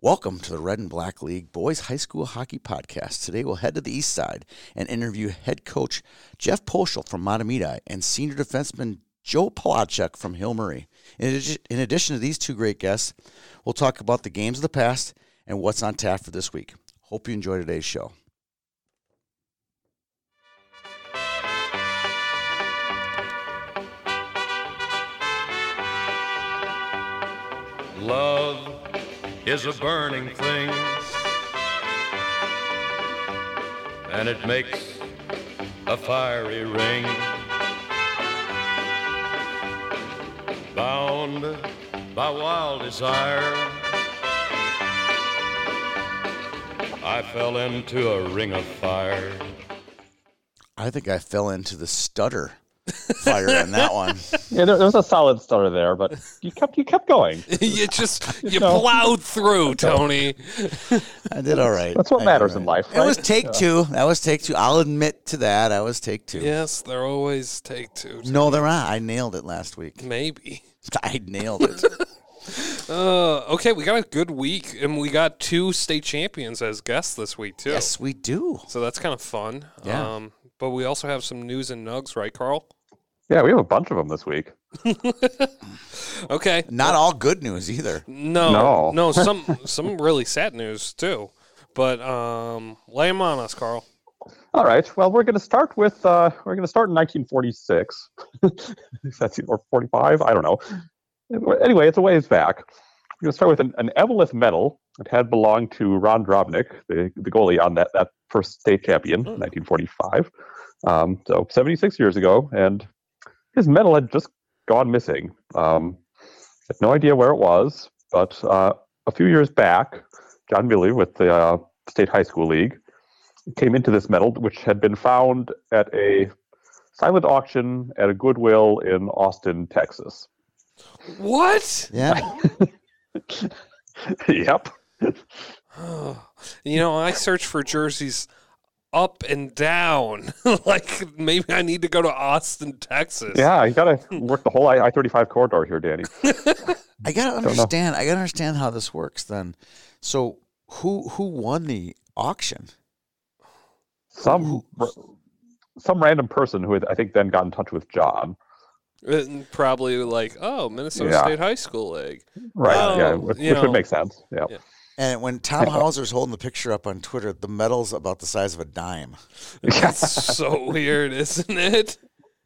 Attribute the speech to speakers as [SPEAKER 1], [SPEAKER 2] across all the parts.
[SPEAKER 1] Welcome to the Red and Black League Boys High School Hockey Podcast. Today we'll head to the east side and interview head coach Jeff Poschel from Matamidi and senior defenseman Joe Palachuk from Hill Murray. In, addi- in addition to these two great guests, we'll talk about the games of the past and what's on tap for this week. Hope you enjoy today's show.
[SPEAKER 2] Love is a burning thing, and it makes a fiery ring. Bound by wild desire, I fell into a ring of fire.
[SPEAKER 1] I think I fell into the stutter fire on that one.
[SPEAKER 3] Yeah, there, there was a solid starter there, but you kept you kept going.
[SPEAKER 4] you just you
[SPEAKER 3] No.
[SPEAKER 4] plowed through, Tony.
[SPEAKER 1] I did all right.
[SPEAKER 3] That's what
[SPEAKER 1] I did
[SPEAKER 3] matters
[SPEAKER 1] all
[SPEAKER 3] in
[SPEAKER 1] right.
[SPEAKER 3] life,
[SPEAKER 1] That was
[SPEAKER 3] right?
[SPEAKER 1] take two. That was take two. I'll admit to that. I was take two.
[SPEAKER 4] yes, they're always take two.
[SPEAKER 1] No, they're not. I nailed it last week.
[SPEAKER 4] Maybe.
[SPEAKER 1] I nailed it.
[SPEAKER 4] Uh, okay, we got a good week, and we got two state champions as guests this week too.
[SPEAKER 1] yes, we do.
[SPEAKER 4] So that's kind of fun.
[SPEAKER 1] Yeah.
[SPEAKER 4] Um, but we also have some news and nugs, right, Carl?
[SPEAKER 3] Yeah, we have a bunch of them this week.
[SPEAKER 4] Okay.
[SPEAKER 1] Not all good news either.
[SPEAKER 4] No.
[SPEAKER 3] No.
[SPEAKER 4] No. Some some really sad news too. But um, lay 'em on us, Carl.
[SPEAKER 3] All right. Well, we're going to start with uh, we're going to start in 1946. That's or 45. I don't know. Anyway, it's a ways back. We're going to start with an, an Eveleth medal. It had belonged to Ron Drobnik, the, the goalie on that, that first state champion, in 1945. Um, so 76 years ago, and his medal had just gone missing. Um, had no idea where it was, but uh, a few years back, John Milley with the uh, State High School League came into this medal, which had been found at a silent auction at a Goodwill in Austin, Texas.
[SPEAKER 4] What?
[SPEAKER 1] Yeah.
[SPEAKER 3] yep.
[SPEAKER 4] you know, I search for jerseys up and down. like maybe I need to go to Austin, Texas.
[SPEAKER 3] Yeah, you gotta work the whole I thirty five corridor here, Danny.
[SPEAKER 1] I gotta
[SPEAKER 3] know.
[SPEAKER 1] understand. I gotta understand how this works. Then, so who who won the auction?
[SPEAKER 3] Some r- some random person who had, I think then got in touch with John.
[SPEAKER 4] And probably like, oh, Minnesota
[SPEAKER 3] Yeah.
[SPEAKER 4] State High School League.
[SPEAKER 3] Right. yeah,
[SPEAKER 4] Oh,
[SPEAKER 3] which,
[SPEAKER 4] you
[SPEAKER 3] which
[SPEAKER 4] know.
[SPEAKER 3] would make sense. Yeah.
[SPEAKER 4] Yeah.
[SPEAKER 1] And when Tom Hauser's holding the picture up on Twitter, the medal's about the size of a dime.
[SPEAKER 4] That's so weird, isn't it?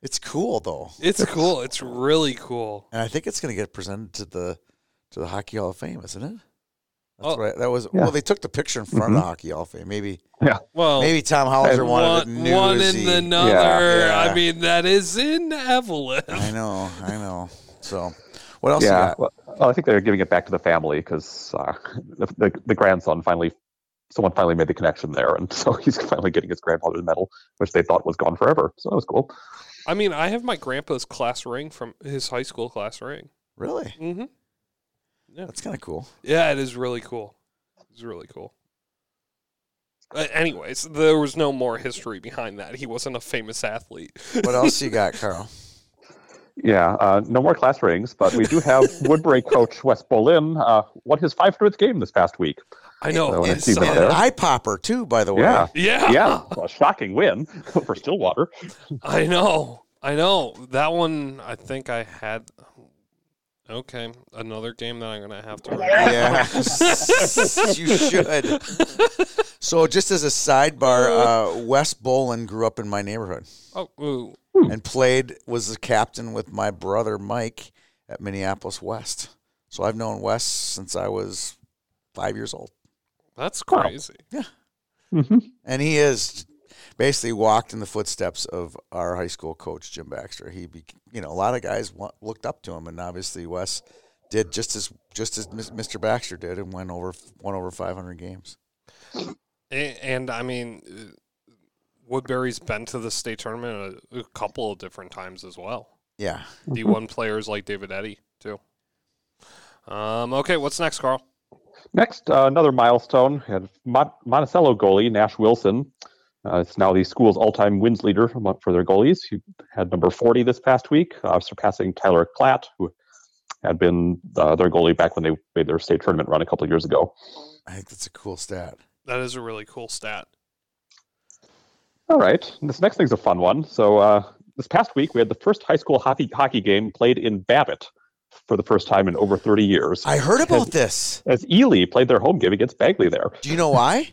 [SPEAKER 1] It's cool though,
[SPEAKER 4] It's cool. It's really cool.
[SPEAKER 1] and I think it's gonna get presented to the to the Hockey Hall of Fame, isn't it? That's
[SPEAKER 4] Oh.
[SPEAKER 1] right. That was
[SPEAKER 3] Yeah. Mm-hmm.
[SPEAKER 1] well. They took the picture in front of the Hockey Hall of Fame. Maybe
[SPEAKER 4] Well,
[SPEAKER 1] maybe Tom Hauser
[SPEAKER 3] One-
[SPEAKER 1] wanted
[SPEAKER 4] Oh. one,
[SPEAKER 1] it
[SPEAKER 4] one
[SPEAKER 1] newsy.
[SPEAKER 4] in another.
[SPEAKER 1] Yeah. Yeah.
[SPEAKER 4] I mean, that is in Evelyn.
[SPEAKER 1] I know, I know. So, what else? You
[SPEAKER 3] Yeah.
[SPEAKER 1] got?
[SPEAKER 3] Well, I think they're giving it back to the family because uh, the, the the grandson finally. Someone finally made the connection there, and so he's finally getting his grandfather's medal, which they thought was gone forever. So that was cool.
[SPEAKER 4] I mean, I have my grandpa's class ring from his high school class ring.
[SPEAKER 1] Really?
[SPEAKER 4] hmm
[SPEAKER 1] That's kind of cool.
[SPEAKER 4] Yeah, it is really cool. It's really cool. Uh, anyways, there was no more history behind that. He wasn't a famous athlete.
[SPEAKER 1] What else you got, Carl?
[SPEAKER 3] Yeah, uh, no more class rings, but we do have Woodbury coach Wes Bolin uh, won his 500th game this past week.
[SPEAKER 4] I know.
[SPEAKER 3] Oh,
[SPEAKER 4] I
[SPEAKER 1] and,
[SPEAKER 3] it's even
[SPEAKER 4] saw
[SPEAKER 1] and
[SPEAKER 3] better.
[SPEAKER 1] an
[SPEAKER 4] that.
[SPEAKER 1] eye popper too, by the way.
[SPEAKER 3] Yeah,
[SPEAKER 4] yeah,
[SPEAKER 3] yeah, a shocking win for Stillwater.
[SPEAKER 4] I know. I know. That one, I think I had. Okay, another game that I'm going to have to. remember.
[SPEAKER 1] Yeah. you should. So, just as a sidebar, uh, Wes Bolin grew up in my neighborhood
[SPEAKER 4] Oh, ooh.
[SPEAKER 1] and played was the captain with my brother Mike at Minneapolis West. So I've known Wes since I was five years old.
[SPEAKER 4] that's crazy.
[SPEAKER 3] Mm-hmm.
[SPEAKER 1] And he is basically walked in the footsteps of our high school coach Jim Baxter. He, be, you know, a lot of guys wa- looked up to him, and obviously Wes did just as just as Mis- Mr. Baxter did, and went over won over 500 games.
[SPEAKER 4] A- And I mean, uh, Woodbury's been to the state tournament a, a couple of different times as well.
[SPEAKER 1] Yeah,
[SPEAKER 3] Mm-hmm.
[SPEAKER 4] D1 players like David Eddy, too. Um, okay, what's next, Carl?
[SPEAKER 3] Next, uh, another milestone had Mon- Monticello goalie Nash Wilson. Uh, it's now the school's all-time wins leader among- for their goalies. He had number 40 this past week, uh, surpassing Tyler Klatt, who had been uh, their goalie back when they made their state tournament run a couple of years ago.
[SPEAKER 1] I think that's a cool stat.
[SPEAKER 4] That is a really cool stat.
[SPEAKER 3] All right. This next thing's a fun one. So uh, this past week, we had the first high school hockey hockey game played in Babbitt for the first time in over 30 years.
[SPEAKER 1] I heard about this.
[SPEAKER 3] As Ely played their home game against Bagley there.
[SPEAKER 1] Do you know why?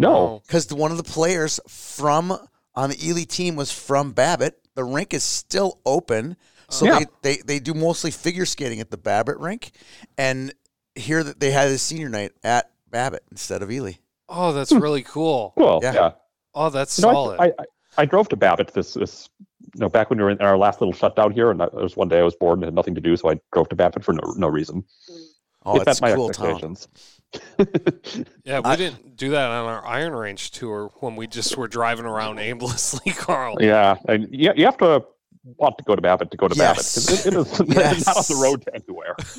[SPEAKER 3] No,
[SPEAKER 1] Because one of the players from on the Ely team was from Babbitt. The rink is still open, so
[SPEAKER 3] Yeah.
[SPEAKER 1] they, they they do mostly figure skating at the Babbitt rink, and here that they had a senior night at Babbitt instead of Ely.
[SPEAKER 4] Oh, that's really cool.
[SPEAKER 3] cool.
[SPEAKER 1] Yeah.
[SPEAKER 3] Yeah.
[SPEAKER 4] Oh, that's
[SPEAKER 3] You know, Hmm. I-
[SPEAKER 4] solid.
[SPEAKER 3] I, I, I drove to Babbitt this, this, you know, back when we were in our last little shutdown here. And I- there was one day I was bored and had nothing to do. So I drove to Babbitt for no, no reason.
[SPEAKER 1] Oh,
[SPEAKER 3] it
[SPEAKER 1] that's
[SPEAKER 3] met my
[SPEAKER 1] cool, Tom.
[SPEAKER 3] expectations.
[SPEAKER 4] yeah, we
[SPEAKER 1] I-
[SPEAKER 4] didn't do that on our Iron Range tour when we just were driving around aimlessly, Carl.
[SPEAKER 3] Yeah. And you, you have to want to go to Babbitt to go to
[SPEAKER 1] Yes.
[SPEAKER 3] Babbitt. 'cause It, it is it's not on
[SPEAKER 1] Yes.
[SPEAKER 3] the road to anywhere.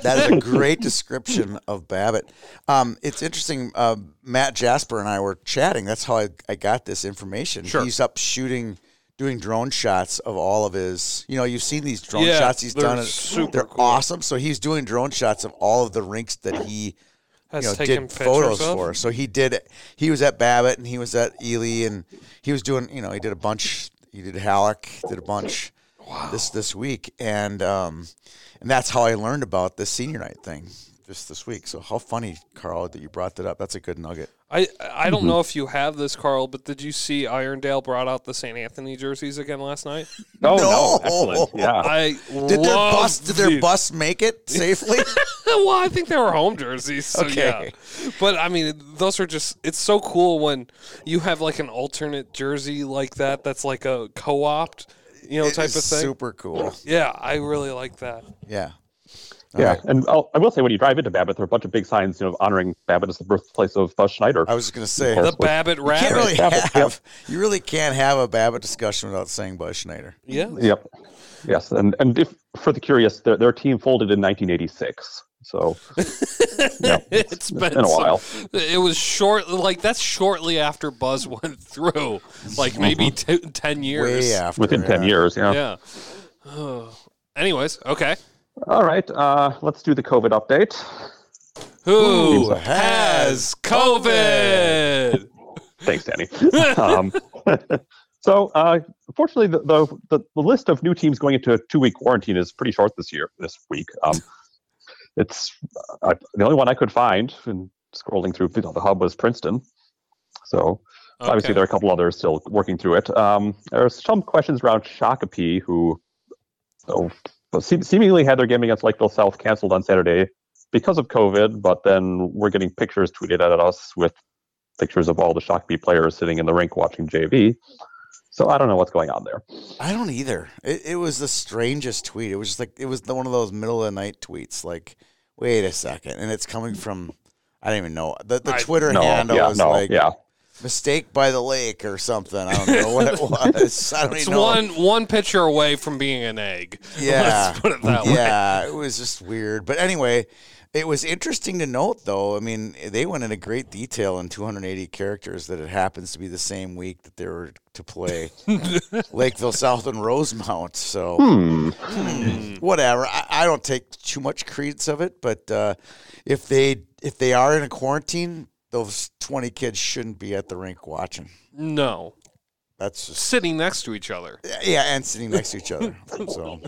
[SPEAKER 1] That is a great description of Babbitt. Um, it's interesting. Uh, Matt Jasper and I were chatting. That's how I, I got this information.
[SPEAKER 4] Sure.
[SPEAKER 1] He's up shooting, doing drone shots of all of his. You know, you've seen these drone
[SPEAKER 4] Yeah,
[SPEAKER 1] shots he's
[SPEAKER 4] they're
[SPEAKER 1] done.
[SPEAKER 4] super
[SPEAKER 1] they're
[SPEAKER 4] cool.
[SPEAKER 1] awesome. So he's doing drone shots of all of the rinks that he
[SPEAKER 4] Has
[SPEAKER 1] you know,
[SPEAKER 4] taken
[SPEAKER 1] did photos
[SPEAKER 4] pictures of?
[SPEAKER 1] for. So he did. He was at Babbitt and he was at Ely and he was doing. You know, he did a bunch. He did Halleck. Did a bunch. This this week and um, and that's how I learned about the senior night thing just this week. So how funny, Carl, that you brought that up. That's a good nugget.
[SPEAKER 4] I I
[SPEAKER 3] Mm-hmm.
[SPEAKER 4] don't know if you have this, Carl, but did you see Irondale brought out the St. Anthony jerseys again last night?
[SPEAKER 3] No,
[SPEAKER 1] No.
[SPEAKER 3] no. Excellent. Yeah.
[SPEAKER 4] I
[SPEAKER 1] Did their
[SPEAKER 4] love
[SPEAKER 1] bus did their
[SPEAKER 4] these.
[SPEAKER 1] bus make it safely?
[SPEAKER 4] Eh, well, I think they were home jerseys. So
[SPEAKER 1] Okay.
[SPEAKER 4] yeah. But I mean, those are just, it's so cool when you have like an alternate jersey like that that's like a co opt, you know,
[SPEAKER 1] It
[SPEAKER 4] type
[SPEAKER 1] is
[SPEAKER 4] of thing.
[SPEAKER 1] Super cool.
[SPEAKER 4] Yeah, I really like that.
[SPEAKER 1] Yeah. All
[SPEAKER 3] Yeah,
[SPEAKER 1] right.
[SPEAKER 3] and I'll, I will say when you drive into Babbitt, there are a bunch of big signs, you know, honoring Babbitt as the birthplace of uh, Schneider.
[SPEAKER 1] I was gonna say
[SPEAKER 4] The
[SPEAKER 3] That's what-
[SPEAKER 4] Babbitt
[SPEAKER 1] you can't
[SPEAKER 4] Rabbit.
[SPEAKER 1] really
[SPEAKER 3] Babbitt, yep.
[SPEAKER 1] have you really can't have a Babbitt discussion without saying Buzz Schneider.
[SPEAKER 4] yeah.
[SPEAKER 3] Yep. Yes, and and if for the curious, their, their team folded in 1986. So Yeah, it's-
[SPEAKER 4] it's
[SPEAKER 3] it's
[SPEAKER 4] been
[SPEAKER 3] been a
[SPEAKER 4] some-
[SPEAKER 3] while.
[SPEAKER 4] It was short, like that's shortly after Buzz went through, like maybe t- ten years.
[SPEAKER 1] Way after
[SPEAKER 3] within 10
[SPEAKER 1] yeah.
[SPEAKER 3] years, yeah.
[SPEAKER 4] Yeah. Oh. Anyways, okay.
[SPEAKER 3] All right, uh, let's do the COVID update.
[SPEAKER 4] Who
[SPEAKER 1] Who has
[SPEAKER 4] has COVID?
[SPEAKER 3] Thanks, Danny. um, so, uh, fortunately, the, the, the, the list of new teams going into a two week quarantine is pretty short this year, this week. Um, it's uh, the only one I could find in scrolling through you know, the hub was Princeton. So, obviously, there are a couple others still working through it. Um, there are some questions around Shakopee, who oh, se- seemingly had their game against Lakeville South canceled on Saturday because of COVID, but then we're getting pictures tweeted at us with pictures of all the Shakopee players sitting in the rink watching JV. So I don't know what's going on there.
[SPEAKER 1] I don't either. It, it was the strangest tweet. It was just like it was the, one of those middle of the night tweets. Like, wait a second, and it's coming from I don't even know the, the
[SPEAKER 4] I-
[SPEAKER 1] Twitter
[SPEAKER 3] No,
[SPEAKER 1] handle
[SPEAKER 3] yeah,
[SPEAKER 1] was
[SPEAKER 3] no,
[SPEAKER 1] like
[SPEAKER 3] yeah.
[SPEAKER 1] mistake by the lake or something. I don't know what it was. I don't
[SPEAKER 4] It's
[SPEAKER 1] even know.
[SPEAKER 4] one one picture away from being an egg.
[SPEAKER 1] Yeah.
[SPEAKER 4] Let's put it that way.
[SPEAKER 1] yeah, it was just weird. But anyway, it was interesting to note, though. I mean, they went into great detail in 280 characters that it happens to be the same week that they were to play Lakeville South and Rosemount. So.
[SPEAKER 3] Hmm.
[SPEAKER 1] whatever. I, I don't take too much credence of it, but uh, if they if they are in a quarantine, those twenty kids shouldn't be at the rink watching.
[SPEAKER 4] No,
[SPEAKER 1] That's just
[SPEAKER 4] sitting next to each other.
[SPEAKER 1] yeah, and sitting next to each other. So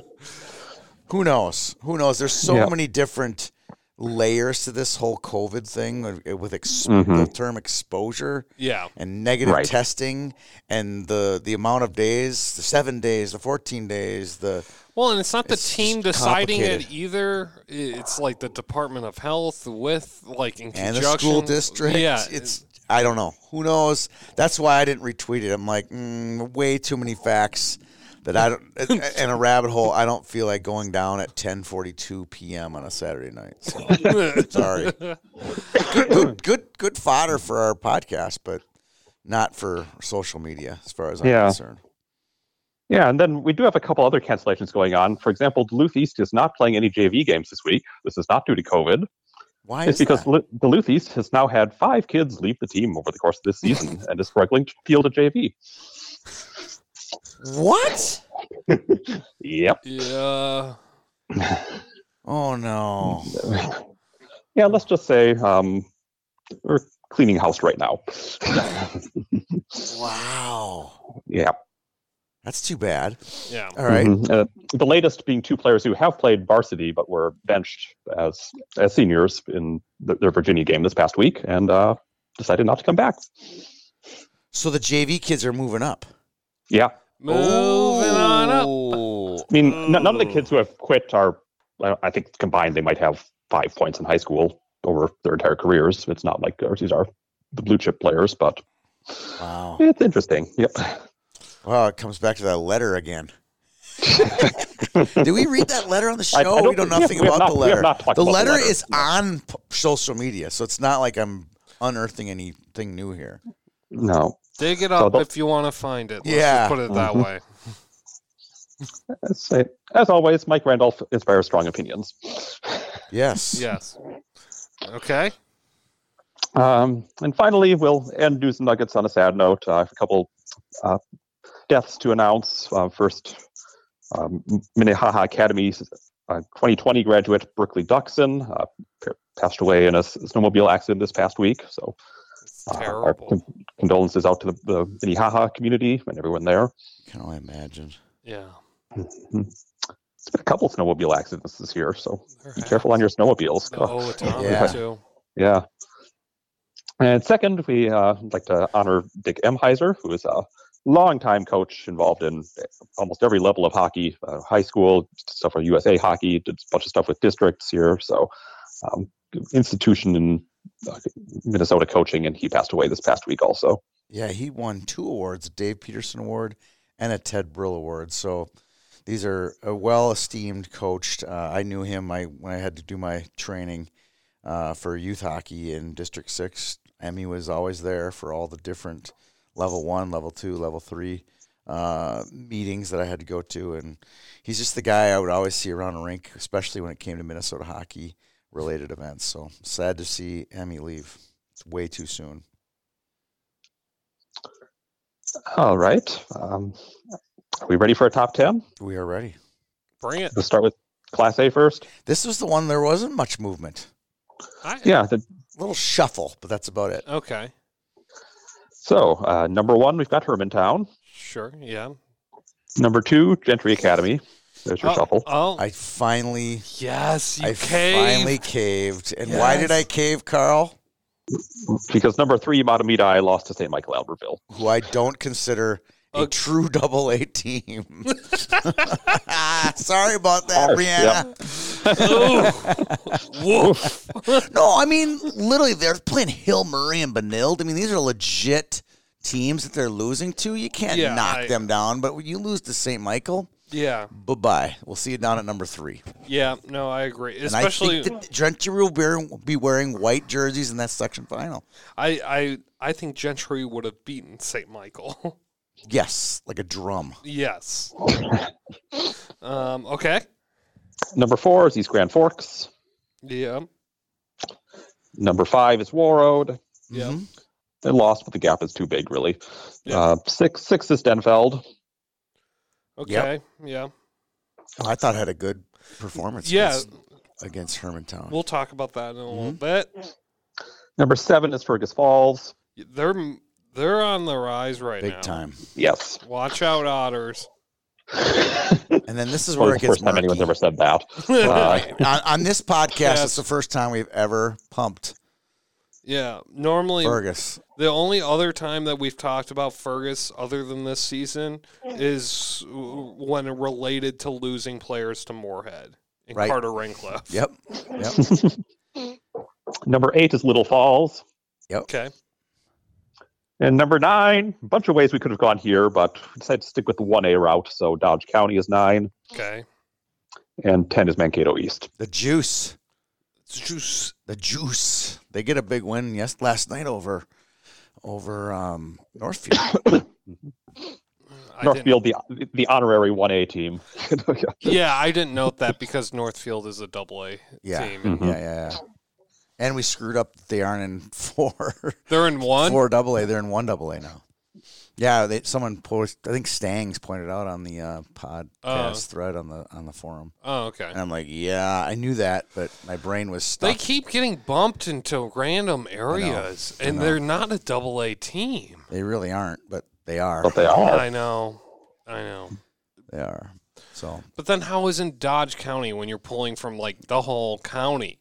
[SPEAKER 1] who knows? Who knows? There's so
[SPEAKER 3] Yeah.
[SPEAKER 1] many different layers to this whole COVID thing with- eh, with ex- the
[SPEAKER 3] Mhm.
[SPEAKER 1] term exposure
[SPEAKER 4] Yeah.
[SPEAKER 1] and negative
[SPEAKER 3] Right.
[SPEAKER 1] testing and the the amount of days, the seven days, the fourteen days, the
[SPEAKER 4] Well, and it's not the
[SPEAKER 1] It's just
[SPEAKER 4] team deciding it
[SPEAKER 1] complicated.
[SPEAKER 4] either. It's like the Department of Health with like in
[SPEAKER 1] and
[SPEAKER 4] conjunction.
[SPEAKER 1] the school district.
[SPEAKER 4] Yeah,
[SPEAKER 1] it's I don't know. Who knows? That's why I didn't retweet it. I'm like, mm, way too many facts that I don't and a rabbit hole. I don't feel like going down at 10:42 p.m. on a Saturday night. So sorry. good, good, good, good fodder for our podcast, but not for social media, as far as I'm
[SPEAKER 3] Yeah.
[SPEAKER 1] concerned.
[SPEAKER 3] Yeah, and then we do have a couple other cancellations going on. For example, Duluth East is not playing any JV games this week. This is not due to COVID.
[SPEAKER 1] Why
[SPEAKER 3] It's
[SPEAKER 1] is
[SPEAKER 3] because
[SPEAKER 1] that?
[SPEAKER 3] Lu- Duluth East has now had five kids leave the team over the course of this season and is struggling to field a JV.
[SPEAKER 1] What?
[SPEAKER 3] Yep.
[SPEAKER 4] yeah.
[SPEAKER 1] Oh no.
[SPEAKER 3] yeah, let's just say um, we're cleaning house right now.
[SPEAKER 1] Wow.
[SPEAKER 3] yeah.
[SPEAKER 1] That's too bad.
[SPEAKER 4] Yeah.
[SPEAKER 1] All right.
[SPEAKER 3] Mhm. Uh, the latest being two players who have played varsity but were benched as as seniors in th their Virginia game this past week and uh, decided not to come back.
[SPEAKER 1] So the JV kids are moving up.
[SPEAKER 3] Yeah,
[SPEAKER 4] Moving on up.
[SPEAKER 1] up.
[SPEAKER 3] I mean, n- none of the kids
[SPEAKER 1] Oh.
[SPEAKER 3] who have quit are. uh, I I think combined they might have five points in high school over their entire careers. It's not like ours- these are the blue chip players, but
[SPEAKER 1] Wow.
[SPEAKER 3] it's interesting. Yep.
[SPEAKER 1] Wow, it comes back to that letter again. Did we read that letter on the show?
[SPEAKER 3] I- I don't
[SPEAKER 1] we know
[SPEAKER 3] think-
[SPEAKER 1] nothing
[SPEAKER 3] we have
[SPEAKER 1] about
[SPEAKER 3] not-
[SPEAKER 1] the
[SPEAKER 3] we have
[SPEAKER 1] letter.
[SPEAKER 3] not talked
[SPEAKER 1] the
[SPEAKER 3] about the
[SPEAKER 1] letter.
[SPEAKER 3] letter.
[SPEAKER 1] is on p- social media, so it's not like I'm unearthing anything new here.
[SPEAKER 3] No.
[SPEAKER 4] Dig it
[SPEAKER 3] So
[SPEAKER 4] up
[SPEAKER 3] the-
[SPEAKER 4] if you want to find it. Let's just
[SPEAKER 1] Yeah.
[SPEAKER 4] put it that
[SPEAKER 3] Mhm.
[SPEAKER 4] way.
[SPEAKER 3] As, I- as always, Mike Randolph inspires strong opinions.
[SPEAKER 1] Yes.
[SPEAKER 4] Yes. Okay.
[SPEAKER 3] Um, and finally, we'll end News and Nuggets on a sad note. Uh, a couple uh, deaths to announce. Uh, first, um, Minnehaha Academy uh, 2020 graduate Brookley Duxon uh, pa- passed away in a s- snowmobile accident this past week. So,
[SPEAKER 4] It's
[SPEAKER 3] uh, our
[SPEAKER 4] terrible.
[SPEAKER 3] con- condolences out to the, the Minnehaha community and everyone there.
[SPEAKER 1] Can only imagine.
[SPEAKER 4] Yeah.
[SPEAKER 3] It's been a couple snowmobile accidents this year, so
[SPEAKER 4] There
[SPEAKER 3] be
[SPEAKER 4] has-
[SPEAKER 3] careful on your snowmobiles.
[SPEAKER 4] The Owatonna,
[SPEAKER 1] Yeah.
[SPEAKER 4] too.
[SPEAKER 3] Yeah. And second, we uh, would like to honor Dick Emheiser, who is a longtime coach involved in eh, almost every level of hockey, uh, high school, stuff with USA hockey, did a bunch of stuff with districts here. So, um, institution in uh, Minnesota coaching, and he passed away this past week also.
[SPEAKER 1] Yeah, he won two awards: a Dave Peterson Award and a Ted Brill Award. So these are a well-esteemed coached. Uh, I knew him. I when I had to do my training uh, for youth hockey in District Six, Emmy was always there for all the different level one, level two, level three uh, meetings that I had to go to, and he's just the guy I would always see around a rink, especially when it came to Minnesota hockey related events. So sad to see Emmy leave. It's way too soon.
[SPEAKER 3] All right. Um, are we ready for a top 10?
[SPEAKER 1] We are ready.
[SPEAKER 4] Bring it.
[SPEAKER 3] Let's start with Class A first.
[SPEAKER 1] This was the one there wasn't much movement.
[SPEAKER 4] I,
[SPEAKER 3] Yeah. The,
[SPEAKER 1] A little shuffle, but that's about it.
[SPEAKER 4] Okay.
[SPEAKER 3] so, uh, number one, we've got Hermantown.
[SPEAKER 4] Sure. Yeah.
[SPEAKER 3] Number two, Gentry Academy. There's your
[SPEAKER 4] oh,
[SPEAKER 3] shuffle.
[SPEAKER 4] Oh.
[SPEAKER 1] I finally
[SPEAKER 4] yes. You
[SPEAKER 1] I
[SPEAKER 4] caved.
[SPEAKER 1] finally caved. And why did I
[SPEAKER 4] Yes.
[SPEAKER 1] cave, Carl?
[SPEAKER 3] Because number three, Matamidi lost to St. Michael Albertville.
[SPEAKER 1] Who I don't consider a
[SPEAKER 4] Ugh.
[SPEAKER 1] true double A team. Sorry about that, Brianna.
[SPEAKER 3] Harsh,
[SPEAKER 4] Ooh. Woof.
[SPEAKER 1] No, I mean literally they're playing Hill Murray and Benilde. I mean, these are legit teams that they're losing to. You can't
[SPEAKER 4] Yeah,
[SPEAKER 1] knock
[SPEAKER 4] I-
[SPEAKER 1] them down, but when you lose to St. Michael,
[SPEAKER 4] Yeah.
[SPEAKER 1] bye bye. We'll see you down at number three.
[SPEAKER 4] Yeah. No, I agree.
[SPEAKER 1] And
[SPEAKER 4] Especially.
[SPEAKER 1] I think that Gentry will wear- be wearing white jerseys in that section final.
[SPEAKER 4] I, I I think Gentry would have beaten St. Michael.
[SPEAKER 1] Yes, like a drum.
[SPEAKER 4] yes. um, okay.
[SPEAKER 3] Number four is East Grand Forks.
[SPEAKER 4] Yeah.
[SPEAKER 3] Number five is Warroad.
[SPEAKER 4] Yeah.
[SPEAKER 1] Mhm.
[SPEAKER 3] They lost, but the gap is too big, really.
[SPEAKER 4] Yeah.
[SPEAKER 3] Uh, six, six is Denfeld.
[SPEAKER 4] Okay. Yeah.
[SPEAKER 1] Oh, I thought I had a good performance
[SPEAKER 4] Yeah.
[SPEAKER 1] against, against Hermantown.
[SPEAKER 4] We'll talk about that in a
[SPEAKER 1] Mm-hmm.
[SPEAKER 4] little bit.
[SPEAKER 3] Number seven is Fergus Falls.
[SPEAKER 4] They're they're on the rise right
[SPEAKER 1] Big
[SPEAKER 4] now.
[SPEAKER 1] time.
[SPEAKER 3] Yes.
[SPEAKER 4] Watch out, otters.
[SPEAKER 1] And then this is
[SPEAKER 3] Well,
[SPEAKER 1] where
[SPEAKER 3] it's
[SPEAKER 1] it
[SPEAKER 3] the
[SPEAKER 1] gets
[SPEAKER 3] first time
[SPEAKER 1] murky.
[SPEAKER 3] anyone's ever said that. Uh,
[SPEAKER 1] on, on this podcast,
[SPEAKER 4] Yes.
[SPEAKER 1] it's the first time we've ever pumped
[SPEAKER 4] yeah. Normally,
[SPEAKER 1] Fergus.
[SPEAKER 4] the only other time that we've talked about Fergus other than this season is when related to losing players to Moorhead and
[SPEAKER 1] Right.
[SPEAKER 4] Carter Ringcliffe.
[SPEAKER 1] Yep. Yep.
[SPEAKER 3] number eight is Little Falls.
[SPEAKER 4] Okay.
[SPEAKER 3] And number nine, a bunch of ways we could have gone here, but we decided to stick with the 1A route. So Dodge County is nine,
[SPEAKER 4] Okay.
[SPEAKER 3] and 10 is Mankato East.
[SPEAKER 1] The juice.
[SPEAKER 4] It's juice.
[SPEAKER 1] The juice. They get a big win yes last night over over um, Northfield.
[SPEAKER 4] I didn't-
[SPEAKER 3] Northfield, the, the honorary 1A team.
[SPEAKER 4] Yeah, I didn't note that because Northfield is a double A
[SPEAKER 1] Yeah.
[SPEAKER 4] team.
[SPEAKER 3] Mhm.
[SPEAKER 1] Yeah, yeah, yeah. And we screwed up that they aren't in four
[SPEAKER 4] They're in one.
[SPEAKER 1] four double A. They're in one double A now. Yeah, they, someone posted. I think Stangs pointed out on the uh, podcast
[SPEAKER 4] Oh.
[SPEAKER 1] thread on the on the forum,
[SPEAKER 4] Oh, okay.
[SPEAKER 1] and I'm like, yeah, I knew that, but my brain was
[SPEAKER 4] They
[SPEAKER 1] stuck.
[SPEAKER 4] keep getting bumped into random areas,
[SPEAKER 1] I
[SPEAKER 4] and
[SPEAKER 1] know.
[SPEAKER 4] they're not a double A team.
[SPEAKER 1] They really aren't, but they are.
[SPEAKER 3] But they are.
[SPEAKER 4] I know, I know.
[SPEAKER 1] They are. So
[SPEAKER 4] But then, how isn't Dodge County when you're pulling from like the whole county?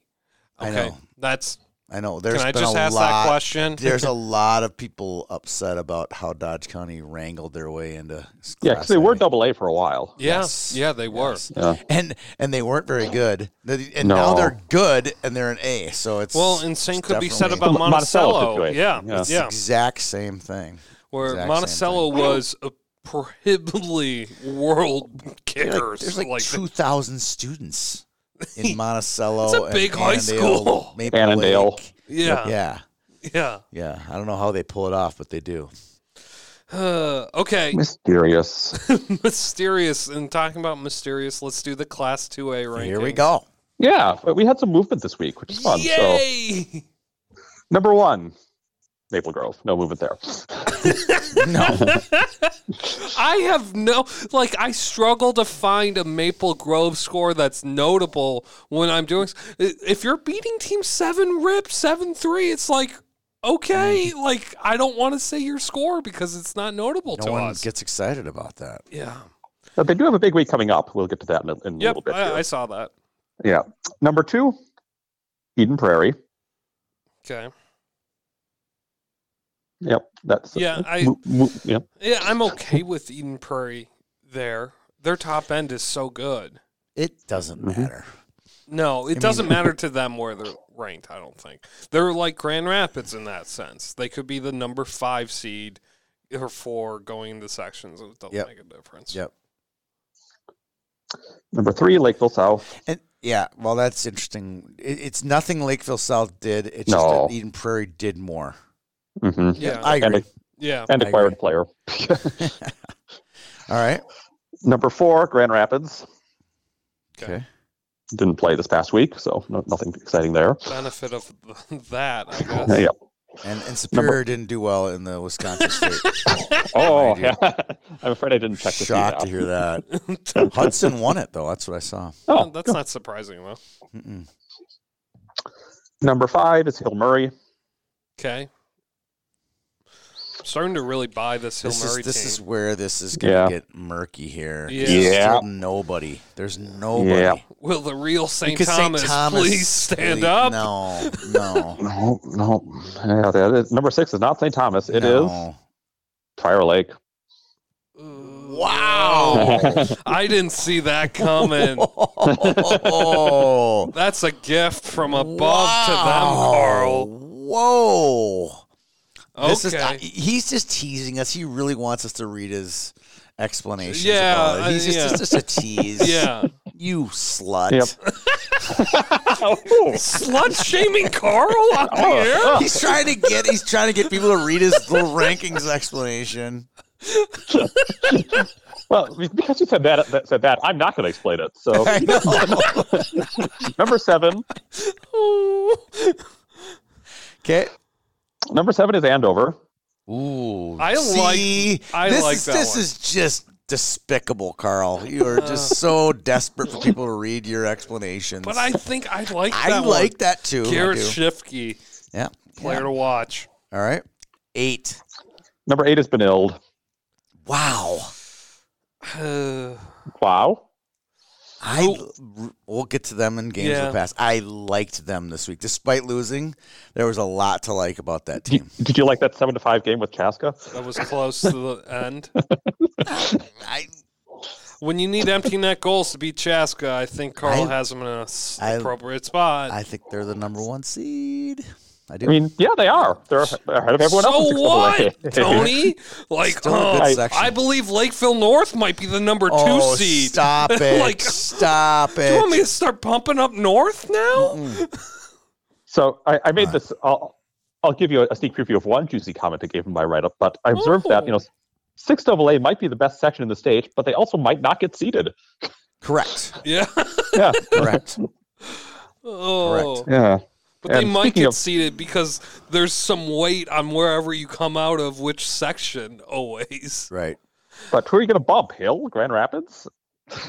[SPEAKER 1] I know.
[SPEAKER 4] That's.
[SPEAKER 1] I know there's
[SPEAKER 4] can I
[SPEAKER 1] been
[SPEAKER 4] just
[SPEAKER 1] a
[SPEAKER 4] ask
[SPEAKER 1] lot.
[SPEAKER 4] that question?
[SPEAKER 1] There's a lot of people upset about how Dodge County wrangled their way into.
[SPEAKER 3] Yeah,
[SPEAKER 1] Class
[SPEAKER 3] because they were
[SPEAKER 1] A.
[SPEAKER 3] double A for a while.
[SPEAKER 4] yeah,
[SPEAKER 1] Yes.
[SPEAKER 4] yeah, they were.
[SPEAKER 1] Yes.
[SPEAKER 3] Yeah.
[SPEAKER 1] and and they weren't very good. They- And now
[SPEAKER 3] No.
[SPEAKER 1] they're good, and they're an A. So it's
[SPEAKER 4] Well, and same
[SPEAKER 1] it's
[SPEAKER 4] could be said
[SPEAKER 1] definitely-
[SPEAKER 4] about
[SPEAKER 3] M- Monticello
[SPEAKER 4] Monticello.
[SPEAKER 3] situation.
[SPEAKER 4] yeah,
[SPEAKER 3] Yeah.
[SPEAKER 4] yeah.
[SPEAKER 1] It's
[SPEAKER 3] It's
[SPEAKER 1] the exact same thing.
[SPEAKER 4] Where
[SPEAKER 1] exact same
[SPEAKER 4] Monticello was a prohibitively world kickers.
[SPEAKER 1] there's like,
[SPEAKER 4] like
[SPEAKER 1] two thousand students in Monticello.
[SPEAKER 4] It's a
[SPEAKER 1] and
[SPEAKER 4] big high
[SPEAKER 1] Annandale,
[SPEAKER 4] school.
[SPEAKER 1] Maple
[SPEAKER 3] Annandale.
[SPEAKER 1] Lake.
[SPEAKER 4] yeah, yeah.
[SPEAKER 1] Yeah, yeah. I don't know how they pull it off, but they do.
[SPEAKER 4] Uh, okay,
[SPEAKER 3] Mysterious.
[SPEAKER 4] mysterious. And talking about mysterious, let's do the Class Two A ranking.
[SPEAKER 1] Here we go.
[SPEAKER 3] yeah, but we had some movement this week, which is fun. So
[SPEAKER 4] Yay!
[SPEAKER 3] number one, Maple Grove. No movement there.
[SPEAKER 1] No,
[SPEAKER 4] I have no like. I struggle to find a Maple Grove score that's notable when I'm doing. If you're beating Team Seven, rip seven three. It's like okay, like I don't want to say your score because it's not notable
[SPEAKER 1] no
[SPEAKER 4] to
[SPEAKER 1] one
[SPEAKER 4] us.
[SPEAKER 1] gets excited about that.
[SPEAKER 4] yeah.
[SPEAKER 3] But they do have a big week coming up. We'll get to that in a, in a
[SPEAKER 4] Yep.
[SPEAKER 3] little bit.
[SPEAKER 4] I,
[SPEAKER 3] here.
[SPEAKER 4] I saw that.
[SPEAKER 3] yeah. Number two, Eden Prairie.
[SPEAKER 4] Okay.
[SPEAKER 3] Yep. That's
[SPEAKER 4] Yeah, I-
[SPEAKER 3] Mo- mo- yeah.
[SPEAKER 4] Yeah, I'm okay with Eden Prairie there. Their top end is so good.
[SPEAKER 1] It doesn't
[SPEAKER 3] Mhm.
[SPEAKER 1] matter.
[SPEAKER 4] No, it
[SPEAKER 1] mean-
[SPEAKER 4] doesn't matter to them where they're ranked, I don't think. They're like Grand Rapids in that sense. They could be the number five seed or four going into sections. It don't
[SPEAKER 1] Yep.
[SPEAKER 4] make a difference.
[SPEAKER 1] Yep.
[SPEAKER 3] Number three, Lakeville South.
[SPEAKER 1] And yeah, well, that's interesting. It, it's nothing Lakeville South did. It's
[SPEAKER 3] No.
[SPEAKER 1] just that Eden Prairie did more.
[SPEAKER 3] hmm
[SPEAKER 4] Yeah.
[SPEAKER 1] I agree.
[SPEAKER 4] yeah.
[SPEAKER 3] And
[SPEAKER 1] I
[SPEAKER 3] acquired player.
[SPEAKER 1] All right.
[SPEAKER 3] Number four, Grand Rapids.
[SPEAKER 4] Okay.
[SPEAKER 1] Okay.
[SPEAKER 3] Didn't play this past week, so no, nothing exciting there.
[SPEAKER 4] Benefit of th- that, I guess.
[SPEAKER 3] Yeah.
[SPEAKER 1] And and Superior didn't do well in the Wisconsin state.
[SPEAKER 3] Oh,
[SPEAKER 1] I do.
[SPEAKER 3] yeah. I'm afraid I didn't check the
[SPEAKER 1] Shocked to hear that. Hudson won it though. That's what I saw.
[SPEAKER 3] Oh,
[SPEAKER 4] That's not surprising, though.
[SPEAKER 1] Mm-mm.
[SPEAKER 3] Number five is Hill Murray.
[SPEAKER 4] Okay. Starting to really buy this Hill
[SPEAKER 1] This
[SPEAKER 4] Murray
[SPEAKER 1] is this
[SPEAKER 4] team.
[SPEAKER 1] is where this is gonna
[SPEAKER 3] Yeah.
[SPEAKER 1] get murky here. 'cause
[SPEAKER 4] Yeah.
[SPEAKER 1] there's
[SPEAKER 3] Yeah.
[SPEAKER 1] still nobody. There's nobody.
[SPEAKER 3] Yeah.
[SPEAKER 4] Will the real St.
[SPEAKER 1] Because St.
[SPEAKER 4] Thomas, please stand
[SPEAKER 1] please-
[SPEAKER 4] up?
[SPEAKER 1] No, no.
[SPEAKER 3] No, no. Yeah, that is- number six is not St. Thomas. It is
[SPEAKER 1] no.
[SPEAKER 3] Fire Lake.
[SPEAKER 4] Wow.
[SPEAKER 3] Oh.
[SPEAKER 4] I didn't see that coming.
[SPEAKER 1] Oh.
[SPEAKER 4] That's a gift from above to
[SPEAKER 1] Wow.
[SPEAKER 4] them, Carl.
[SPEAKER 1] Whoa.
[SPEAKER 4] Okay.
[SPEAKER 1] This is, I- he's just teasing us. He really wants us to read his explanations.
[SPEAKER 4] Yeah,
[SPEAKER 1] about it. He's
[SPEAKER 4] uh,
[SPEAKER 1] just,
[SPEAKER 4] yeah.
[SPEAKER 1] it's just a tease.
[SPEAKER 4] yeah.
[SPEAKER 1] You slut.
[SPEAKER 3] Yep. Oh,
[SPEAKER 4] Slut shaming Carl on
[SPEAKER 1] Oh.
[SPEAKER 4] here?
[SPEAKER 1] He's trying to get he's trying to get people to read his little rankings explanation.
[SPEAKER 3] well, because you said that, that said that, I'm not going to explain it. So
[SPEAKER 1] I know.
[SPEAKER 3] number seven,
[SPEAKER 1] Okay.
[SPEAKER 3] number seven is Andover.
[SPEAKER 1] Ooh.
[SPEAKER 4] I like-
[SPEAKER 1] See?
[SPEAKER 4] I
[SPEAKER 1] this
[SPEAKER 4] like
[SPEAKER 1] is,
[SPEAKER 4] that
[SPEAKER 1] this
[SPEAKER 4] one.
[SPEAKER 1] is just despicable, Carl. You are just so desperate for people to read your explanations.
[SPEAKER 4] But I think I like that
[SPEAKER 1] I
[SPEAKER 4] one.
[SPEAKER 1] like that too. I
[SPEAKER 4] Garrett
[SPEAKER 1] do.
[SPEAKER 4] Shifke,
[SPEAKER 1] Yeah.
[SPEAKER 4] player to watch.
[SPEAKER 1] All right. Eight.
[SPEAKER 3] Number eight is Benilde.
[SPEAKER 1] Wow.
[SPEAKER 4] Uh,
[SPEAKER 3] Wow.
[SPEAKER 1] I r- we'll get to them in games
[SPEAKER 4] Yeah.
[SPEAKER 1] of the past. I liked them this week, despite losing. There was a lot to like about that team.
[SPEAKER 3] Did you like that seven to five game with Chaska?
[SPEAKER 4] that was close to the end.
[SPEAKER 1] I
[SPEAKER 4] When you need empty net goals to beat Chaska, I think Carl
[SPEAKER 1] I-
[SPEAKER 4] has them in an s-
[SPEAKER 1] I-
[SPEAKER 4] appropriate spot.
[SPEAKER 1] I think they're the number one seed. I do.
[SPEAKER 3] I mean, yeah, they are. They're they're ahead of everyone
[SPEAKER 4] so
[SPEAKER 3] else. in 6AA.
[SPEAKER 4] what, Tony? Like,
[SPEAKER 1] Still a
[SPEAKER 4] uh,
[SPEAKER 1] good
[SPEAKER 3] I-
[SPEAKER 1] section.
[SPEAKER 4] I believe Lakeville North might be the number two
[SPEAKER 1] oh,
[SPEAKER 4] seed.
[SPEAKER 1] Stop it!
[SPEAKER 4] Like,
[SPEAKER 1] stop
[SPEAKER 4] Do you want me
[SPEAKER 1] it!
[SPEAKER 4] to start pumping up North now?
[SPEAKER 1] Mm.
[SPEAKER 3] So I, I made
[SPEAKER 1] Right.
[SPEAKER 3] this. I'll, I'll give you a, sneak preview of one juicy comment I gave in my write up, but I observed that you know, six AA might be the best section in the state, but they also might not get seated.
[SPEAKER 1] Correct.
[SPEAKER 4] Yeah.
[SPEAKER 3] Yeah,
[SPEAKER 1] Correct.
[SPEAKER 4] oh.
[SPEAKER 3] yeah.
[SPEAKER 4] But they
[SPEAKER 3] And
[SPEAKER 4] might
[SPEAKER 3] speaking
[SPEAKER 4] get
[SPEAKER 3] of-
[SPEAKER 4] seated because there's some weight on wherever you come out of which section always.
[SPEAKER 1] Right.
[SPEAKER 3] But who are you going to bump? Hill, Grand Rapids?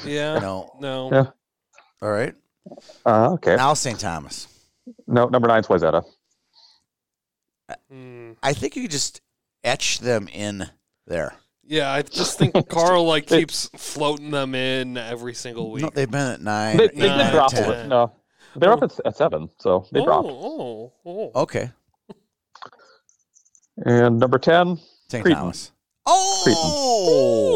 [SPEAKER 4] Yeah.
[SPEAKER 1] No.
[SPEAKER 4] No.
[SPEAKER 3] Yeah.
[SPEAKER 1] All right.
[SPEAKER 3] Uh, okay.
[SPEAKER 1] Now St. Thomas.
[SPEAKER 3] No, number nine's Wayzata.
[SPEAKER 4] Mm.
[SPEAKER 1] I think you could just etch them in there.
[SPEAKER 4] Yeah, I just think Carl like keeps floating them in every single week.
[SPEAKER 1] No, they've been at nine.
[SPEAKER 3] They, they
[SPEAKER 1] eight,
[SPEAKER 4] no,
[SPEAKER 3] did
[SPEAKER 1] nine,
[SPEAKER 3] drop
[SPEAKER 1] ten.
[SPEAKER 3] a li- No, they're up at, at seven, so they
[SPEAKER 4] oh,
[SPEAKER 3] dropped.
[SPEAKER 4] oh, oh.
[SPEAKER 1] Okay.
[SPEAKER 3] And number ten,
[SPEAKER 1] St.
[SPEAKER 3] Cretan.
[SPEAKER 1] Thomas. Oh.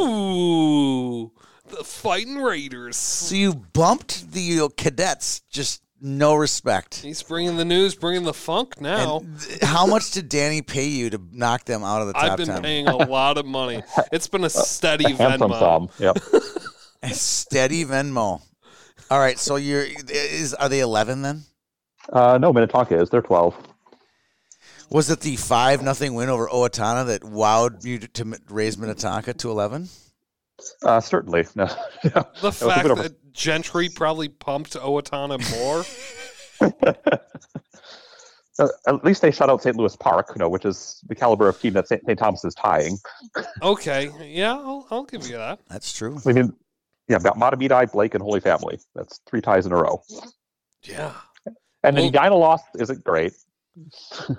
[SPEAKER 4] Ooh, the fighting Raiders.
[SPEAKER 1] So you bumped the uh, cadets. Just no respect.
[SPEAKER 4] He's bringing the news, bringing the funk now.
[SPEAKER 1] And th- how much did Danny pay you to knock them out of the top
[SPEAKER 4] I've been
[SPEAKER 1] ten?
[SPEAKER 4] paying a lot of money. It's been a steady
[SPEAKER 3] handsome
[SPEAKER 4] Venmo.
[SPEAKER 3] thumb. Yep.
[SPEAKER 1] A steady Venmo. All right, so you're is are they eleven then?
[SPEAKER 3] Uh, no, Minnetonka is. They're twelve.
[SPEAKER 1] Was it the five nothing win over Owatonna that wowed you to, to raise Minnetonka to eleven?
[SPEAKER 3] Uh, certainly. No.
[SPEAKER 4] The
[SPEAKER 3] a
[SPEAKER 4] fact
[SPEAKER 3] bit of a-
[SPEAKER 4] that Gentry probably pumped Owatonna more.
[SPEAKER 3] Uh, at least they shut out St. Louis Park, you know, which is the caliber of team that St. St. Thomas is tying.
[SPEAKER 4] okay, yeah, I'll, I'll give you that.
[SPEAKER 1] That's true.
[SPEAKER 3] I mean, yeah, Ma- Matabidi, Blake, and Holy Family. That's three ties in a row.
[SPEAKER 4] Yeah.
[SPEAKER 3] And then
[SPEAKER 4] Well-
[SPEAKER 3] Edina lost isn't great.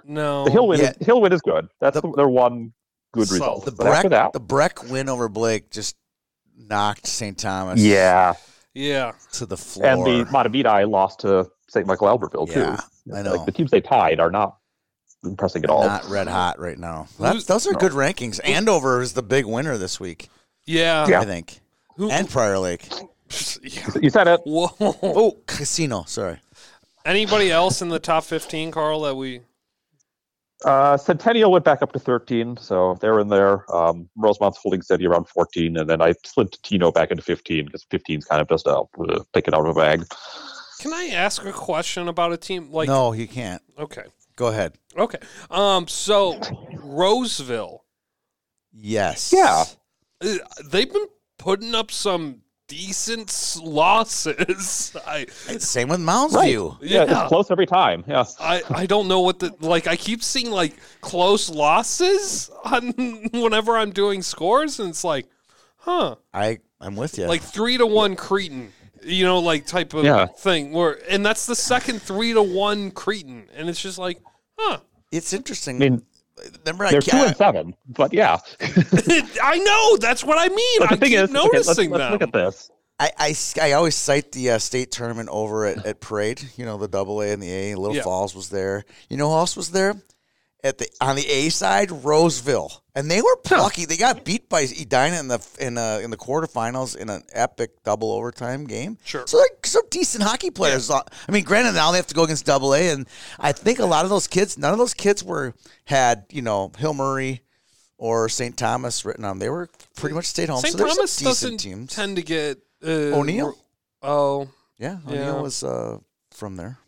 [SPEAKER 4] No.
[SPEAKER 3] The Hill win,
[SPEAKER 1] Yeah.
[SPEAKER 3] is, Hill win is good. That's
[SPEAKER 1] The-
[SPEAKER 3] their one good
[SPEAKER 4] So,
[SPEAKER 3] result.
[SPEAKER 1] The
[SPEAKER 3] but after
[SPEAKER 1] Breck
[SPEAKER 3] that,
[SPEAKER 1] the Breck win over Blake just knocked St. Thomas
[SPEAKER 3] yeah,
[SPEAKER 4] Yeah.
[SPEAKER 1] to the floor.
[SPEAKER 3] and the Matabidi lost to St. Michael Albertville too.
[SPEAKER 1] yeah, I know.
[SPEAKER 3] Like the teams they tied are not impressing at all.
[SPEAKER 1] Not red hot right now. That's,
[SPEAKER 4] Who's-
[SPEAKER 1] those are
[SPEAKER 3] no.
[SPEAKER 1] good rankings. Andover is the big winner this week,
[SPEAKER 4] Yeah.
[SPEAKER 3] Yeah.
[SPEAKER 1] I think,
[SPEAKER 4] Who-
[SPEAKER 1] and Prior Lake.
[SPEAKER 4] Oh. yeah.
[SPEAKER 3] You said it.
[SPEAKER 4] Whoa.
[SPEAKER 1] Oh, Casino. Sorry,
[SPEAKER 4] Anybody else in the top 15, Carl, that we.
[SPEAKER 3] Uh, Centennial went back up to 13, so they're in there. Um, Rosemont's holding steady around 14, and then I slid Tino back into 15 because 15's kind of just a uh, pick it out of a bag.
[SPEAKER 4] Can I ask a question about a team? Like,
[SPEAKER 1] no, you can't.
[SPEAKER 4] okay.
[SPEAKER 1] Go ahead.
[SPEAKER 4] Okay. Um. So, Roseville,
[SPEAKER 1] Yes.
[SPEAKER 3] Yeah.
[SPEAKER 4] uh, they've been putting up some decent s- losses. I,
[SPEAKER 1] Same with Mounds
[SPEAKER 3] Right.
[SPEAKER 1] View.
[SPEAKER 3] Yeah,
[SPEAKER 4] Yeah.
[SPEAKER 3] it's close every time. Yeah.
[SPEAKER 4] I, I don't know what the like I keep seeing like close losses on whenever I'm doing scores and it's like huh
[SPEAKER 1] I I'm with you.
[SPEAKER 4] like 3 to 1 Cretan you know like type of
[SPEAKER 3] Yeah.
[SPEAKER 4] thing where and that's the second 3 to 1 Cretan and it's just like huh
[SPEAKER 1] it's interesting.
[SPEAKER 3] I mean,
[SPEAKER 1] Remember, I
[SPEAKER 3] they're two
[SPEAKER 4] uh,
[SPEAKER 3] and
[SPEAKER 1] can't,
[SPEAKER 3] seven, but yeah.
[SPEAKER 4] I know that's what I mean
[SPEAKER 3] But
[SPEAKER 4] I
[SPEAKER 3] the thing
[SPEAKER 4] keep
[SPEAKER 3] is, okay, let's,
[SPEAKER 4] noticing
[SPEAKER 3] let's look
[SPEAKER 4] them
[SPEAKER 3] at this.
[SPEAKER 1] I, I s- I always cite the uh, state tournament over at, at Parade. You know, the Double A and the A. Little
[SPEAKER 4] Yeah.
[SPEAKER 1] Falls was there. You know who else was there? At the on the A side, Roseville, and they were plucky. They got beat by Edina in the in uh, in the quarterfinals in an epic double overtime game.
[SPEAKER 4] Sure.
[SPEAKER 1] So they're some decent hockey players. Uh, I mean, granted, now they have to go against Double A, and I think a lot of those kids, none of those kids were had you know Hill Murray or St. Thomas written on. them. They were pretty much stayed home.
[SPEAKER 4] St.
[SPEAKER 1] so there's
[SPEAKER 4] Thomas
[SPEAKER 1] some
[SPEAKER 4] doesn't
[SPEAKER 1] decent teams.
[SPEAKER 4] tend to get uh,
[SPEAKER 1] O'Neill?
[SPEAKER 4] oh
[SPEAKER 1] Yeah, O'Neill
[SPEAKER 4] Yeah.
[SPEAKER 1] was uh, from there.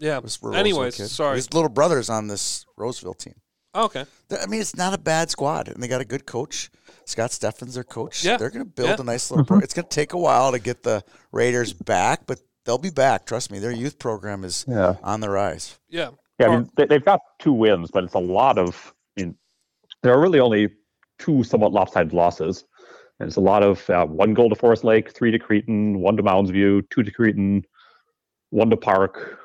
[SPEAKER 4] yeah
[SPEAKER 1] Was where Roseville
[SPEAKER 4] anyways
[SPEAKER 1] kid.
[SPEAKER 4] sorry
[SPEAKER 1] his little brother's on this Roseville team.
[SPEAKER 4] okay
[SPEAKER 1] Th- I mean, it's not a bad squad, and they got a good coach. Scott Steffens, their coach.
[SPEAKER 4] Yeah.
[SPEAKER 1] they're going to build
[SPEAKER 4] Yeah.
[SPEAKER 1] a nice little. Pro- it's going to take a while to get the Raiders back, but they'll be back. Trust me, their youth program is
[SPEAKER 3] Yeah.
[SPEAKER 1] on the rise.
[SPEAKER 4] yeah
[SPEAKER 3] Yeah, I mean, they, they've got two wins, but it's a lot of. I mean, there are really only two somewhat lopsided losses. And it's a lot of uh, one goal to Forest Lake, three to Cretan, one to Mounds View, two to Cretan, one to Park,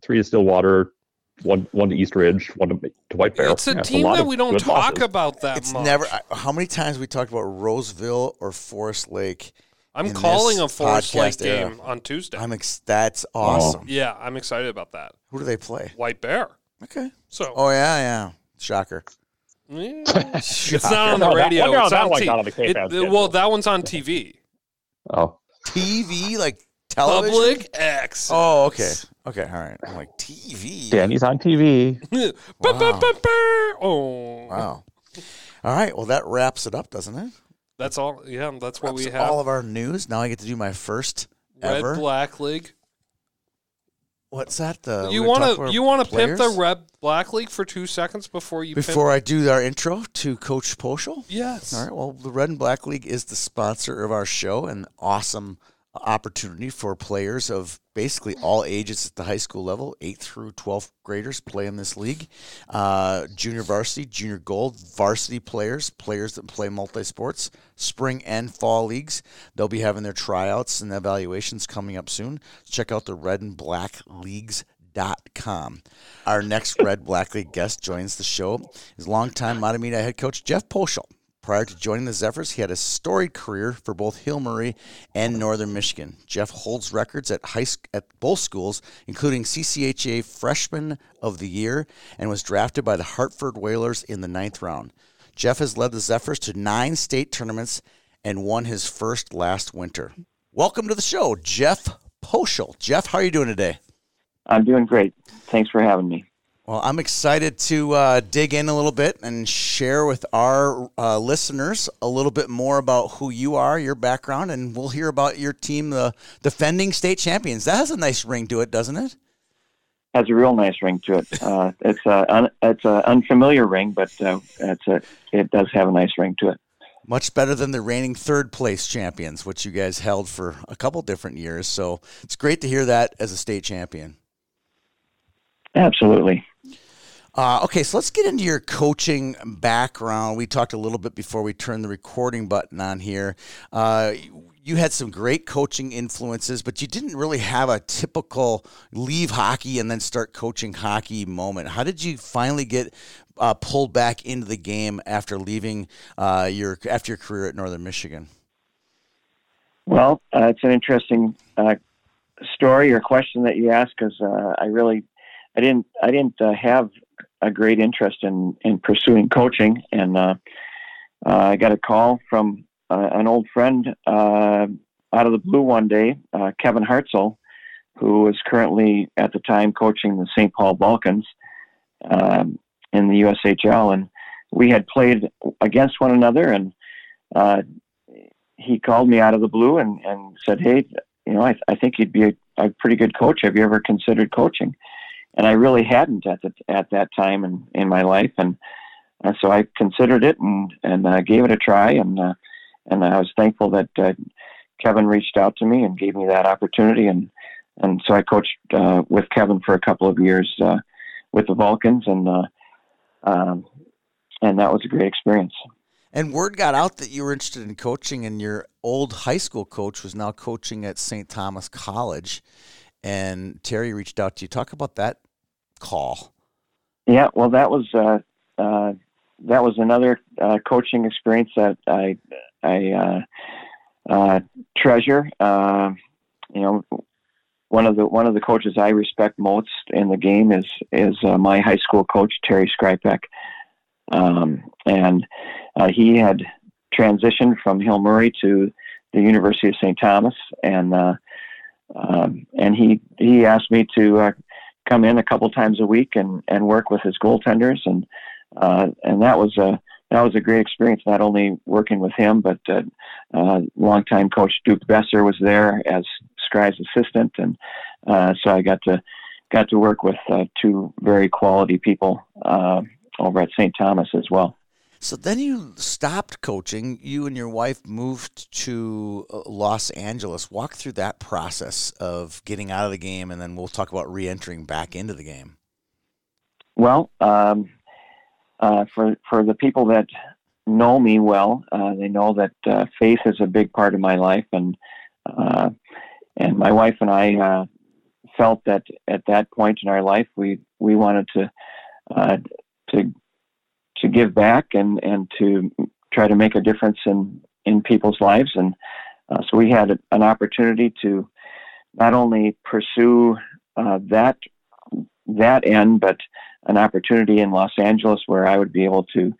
[SPEAKER 3] three to Stillwater, one one to East Ridge, one to, to White Bear.
[SPEAKER 4] it's a
[SPEAKER 3] Yeah,
[SPEAKER 4] team
[SPEAKER 3] lot
[SPEAKER 4] that
[SPEAKER 3] of
[SPEAKER 4] we don't
[SPEAKER 3] good
[SPEAKER 4] talk
[SPEAKER 3] losses.
[SPEAKER 4] about that
[SPEAKER 1] it's
[SPEAKER 4] much
[SPEAKER 1] never. uh, I- How many times we talked about Roseville or Forest Lake?
[SPEAKER 4] I'm
[SPEAKER 1] in
[SPEAKER 4] calling
[SPEAKER 1] this
[SPEAKER 4] a Forest Lake
[SPEAKER 1] podcast era.
[SPEAKER 4] game on Tuesday.
[SPEAKER 1] I'm ex- that's awesome.
[SPEAKER 4] yeah, I'm excited about that.
[SPEAKER 1] Who do they play?
[SPEAKER 4] White Bear.
[SPEAKER 1] Okay.
[SPEAKER 4] So
[SPEAKER 1] Oh yeah, yeah. Shocker.
[SPEAKER 4] yeah. it's not on
[SPEAKER 3] No,
[SPEAKER 4] the
[SPEAKER 3] that-
[SPEAKER 4] radio.
[SPEAKER 3] wonder how
[SPEAKER 4] it's
[SPEAKER 3] that
[SPEAKER 4] on
[SPEAKER 3] one
[SPEAKER 4] T-
[SPEAKER 3] got on the K-Fan
[SPEAKER 4] it-
[SPEAKER 3] schedule.
[SPEAKER 4] well, that one's on TV.
[SPEAKER 3] Oh,
[SPEAKER 1] TV like television.
[SPEAKER 4] Public access.
[SPEAKER 1] Oh, okay. Okay, all right. I'm like TV.
[SPEAKER 3] Danny's on TV.
[SPEAKER 4] Ba- ba-
[SPEAKER 1] Wow.
[SPEAKER 4] ba- ba- Oh,
[SPEAKER 1] Wow. All right. Well, that wraps it up, doesn't it?
[SPEAKER 4] that's all. Yeah, that's what
[SPEAKER 1] Wraps
[SPEAKER 4] we
[SPEAKER 1] all
[SPEAKER 4] have.
[SPEAKER 1] of our news. Now I get to do my first
[SPEAKER 4] Red
[SPEAKER 1] ever.
[SPEAKER 4] Black League.
[SPEAKER 1] What's that? The
[SPEAKER 4] you
[SPEAKER 1] Uh, we were
[SPEAKER 4] want
[SPEAKER 1] talking
[SPEAKER 4] to
[SPEAKER 1] about
[SPEAKER 4] you want to pimp the
[SPEAKER 1] players?
[SPEAKER 4] Red Black League for two seconds before you
[SPEAKER 1] before I do our intro to Coach Poschel?
[SPEAKER 4] Pimp? Yes.
[SPEAKER 1] All right. Well, the Red and Black League is the sponsor of our show and awesome opportunity for players of basically all ages at the high school level. Eighth through 12th graders play in this league. Uh, junior varsity, junior gold, varsity players, players that play multi sports, spring and fall leagues. They'll be having their tryouts and evaluations coming up soon. Check out the red and black leagues com. Our next Red Black League guest joins the show is longtime Matamina head coach Jeff Poschel. Prior to joining the Zephyrs, he had a storied career for both Hill Murray and Northern Michigan. Jeff holds records at high sc- at both schools, including CCHA Freshman of the Year, and was drafted by the Hartford Whalers in the ninth round. Jeff has led the Zephyrs to nine state tournaments and won his first last winter. Welcome to the show, Jeff Poschel. Jeff, how are you doing today?
[SPEAKER 5] I'm doing great. Thanks for having me.
[SPEAKER 1] Well, I'm excited to uh, dig in a little bit and share with our uh, listeners a little bit more about who you are, your background, and we'll hear about your team, the defending state champions. That has a nice ring to it, doesn't it?
[SPEAKER 5] Has a real nice ring to it. Uh, it's a un, it's an unfamiliar ring, but uh, it's a it does have a nice ring to it.
[SPEAKER 1] Much better than the reigning third place champions, which you guys held for a couple different years. So it's great to hear that as a state champion.
[SPEAKER 5] Absolutely.
[SPEAKER 1] Uh, okay, so let's get into your coaching background. We talked a little bit before we turned the recording button on here. Uh, you had some great coaching influences, but you didn't really have a typical leave hockey and then start coaching hockey moment. How did you finally get uh, pulled back into the game after leaving uh, your after your career at Northern Michigan?
[SPEAKER 5] Well, uh, it's an interesting uh, story or question that you ask because I really, I didn't, I didn't uh, have a great interest in in pursuing coaching, and uh, uh, I got a call from uh, an old friend uh, out of the blue one day, uh, Kevin Hartzell, who was currently at the time coaching the St. Paul Balkans um, in the USHL, and we had played against one another, and uh, he called me out of the blue and, and said, "Hey, you know, I, I think you'd be a, a pretty good coach. Have you ever considered coaching?" and I really hadn't at the, at that time in, in my life, and uh, so I considered it and and uh, gave it a try, and uh, and I was thankful that uh, Kevin reached out to me and gave me that opportunity, and and so I coached uh, with Kevin for a couple of years uh, with the Vulcans, and uh, um, and that was a great experience.
[SPEAKER 1] And word got out that you were interested in coaching, and your old high school coach was now coaching at St. Thomas College and Terry reached out to you. Talk about that call.
[SPEAKER 5] Yeah, well, that was uh, uh, that was another uh, coaching experience that I I treasure. Um, you know, one of the one of the coaches I respect most in the game is is uh, my high school coach Terry Skrypek, um, and uh, he had transitioned from Hill Murray to the University of St. Thomas, and uh, um, and he he asked me to uh, come in a couple times a week and and work with his goaltenders and uh, and that was a that was a great experience. Not only working with him, but uh, uh, longtime coach Duke Besser was there as Scry's assistant, and uh, so I got to got to work with uh, two very quality people uh, over at St. Thomas as well.
[SPEAKER 1] So then you stopped coaching. You and your wife moved to uh, Los Angeles. Walk through that process of getting out of the game, and then we'll talk about re-entering back into the game.
[SPEAKER 5] Well, um, uh, for for the people that know me well, uh, they know that uh, faith is a big part of my life, and uh, and my wife and I uh, felt that at that point in our life, we we wanted to uh, to to give back and and to try to make a difference in in people's lives and uh, so we had an opportunity to not only pursue uh, that that end but an opportunity in Los Angeles where I would be able to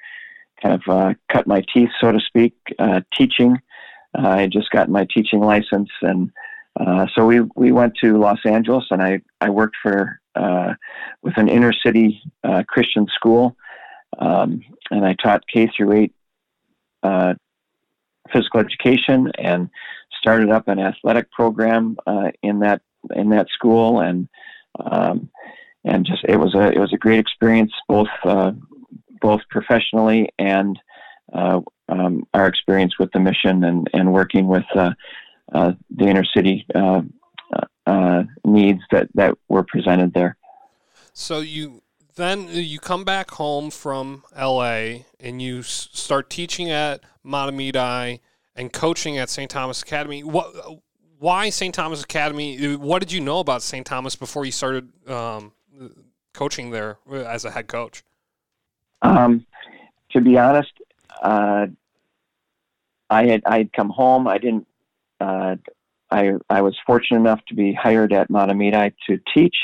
[SPEAKER 5] kind of uh, cut my teeth so to speak uh, teaching Uh, I just got my teaching license and uh, so we we went to Los Angeles and I I worked for uh, with an inner city uh, Christian school um, and I taught K through eight uh, physical education and started up an athletic program uh, in that in that school and um, and just it was a it was a great experience both uh, both professionally uh, and um, our experience with the mission and and working with uh, the inner city uh, uh, needs that, that were presented there.
[SPEAKER 4] So you then you come back home from L.A. and you s- start teaching at Matamidi and coaching at St. Thomas Academy. What? Why St. Thomas Academy? What did you know about St. Thomas before you started um, coaching there uh, as a head coach?
[SPEAKER 5] Um, to be honest, uh, I had I had come home. I didn't. Uh, I I was fortunate enough to be hired at Matamidi to teach.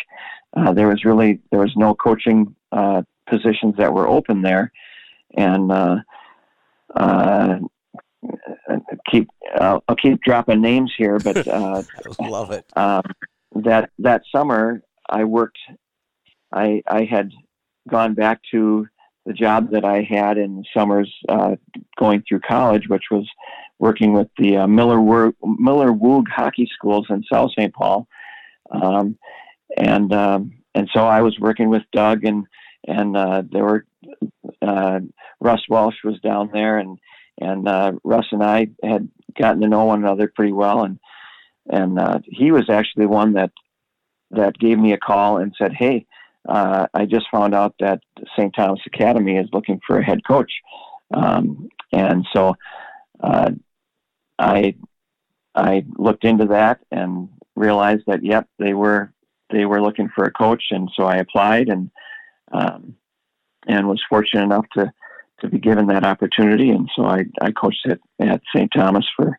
[SPEAKER 5] Uh, there was really there was no coaching uh, positions that were open there, and uh, uh, keep uh, I'll keep dropping names here, but uh,
[SPEAKER 1] Love it.
[SPEAKER 5] um, that that summer I worked. I I had gone back to the job that I had in summers uh, going through college, which was working with the uh, Miller Wo- Miller Woog hockey schools in South St. Paul, um, and um, and so I was working with Doug and and uh, there were uh, Russ Walsh was down there and and uh, Russ and I had gotten to know one another pretty well and and uh, he was actually the one that that gave me a call and said, "Hey, uh, I just found out that St. Thomas Academy is looking for a head coach," um, and so uh, I I looked into that and realized that yep, they were they were looking for a coach, and so I applied and um, and was fortunate enough to to be given that opportunity, and so I I coached at at St. Thomas for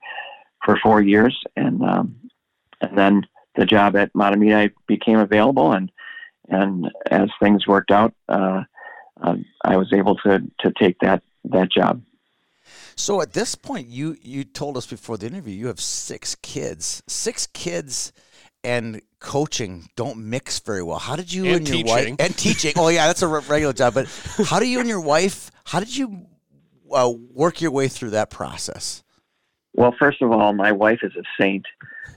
[SPEAKER 5] for four years, and um, and then the job at Matamidi became available, and and as things worked out, uh, um, I was able to to take that that job.
[SPEAKER 1] So at this point, you you told us before the interview you have six kids. Six kids and coaching don't mix very well. How did you
[SPEAKER 4] And
[SPEAKER 1] and, your wife
[SPEAKER 4] teaching.
[SPEAKER 1] and teaching? oh yeah, that's a re- regular job. But how do you and your wife? How did you uh, work your way through that process?
[SPEAKER 5] Well, first of all, my wife is a saint,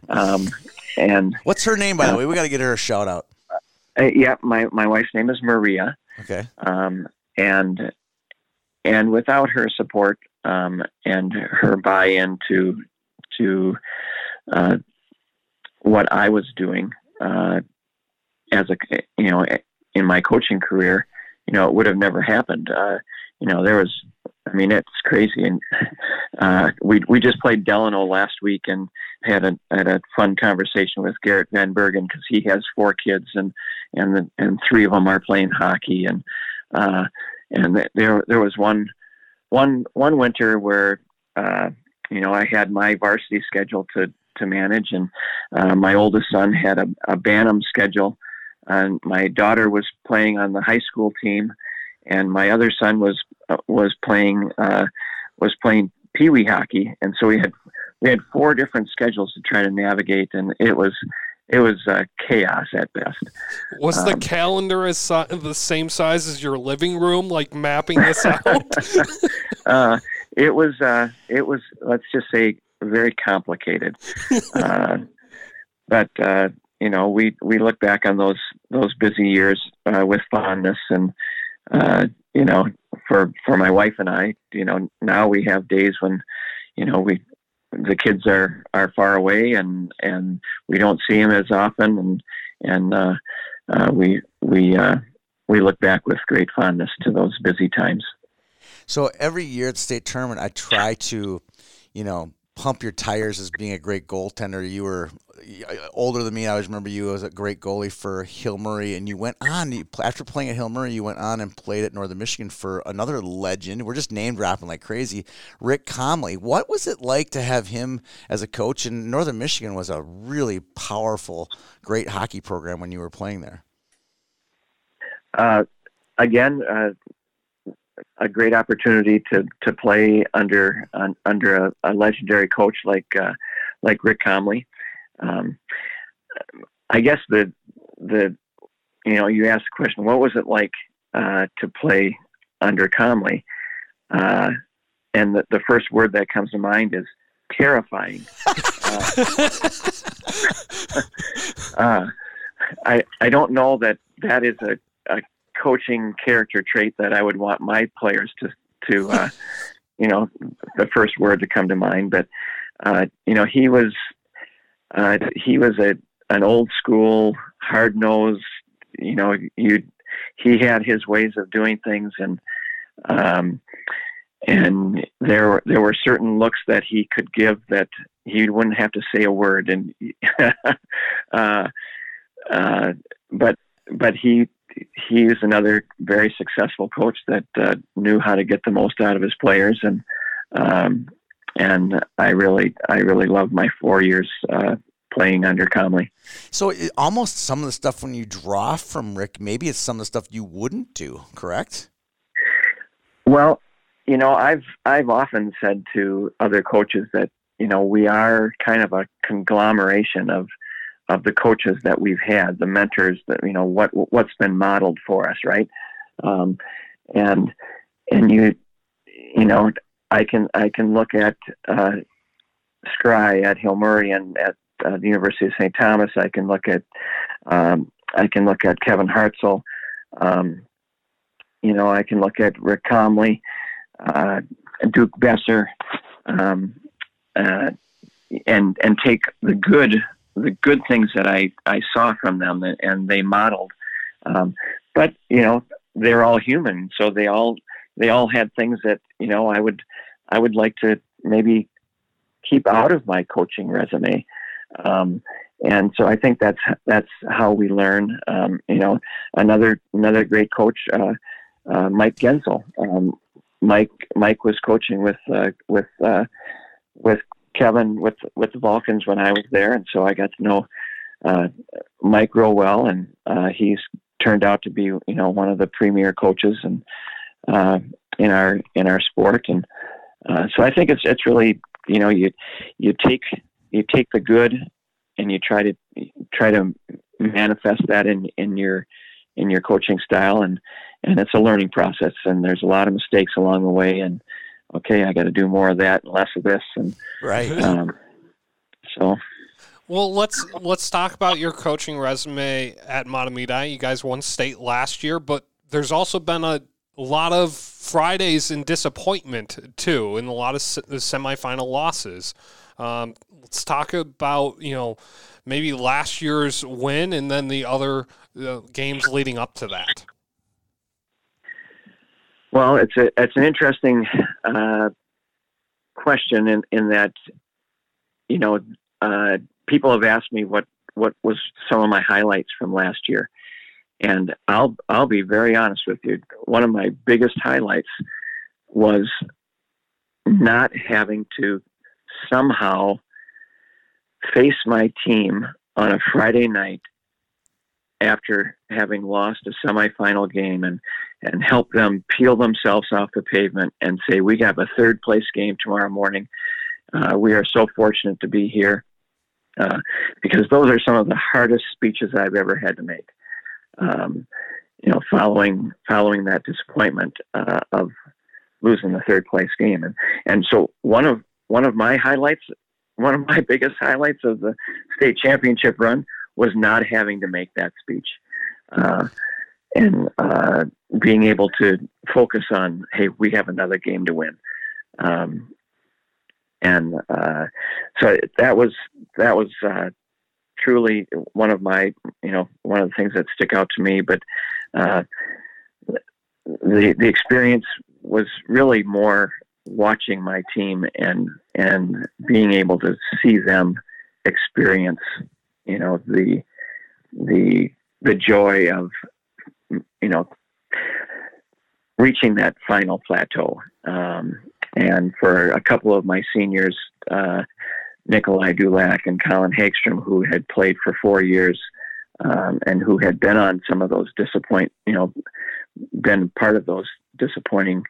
[SPEAKER 5] um, and
[SPEAKER 1] What's her name, by the way? We got to get her a shout out.
[SPEAKER 5] uh, yeah, my my wife's name is Maria,
[SPEAKER 1] Okay.
[SPEAKER 5] um, and and without her support um, and her buy-in to to uh, what I was doing uh, as a you know in my coaching career, you know it would have never happened. Uh, you know there was, I mean it's crazy, and uh, we we just played Delano last week and had a had a fun conversation with Garrett Van Bergen because he has four kids and and the, and three of them are playing hockey and uh, and th- there there was one one one winter where uh, you know I had my varsity schedule to to manage and uh, my oldest son had a, a Bantam schedule and my daughter was playing on the high school team and my other son was uh, was playing uh, was playing pee wee hockey and so we had we had four different schedules to try to navigate and it was it was uh, chaos at best
[SPEAKER 4] Was the
[SPEAKER 5] Um,
[SPEAKER 4] calendar as si- the same size as your living room? Like mapping this out?
[SPEAKER 5] uh, it was uh, it was let's just say very complicated. uh, but uh, you know, we we look back on those those busy years uh, with fondness, and uh, you know, for for my wife and I, you know, now we have days when you know we the kids are are far away and and we don't see them as often and and uh, uh, we we uh, we look back with great fondness to those busy times
[SPEAKER 1] So every year at the state tournament, I try to, you know, pump your tires as being a great goaltender. You were uh, older than me. I always remember you as a great goalie for Hill Murray, and you went on you, after playing at Hill Murray. You went on and played at Northern Michigan for another legend. We're just name dropping like crazy, Rick Comley. What was it like to have him as a coach? And Northern Michigan was a really powerful, great hockey program when you were playing there.
[SPEAKER 5] uh, again, uh, a great opportunity to to play under un, under a, a legendary coach like uh, like Rick Comley. Um, I guess the the you know you asked the question, what was it like uh, to play under Comley? Uh, and the, the first word that comes to mind is terrifying. Uh, I I don't know that that is a, a coaching character trait that I would want my players to to uh, you know the first word to come to mind. But uh, you know he was Uh, he was a an old school, hard nosed. You know, you he had his ways of doing things, and um, and there were- there were certain looks that he could give that he wouldn't have to say a word, and uh, uh, but but he he is another very successful coach that uh, knew how to get the most out of his players and um, and I really I really loved my four years uh, playing under Comley.
[SPEAKER 1] So it, almost some of the stuff when you draw from Rick, maybe it's some of the stuff you wouldn't do. Correct?
[SPEAKER 5] Well, you know I've I've often said to other coaches that you know we are kind of a conglomeration of of the coaches that we've had, the mentors that you know what what's been modeled for us, right? Um, and and you you know I can I can look at uh, Scry at Hill Murray and at uh, the University of St. Thomas. I can look at um, I can look at Kevin Hartzell. Um, you know, I can look at Rick Comley, uh, Duke Besser, um, uh, and and take the good the good things that I, I saw from them and, and they modeled. Um, but you know, they're all human, so they all they all had things that you know I would I would like to maybe keep out of my coaching resume. Um, and so I think that's that's how we learn. Um, you know, another another great coach, uh, uh, Mike Gensel. Um, Mike Mike was coaching with uh, with uh, with Kevin with with the Vulcans when I was there, and so I got to know uh, Mike real well, and uh, he's turned out to be you know one of the premier coaches and uh, in our in our sport, and uh, so I think it's it's really you know you you take you take the good and you try to try to manifest that in in your in your coaching style and and it's a learning process and there's a lot of mistakes along the way and okay i got to do more of that and less of this and
[SPEAKER 1] Right.
[SPEAKER 5] um, so
[SPEAKER 4] Well, let's let's talk about your coaching resume at Matamidi. You guys won state last year, but there's also been a lot of Fridays in disappointment too, and a lot of se- the semifinal losses. Um, let's talk about you know maybe last year's win and then the other uh, games leading up to that.
[SPEAKER 5] Well, it's a it's an interesting uh, question in in that you know uh, people have asked me what what was some of my highlights from last year, and I'll I'll be very honest with you. One of my biggest highlights was not having to somehow face my team on a Friday night after having lost a semifinal game and and help them peel themselves off the pavement and say, We have a third place game tomorrow morning. Uh, we are so fortunate to be here uh, because those are some of the hardest speeches I've ever had to make. Um, you know, following following that disappointment uh, of losing the third place game, and and so one of one of my highlights, one of my biggest highlights of the state championship run was not having to make that speech. Uh, and uh, being able to focus on, hey, we have another game to win, um, and uh, so that was that was uh, truly one of my you know one of the things that stick out to me. But uh, the the experience was really more watching my team and and being able to see them experience you know the the the joy of you know reaching that final plateau um, and for a couple of my seniors uh, nikolai dulak and colin hagstrom who had played for four years um, and who had been on some of those disappoint you know been part of those disappointing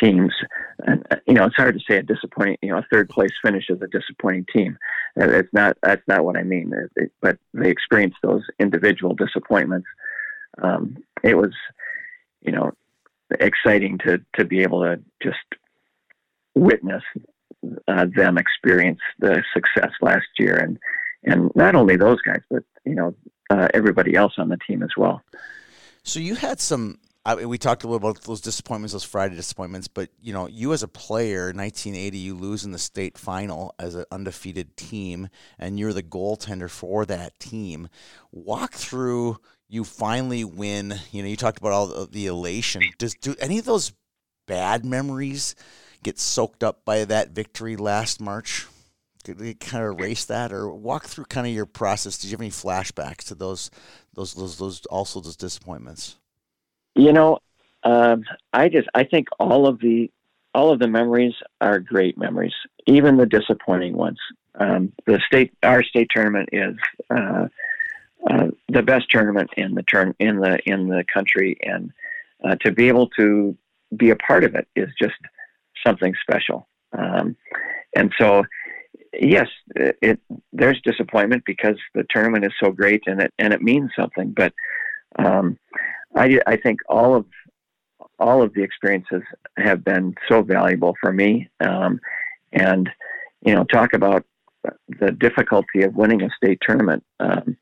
[SPEAKER 5] teams and uh, you know it's hard to say a disappointing you know a third place finish is a disappointing team Uh, it's not that's not what i mean It- it- but they experienced those individual disappointments um, it was, you know, exciting to to be able to just witness uh, them experience the success last year, and and not only those guys, but you know, uh, everybody else on the team as well.
[SPEAKER 1] So you had some I mean, we talked a little about those disappointments, those Friday disappointments, but you know, you as a player, 1980, you lose in the state final as an undefeated team, and you're the goaltender for that team. Walk through, you finally win. You know, you talked about all the, the elation. Does do any of those bad memories get soaked up by that victory last March? Could we kind of erase that, or walk through kind of your process? Did you have any flashbacks to those, those, those, those also those disappointments?
[SPEAKER 5] You know, um, I just I think all of the all of the memories are great memories, even the disappointing ones. Um, the state our state tournament is uh, uh, the best tournament in the turn in the in the country, and uh, to be able to be a part of it is just something special. Um, and so, yes, it, it there's disappointment because the tournament is so great and it and it means something, but. Um, I, I think all of all of the experiences have been so valuable for me, um, and you know, talk about the difficulty of winning a state tournament. Um,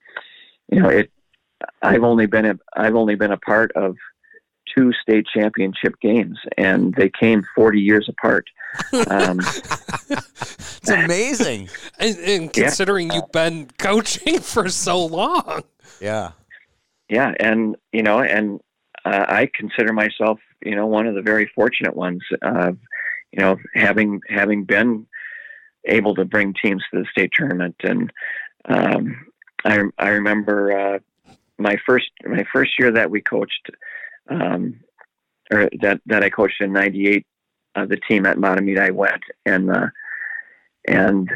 [SPEAKER 5] you know, it. I've only been a, I've only been a part of two state championship games, and they came 40 years apart. Um,
[SPEAKER 1] It's amazing.
[SPEAKER 4] And, and considering you've been coaching for so long,
[SPEAKER 1] yeah.
[SPEAKER 5] yeah, and you know, and uh, I consider myself, you know, one of the very fortunate ones. Uh, you know, having having been able to bring teams to the state tournament, and um, I I remember uh, my first my first year that we coached, um, or that that I coached in '98. Uh, the team at Matamidi I went, and uh, and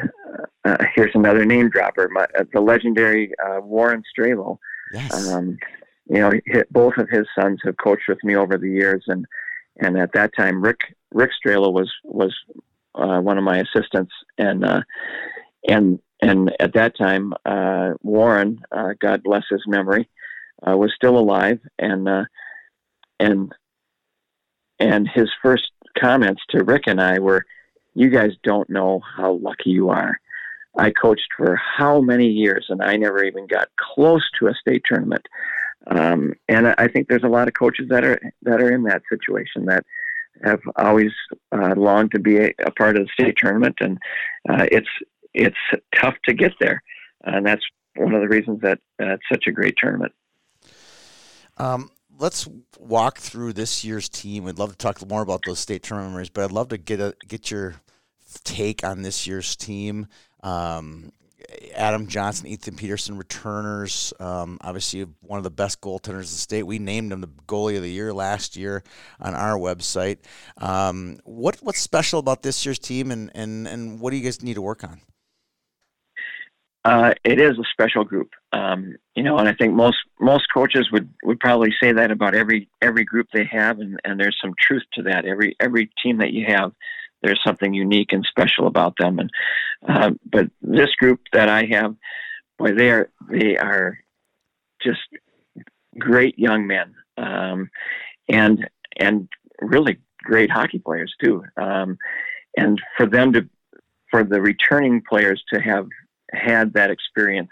[SPEAKER 5] uh, here's another name dropper, my, uh, the legendary uh, Warren Strabo.
[SPEAKER 1] Yes.
[SPEAKER 5] Um, you know, hi- both of his sons have coached with me over the years, and and at that time, Rick Rick Strela was was uh, one of my assistants, and uh, and and at that time, uh, Warren, uh, God bless his memory, uh, was still alive, and uh, and and his first comments to Rick and I were, "You guys don't know how lucky you are." I coached for how many years, and I never even got close to a state tournament. Um, and I- I think there's a lot of coaches that are that are in that situation that have always uh, longed to be a, a part of the state tournament, and uh, it's it's tough to get there, and that's one of the reasons that uh, it's such a great tournament.
[SPEAKER 1] Um, let's walk through this year's team. We'd love to talk more about those state tournament memories, but I'd love to get a, get your take on this year's team. Um, Adam Johnson, Ethan Peterson, returners. Um, obviously, one of the best goaltenders in the state. We named him the goalie of the year last year on our website. Um, what what's special about this year's team, and, and and what do you guys need to work on?
[SPEAKER 5] Uh, it is a special group, um, you know, and I think most most coaches would, would probably say that about every every group they have, and, and there's some truth to that. Every every team that you have, there's something unique and special about them. And uh, but this group that I have, boy, they are they are just great young men, um, and and really great hockey players too. Um, and for them to for the returning players to have had that experience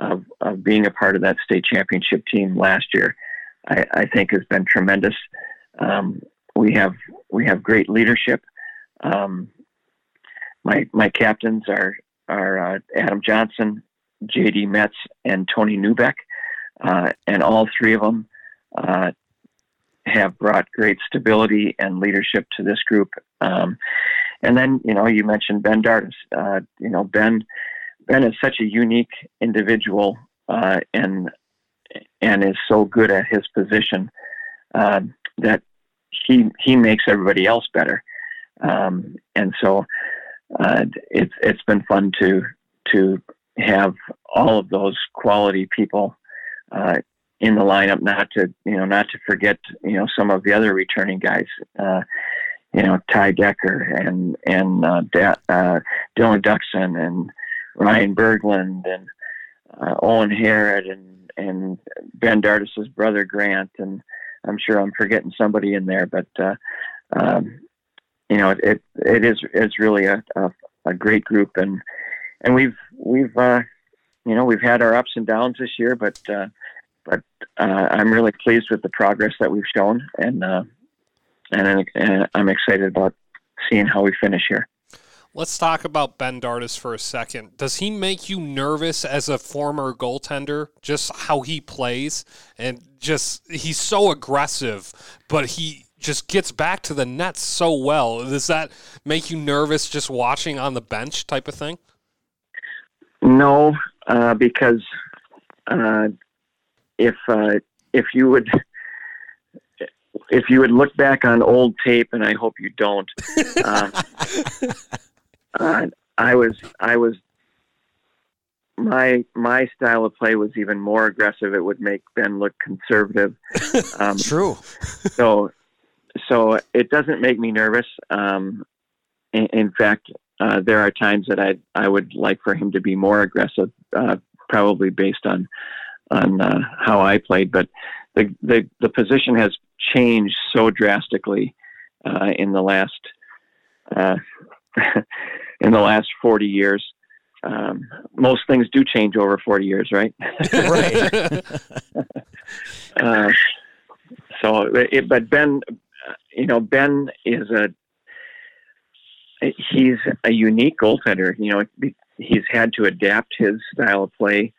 [SPEAKER 5] of, of being a part of that state championship team last year, I, I think has been tremendous. Um, we have we have great leadership. Um, my my captains are are uh, Adam Johnson, J.D. Metz, and Tony Newbeck, uh, and all three of them uh, have brought great stability and leadership to this group. Um, and then you know you mentioned Ben Dartis. Uh, you know Ben Ben is such a unique individual uh, and and is so good at his position um, that he he makes everybody else better. Um, and so uh, it's it's been fun to to have all of those quality people uh, in the lineup. Not to you know not to forget you know some of the other returning guys. Uh, you know Ty Decker and and uh, da- uh, Dylan Duxon and Ryan Berglund and uh, Owen Harrod and and Ben Dartis's brother Grant and I'm sure I'm forgetting somebody in there, but uh, um, you know it, it it is it's really a, a a great group and and we've we've uh, you know we've had our ups and downs this year, but uh, but uh, I'm really pleased with the progress that we've shown, and uh, and, I'm- and I'm excited about seeing how we finish here.
[SPEAKER 4] Let's talk about Ben Dartis for a second. Does he make you nervous as a former goaltender? Just how he plays and just he's so aggressive, but he just gets back to the net so well. Does that make you nervous just watching on the bench type of thing?
[SPEAKER 5] No, uh, because uh, if uh, if you would if you would look back on old tape, and I hope you don't, uh, uh, I was I was my my style of play was even more aggressive. It would make Ben look conservative. Um,
[SPEAKER 1] True.
[SPEAKER 5] so so it doesn't make me nervous um in, in fact uh there are times that i i would like for him to be more aggressive uh probably based on on uh, how i played but the, the the position has changed so drastically uh in the last uh in the last 40 years um, most things do change over 40 years right
[SPEAKER 1] Right.
[SPEAKER 5] Uh, so, it, but Ben, uh, you know, Ben is a he's a unique goaltender. You know, be- he's had to adapt his style of play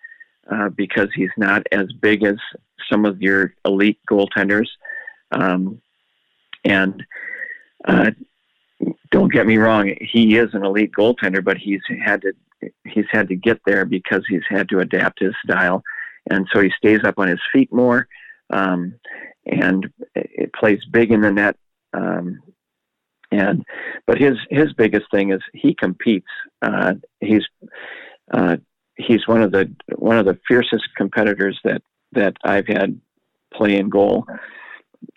[SPEAKER 5] uh, because he's not as big as some of your elite goaltenders. Um, and uh, don't get me wrong, he is an elite goaltender, but he's had to he's had to get there because he's had to adapt his style, and so he stays up on his feet more um, and it it plays big in the net. Um, and but his his biggest thing is he competes. Uh, he's uh, he's one of the one of the fiercest competitors that that I've had play in goal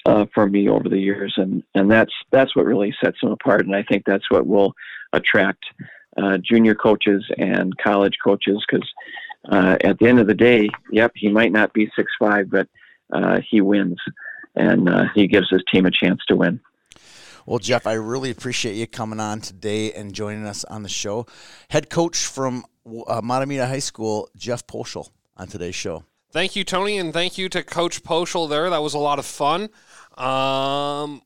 [SPEAKER 5] uh, for me over the years, and and that's that's what really sets him apart. And I think that's what will attract uh, junior coaches and college coaches because uh, at the end of the day, yep, he might not be six five, but uh, he wins and uh, he gives his team a chance to win.
[SPEAKER 1] Well, Jeff, I really appreciate you coming on today and joining us on the show. Head coach from uh, Matamita High School, Jeff Poschel, on today's show.
[SPEAKER 4] Thank you, Tony, and thank you to Coach Poschel there. That was a lot of fun. Um,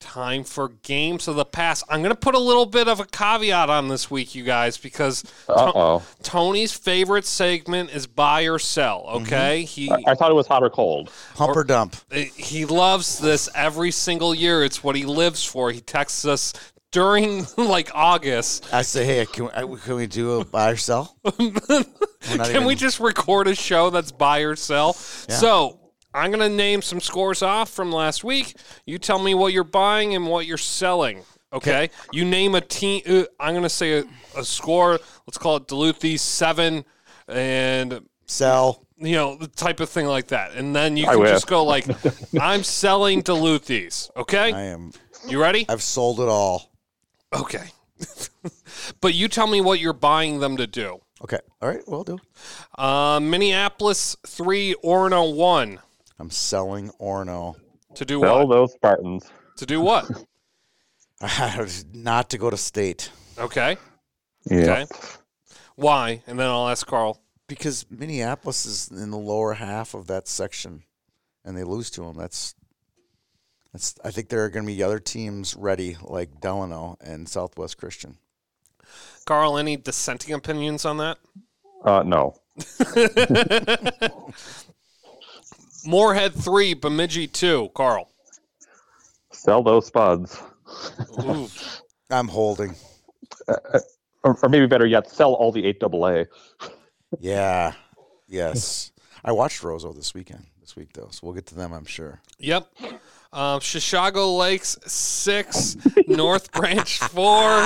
[SPEAKER 4] time for games of the past. I'm going to put a little bit of a caveat on this week, you guys, because To-
[SPEAKER 3] Uh oh.
[SPEAKER 4] Tony's favorite segment is buy or sell. Okay,
[SPEAKER 3] I, I thought it was hot or cold.
[SPEAKER 1] Hump or dump?
[SPEAKER 4] he he loves this every single year. It's what he lives for. He texts us during like August.
[SPEAKER 1] I say, hey, can we, can we do a buy or sell?
[SPEAKER 4] Can we just record a show that's buy or sell? So I'm going to name some scores off from last week. You tell me what you're buying and what you're selling. Okay. You name a team. uh, I'm going to say a, a score. Let's call it Duluth East 7 and
[SPEAKER 1] sell?
[SPEAKER 4] you know, the type of thing like that. And then you
[SPEAKER 3] I
[SPEAKER 4] can
[SPEAKER 3] will.
[SPEAKER 4] just go like, I'm selling Duluthies. Okay?
[SPEAKER 1] I am.
[SPEAKER 4] You ready?
[SPEAKER 1] I've sold it all.
[SPEAKER 4] Okay. but you tell me what you're buying them to do.
[SPEAKER 1] Okay. All right. Well, do.
[SPEAKER 4] Uh, Minneapolis 3, Orno 1.
[SPEAKER 1] I'm selling Orno.
[SPEAKER 4] To do
[SPEAKER 3] Sell
[SPEAKER 4] what?
[SPEAKER 3] those Spartans.
[SPEAKER 4] To do what?
[SPEAKER 1] Not to go to state
[SPEAKER 4] Okay.
[SPEAKER 3] Yeah.
[SPEAKER 4] Okay. Why? And then I'll ask Carl.
[SPEAKER 1] because Minneapolis is in the lower half of that section, and they lose to them. That's that's. I think there are going to be other teams ready, like Delano and Southwest Christian.
[SPEAKER 4] Carl, any dissenting opinions on that?
[SPEAKER 3] Uh, no.
[SPEAKER 4] Moorhead 3, Bemidji 2. Carl.
[SPEAKER 3] Sell those Spuds.
[SPEAKER 4] Ooh.
[SPEAKER 1] I'm holding.
[SPEAKER 3] Or, or maybe better yet, sell all the 8AA.
[SPEAKER 1] Yeah. Yes. I watched Roseau this weekend. This week though, so we'll get to them. I'm sure.
[SPEAKER 4] Yep. Um, Shishago Lakes six, North Branch four.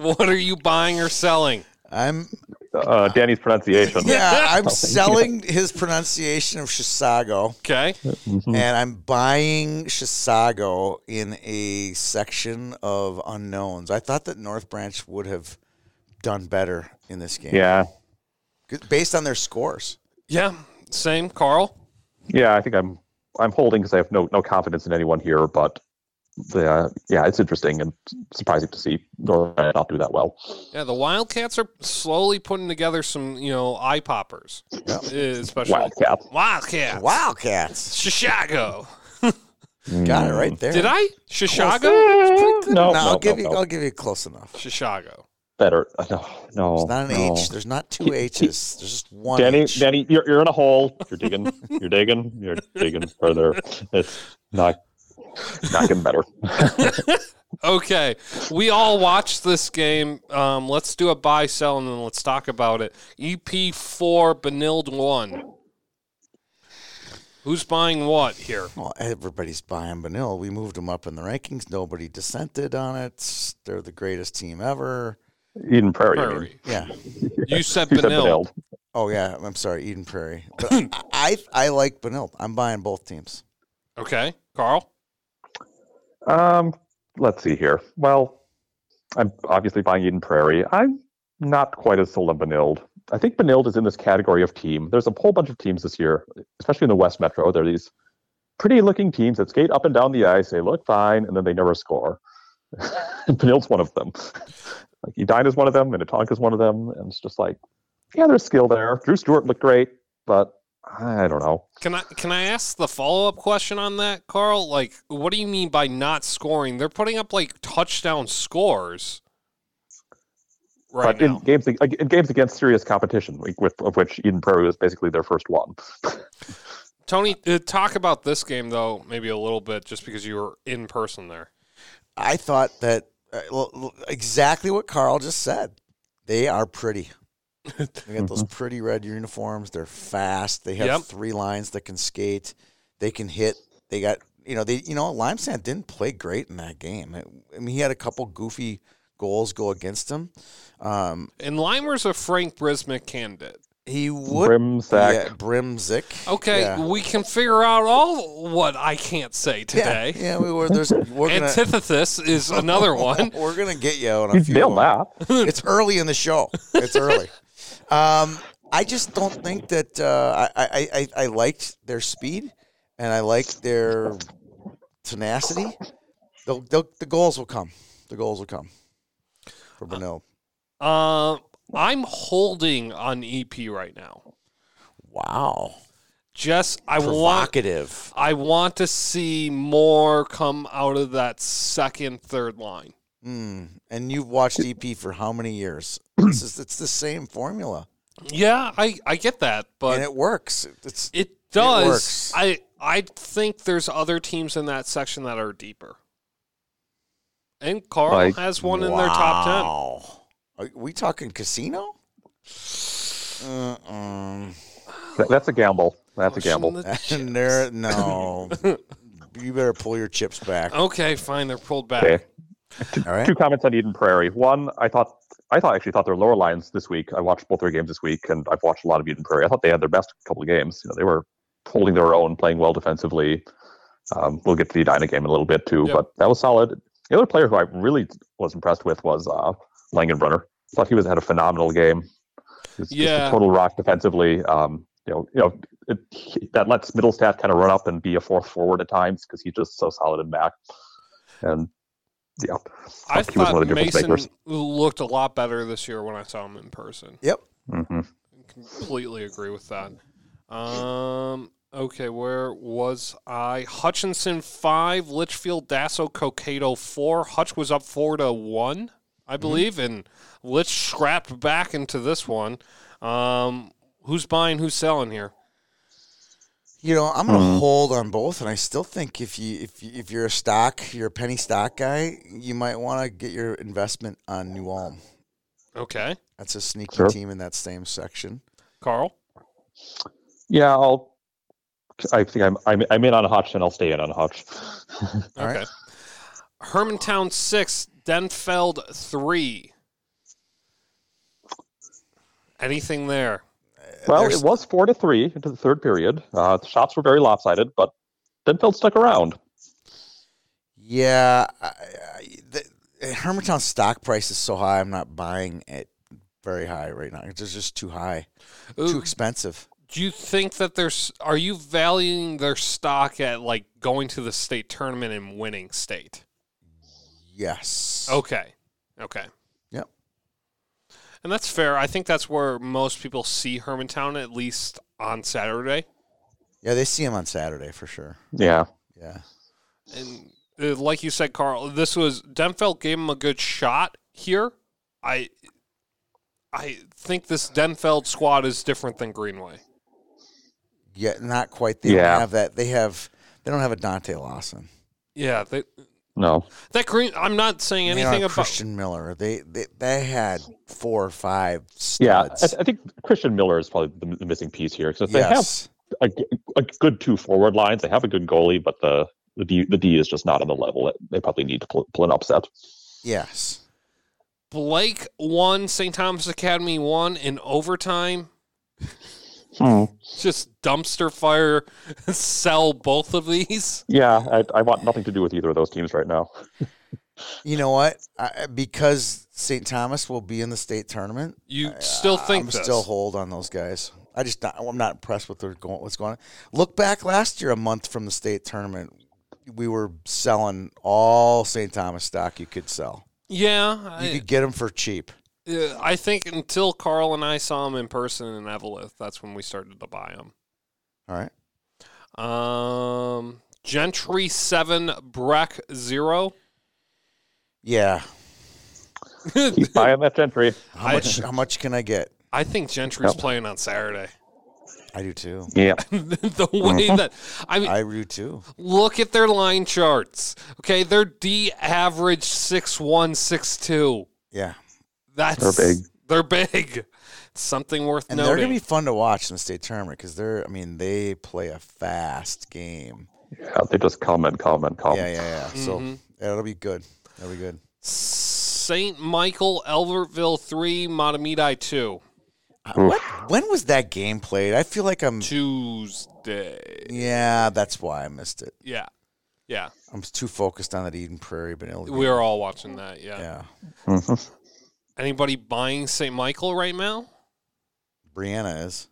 [SPEAKER 4] what are you buying or selling?
[SPEAKER 1] I'm
[SPEAKER 3] Uh, Danny's pronunciation.
[SPEAKER 1] yeah. I'm selling his pronunciation of Chisago.
[SPEAKER 4] Okay.
[SPEAKER 3] Mm.
[SPEAKER 1] and I'm buying Chisago in a section of unknowns. I thought that North Branch would have done better in this game,
[SPEAKER 3] Yeah.
[SPEAKER 1] G- based on their scores.
[SPEAKER 4] Yeah. Same, Carl.
[SPEAKER 3] Yeah, I think I'm I'm holding because I have no no confidence in anyone here, but the, uh, yeah, it's interesting and surprising to see Northern Ireland not do that well.
[SPEAKER 4] Yeah, the Wildcats are slowly putting together some, you know, eye poppers, Uh,
[SPEAKER 1] Yeah.
[SPEAKER 4] especially
[SPEAKER 3] Wildcats.
[SPEAKER 4] Wildcats.
[SPEAKER 1] Wildcats.
[SPEAKER 4] Chicago.
[SPEAKER 1] Got it right there.
[SPEAKER 4] Did I? Mm. Chicago?
[SPEAKER 1] No,
[SPEAKER 3] No, no,
[SPEAKER 1] I'll give
[SPEAKER 3] no,
[SPEAKER 1] you.
[SPEAKER 3] no.
[SPEAKER 1] I'll give you close enough.
[SPEAKER 4] Chicago.
[SPEAKER 3] Better. uh, No, no.
[SPEAKER 1] It's not an
[SPEAKER 3] no.
[SPEAKER 1] H. There's not two H's. There's just one.
[SPEAKER 3] Danny,
[SPEAKER 1] H.
[SPEAKER 3] Danny, you're, you're in a hole. You're digging. You're digging. You're digging further. It's not not getting better.
[SPEAKER 4] Okay, we all watched this game. Um, let's do a buy sell and then let's talk about it. EP four Benilde one. Who's buying what here?
[SPEAKER 1] Well, everybody's buying Benil. We moved them up in the rankings. Nobody dissented on it. They're the greatest team ever.
[SPEAKER 3] Eden Prairie. I mean.
[SPEAKER 4] Prairie.
[SPEAKER 1] Yeah.
[SPEAKER 4] You said
[SPEAKER 3] You said
[SPEAKER 4] Benilde.
[SPEAKER 3] Benilde.
[SPEAKER 1] Oh yeah. I'm sorry, Eden Prairie. But I, I I like Benil. I'm buying both teams.
[SPEAKER 4] Okay, Carl.
[SPEAKER 3] Um, let's see here. Well, I'm obviously buying Eden Prairie. I'm not quite as sold on Benilde. I think Benilde is in this category of team. There's a whole bunch of teams this year, especially in the West Metro. There are these pretty looking teams that skate up and down the ice. They look fine, and then they never score. Benilde's one of them. Like Edina's one of them, Minnetonka's one of them, and it's just like, yeah, there's skill there. Drew Stewart looked great, but I don't know.
[SPEAKER 4] Can I can I ask the follow up question on that, Carl? Like, what do you mean by not scoring? They're putting up like touchdown scores right
[SPEAKER 3] but in
[SPEAKER 4] now.
[SPEAKER 3] games in games against serious competition, like with of which Eden Prairie was basically their first one.
[SPEAKER 4] Tony, uh, talk about this game though, maybe a little bit, just because you were in person there.
[SPEAKER 1] I thought that uh, l- l- exactly what Carl just said. They are pretty. They got those pretty red uniforms. They're fast. They have
[SPEAKER 4] Mm-hmm. Yep.
[SPEAKER 1] three lines that can skate. They can hit. They got you know they you know Limesand didn't play great in that game. It- I mean he had a couple goofy goals go against him. Um,
[SPEAKER 4] And Limer's a Frank Brismick candidate.
[SPEAKER 1] he would
[SPEAKER 3] Brimsack.
[SPEAKER 1] yeah, Brimzik.
[SPEAKER 4] Okay,
[SPEAKER 1] Yeah.
[SPEAKER 4] we can figure out all what I can't say
[SPEAKER 1] Yeah,
[SPEAKER 4] today.
[SPEAKER 1] yeah, we were. There's, we're gonna,
[SPEAKER 4] Antithesis is another one.
[SPEAKER 1] we're gonna get you on a
[SPEAKER 3] You
[SPEAKER 1] few.
[SPEAKER 3] nailed
[SPEAKER 1] of 'em.
[SPEAKER 3] that.
[SPEAKER 1] it's early in the show. It's early. Um, I just don't think that uh, I, I, I I liked their speed and I liked their tenacity. They'll, they'll, the goals will come. The goals will come for Benil.
[SPEAKER 4] Uh, I'm holding on EP right now.
[SPEAKER 1] Wow,
[SPEAKER 4] Just I want
[SPEAKER 1] provocative.
[SPEAKER 4] I want to see more come out of that second third line.
[SPEAKER 1] Mm. And you've watched EP for how many years? This is it's the same formula
[SPEAKER 4] Yeah, I I get that, but
[SPEAKER 1] and it works. It's
[SPEAKER 4] It does.
[SPEAKER 1] works.
[SPEAKER 4] I I think there's other teams in that section that are deeper. And Carl
[SPEAKER 3] Like,
[SPEAKER 4] has one in their top
[SPEAKER 1] ten. Are we talking casino? Uh-uh.
[SPEAKER 3] Th- That's a gamble. That's a
[SPEAKER 4] ten.
[SPEAKER 3] gamble.
[SPEAKER 1] And there, no. you better pull your chips back.
[SPEAKER 4] Okay, fine. They're pulled back.
[SPEAKER 3] Okay.
[SPEAKER 1] All right.
[SPEAKER 3] Two comments on Eden Prairie. One, I thought I thought actually thought their lower lines this week. I watched both their games this week, and I've watched a lot of Eden Prairie. I thought they had their best couple of games. You know, they were holding their own, playing well defensively. Um, we'll get to the Edina game in a little bit too,
[SPEAKER 4] Yep.
[SPEAKER 3] but that was solid. The other player who I really was impressed with was uh, Langenbrunner. I thought he was had a phenomenal game. He's just a
[SPEAKER 4] Yeah.
[SPEAKER 3] total rock defensively. Um, you know, you know it, he- that lets Middlestat kind of run up and be a fourth forward at times because he's just so solid in back. And yeah,
[SPEAKER 4] I
[SPEAKER 3] he was one
[SPEAKER 4] thought
[SPEAKER 3] of the difference
[SPEAKER 4] Mason
[SPEAKER 3] makers.
[SPEAKER 4] looked a lot better this year when I saw him in person.
[SPEAKER 1] Yep.
[SPEAKER 3] hmm
[SPEAKER 4] Completely agree with that. Um. Okay, where was I? Hutchinson five, Litchfield Dasso Cocado four. Hutch was up four to one,
[SPEAKER 1] Mm-hmm.
[SPEAKER 4] I believe, and Litch scrapped back into this one. Um, who's buying? Who's selling here?
[SPEAKER 1] You know, I'm gonna
[SPEAKER 3] Mhm.
[SPEAKER 1] hold on both, and I still think if you if you, if you're a stock, you're a penny stock guy, you might want to get your investment on New Ulm.
[SPEAKER 4] Okay,
[SPEAKER 1] That's a sneaky
[SPEAKER 3] Sure.
[SPEAKER 1] team in that same section.
[SPEAKER 4] Carl.
[SPEAKER 3] Yeah, I'll. I think I'm, I'm I'm in on Hutch and I'll stay in on Hutch.
[SPEAKER 1] All right.
[SPEAKER 4] okay. Hermantown six, Denfeld three. Anything there?
[SPEAKER 3] Well,
[SPEAKER 1] There's-
[SPEAKER 3] it was four to three into the third period. Uh, the shots were very lopsided, but Denfeld stuck around.
[SPEAKER 1] Yeah, I, I, the, Hermantown stock price is so high. I'm not buying it very high right now. It's just too high, too
[SPEAKER 4] Ooh,
[SPEAKER 1] expensive.
[SPEAKER 4] do you think that there's are you valuing their stock at like going to the state tournament and winning state?
[SPEAKER 1] Yes.
[SPEAKER 4] Okay. Okay.
[SPEAKER 1] Yep.
[SPEAKER 4] And that's fair. I think that's where most people see Hermantown at least on Saturday.
[SPEAKER 1] Yeah, they see him on Saturday for sure.
[SPEAKER 3] Yeah.
[SPEAKER 1] Yeah.
[SPEAKER 4] And uh, like you said, Carl, this was Denfeld gave him a good shot here. I I think this Denfeld squad is different than Greenway.
[SPEAKER 1] Yeah, not quite. They
[SPEAKER 3] Yeah.
[SPEAKER 1] don't have that. They have. They don't have a Dante Lawson.
[SPEAKER 4] Yeah, they,
[SPEAKER 3] No.
[SPEAKER 4] that green. I'm not saying
[SPEAKER 1] they don't
[SPEAKER 4] anything
[SPEAKER 1] have
[SPEAKER 4] about.
[SPEAKER 1] Christian Miller? They, they they had four or five
[SPEAKER 3] Yeah. I,
[SPEAKER 1] studs.
[SPEAKER 3] I think Christian Miller is probably the, the missing piece here because they
[SPEAKER 1] yes.
[SPEAKER 3] have a, a good two forward lines. They have a good goalie, but the the D, the D is just not on the level that they probably need to pull, pull an upset.
[SPEAKER 1] Yes.
[SPEAKER 4] Blake won. St. Thomas Academy won in overtime. Just dumpster fire. Sell both of these.
[SPEAKER 3] Yeah, I, I want nothing to do with either of those teams right now.
[SPEAKER 1] You know what? I, because St. Thomas will be in the state tournament.
[SPEAKER 4] You still think
[SPEAKER 1] I'm
[SPEAKER 4] this?
[SPEAKER 1] still hold on those guys. I just not, I'm not impressed with their going, what's going on. Look back last year, a month from the state tournament, we were selling all St. Thomas stock you could sell.
[SPEAKER 4] yeah,
[SPEAKER 1] You
[SPEAKER 4] I,
[SPEAKER 1] could get them for cheap.
[SPEAKER 4] uh, I think until Carl and I saw him in person in Evelyn, that's when we started to buy him.
[SPEAKER 1] All right.
[SPEAKER 4] Um, Gentry seven, Breck zero.
[SPEAKER 1] Yeah.
[SPEAKER 3] Keep buying that Gentry.
[SPEAKER 1] How much? how much can I get?
[SPEAKER 4] I think Gentry's
[SPEAKER 3] Yep.
[SPEAKER 4] playing on Saturday.
[SPEAKER 1] I do too.
[SPEAKER 3] Yeah.
[SPEAKER 4] the way that I mean,
[SPEAKER 1] I do too.
[SPEAKER 4] look at their line charts. Okay, their D average six one six two.
[SPEAKER 1] Yeah.
[SPEAKER 4] That's
[SPEAKER 3] They're big.
[SPEAKER 4] They're big. It's something worth
[SPEAKER 1] And they're
[SPEAKER 4] noting.
[SPEAKER 1] going to be fun to watch in the state tournament because they're, I mean, they play a fast game.
[SPEAKER 3] Yeah, they just come and come and come.
[SPEAKER 1] Yeah, yeah, yeah. So
[SPEAKER 4] mm-hmm.
[SPEAKER 1] that'll be good. That'll be good.
[SPEAKER 4] Saint Michael, Elbertville three, Matamidi two.
[SPEAKER 1] What? When was that game played? I feel like I'm.
[SPEAKER 4] Tuesday.
[SPEAKER 1] Yeah, that's why I missed it.
[SPEAKER 4] Yeah, yeah.
[SPEAKER 1] I'm too focused on that Eden Prairie Vanilla. game.
[SPEAKER 4] We are all watching that. Yeah.
[SPEAKER 1] Yeah.
[SPEAKER 3] Mhm.
[SPEAKER 4] Anybody buying Saint Michael right now?
[SPEAKER 1] Brianna is.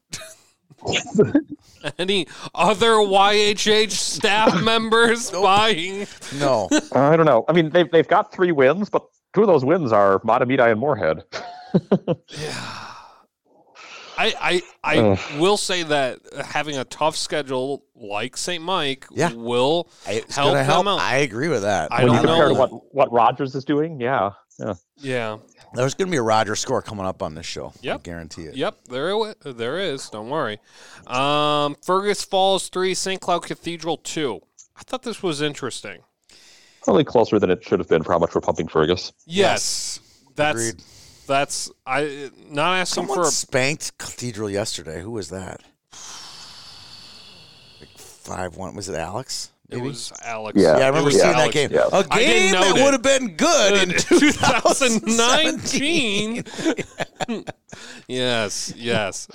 [SPEAKER 4] Any other YHH staff members buying?
[SPEAKER 1] No.
[SPEAKER 3] I don't know. I mean, they've, they've got three wins, but two of those wins are Matamidi and Moorhead.
[SPEAKER 4] I I, I
[SPEAKER 3] Ugh.
[SPEAKER 4] will say that having a tough schedule like St. Mike
[SPEAKER 1] Yeah.
[SPEAKER 4] will
[SPEAKER 1] It's
[SPEAKER 4] help
[SPEAKER 1] gonna
[SPEAKER 4] them
[SPEAKER 1] help.
[SPEAKER 4] out.
[SPEAKER 1] I agree with that.
[SPEAKER 4] I
[SPEAKER 3] when you
[SPEAKER 4] don't
[SPEAKER 3] compare
[SPEAKER 4] know.
[SPEAKER 3] to what, what Rogers is doing, yeah. yeah.
[SPEAKER 4] yeah.
[SPEAKER 1] There's going to be a Roger score coming up on this show. I
[SPEAKER 4] Yep.
[SPEAKER 1] guarantee it.
[SPEAKER 4] Yep, there it wa- there is. Don't worry. Um, Fergus Falls 3, St. Cloud Cathedral 2. I thought this was interesting.
[SPEAKER 3] Probably closer than it should have been for how much we're pumping Fergus.
[SPEAKER 4] Yes. That's
[SPEAKER 1] Agreed.
[SPEAKER 4] that's I not asking
[SPEAKER 1] Someone
[SPEAKER 4] for a
[SPEAKER 1] spanked Cathedral yesterday. Who was that? Like five one. Was it Alex?
[SPEAKER 4] it
[SPEAKER 1] Maybe?
[SPEAKER 4] was Alex.
[SPEAKER 3] Yeah,
[SPEAKER 1] Yeah, I remember
[SPEAKER 4] It was
[SPEAKER 1] seeing that
[SPEAKER 4] Alex.
[SPEAKER 1] game.
[SPEAKER 3] yeah.
[SPEAKER 1] A
[SPEAKER 4] I didn't
[SPEAKER 1] game
[SPEAKER 4] know
[SPEAKER 1] that
[SPEAKER 4] that. Uh,
[SPEAKER 1] would have been good in 2019.
[SPEAKER 4] 2019. yes, yes.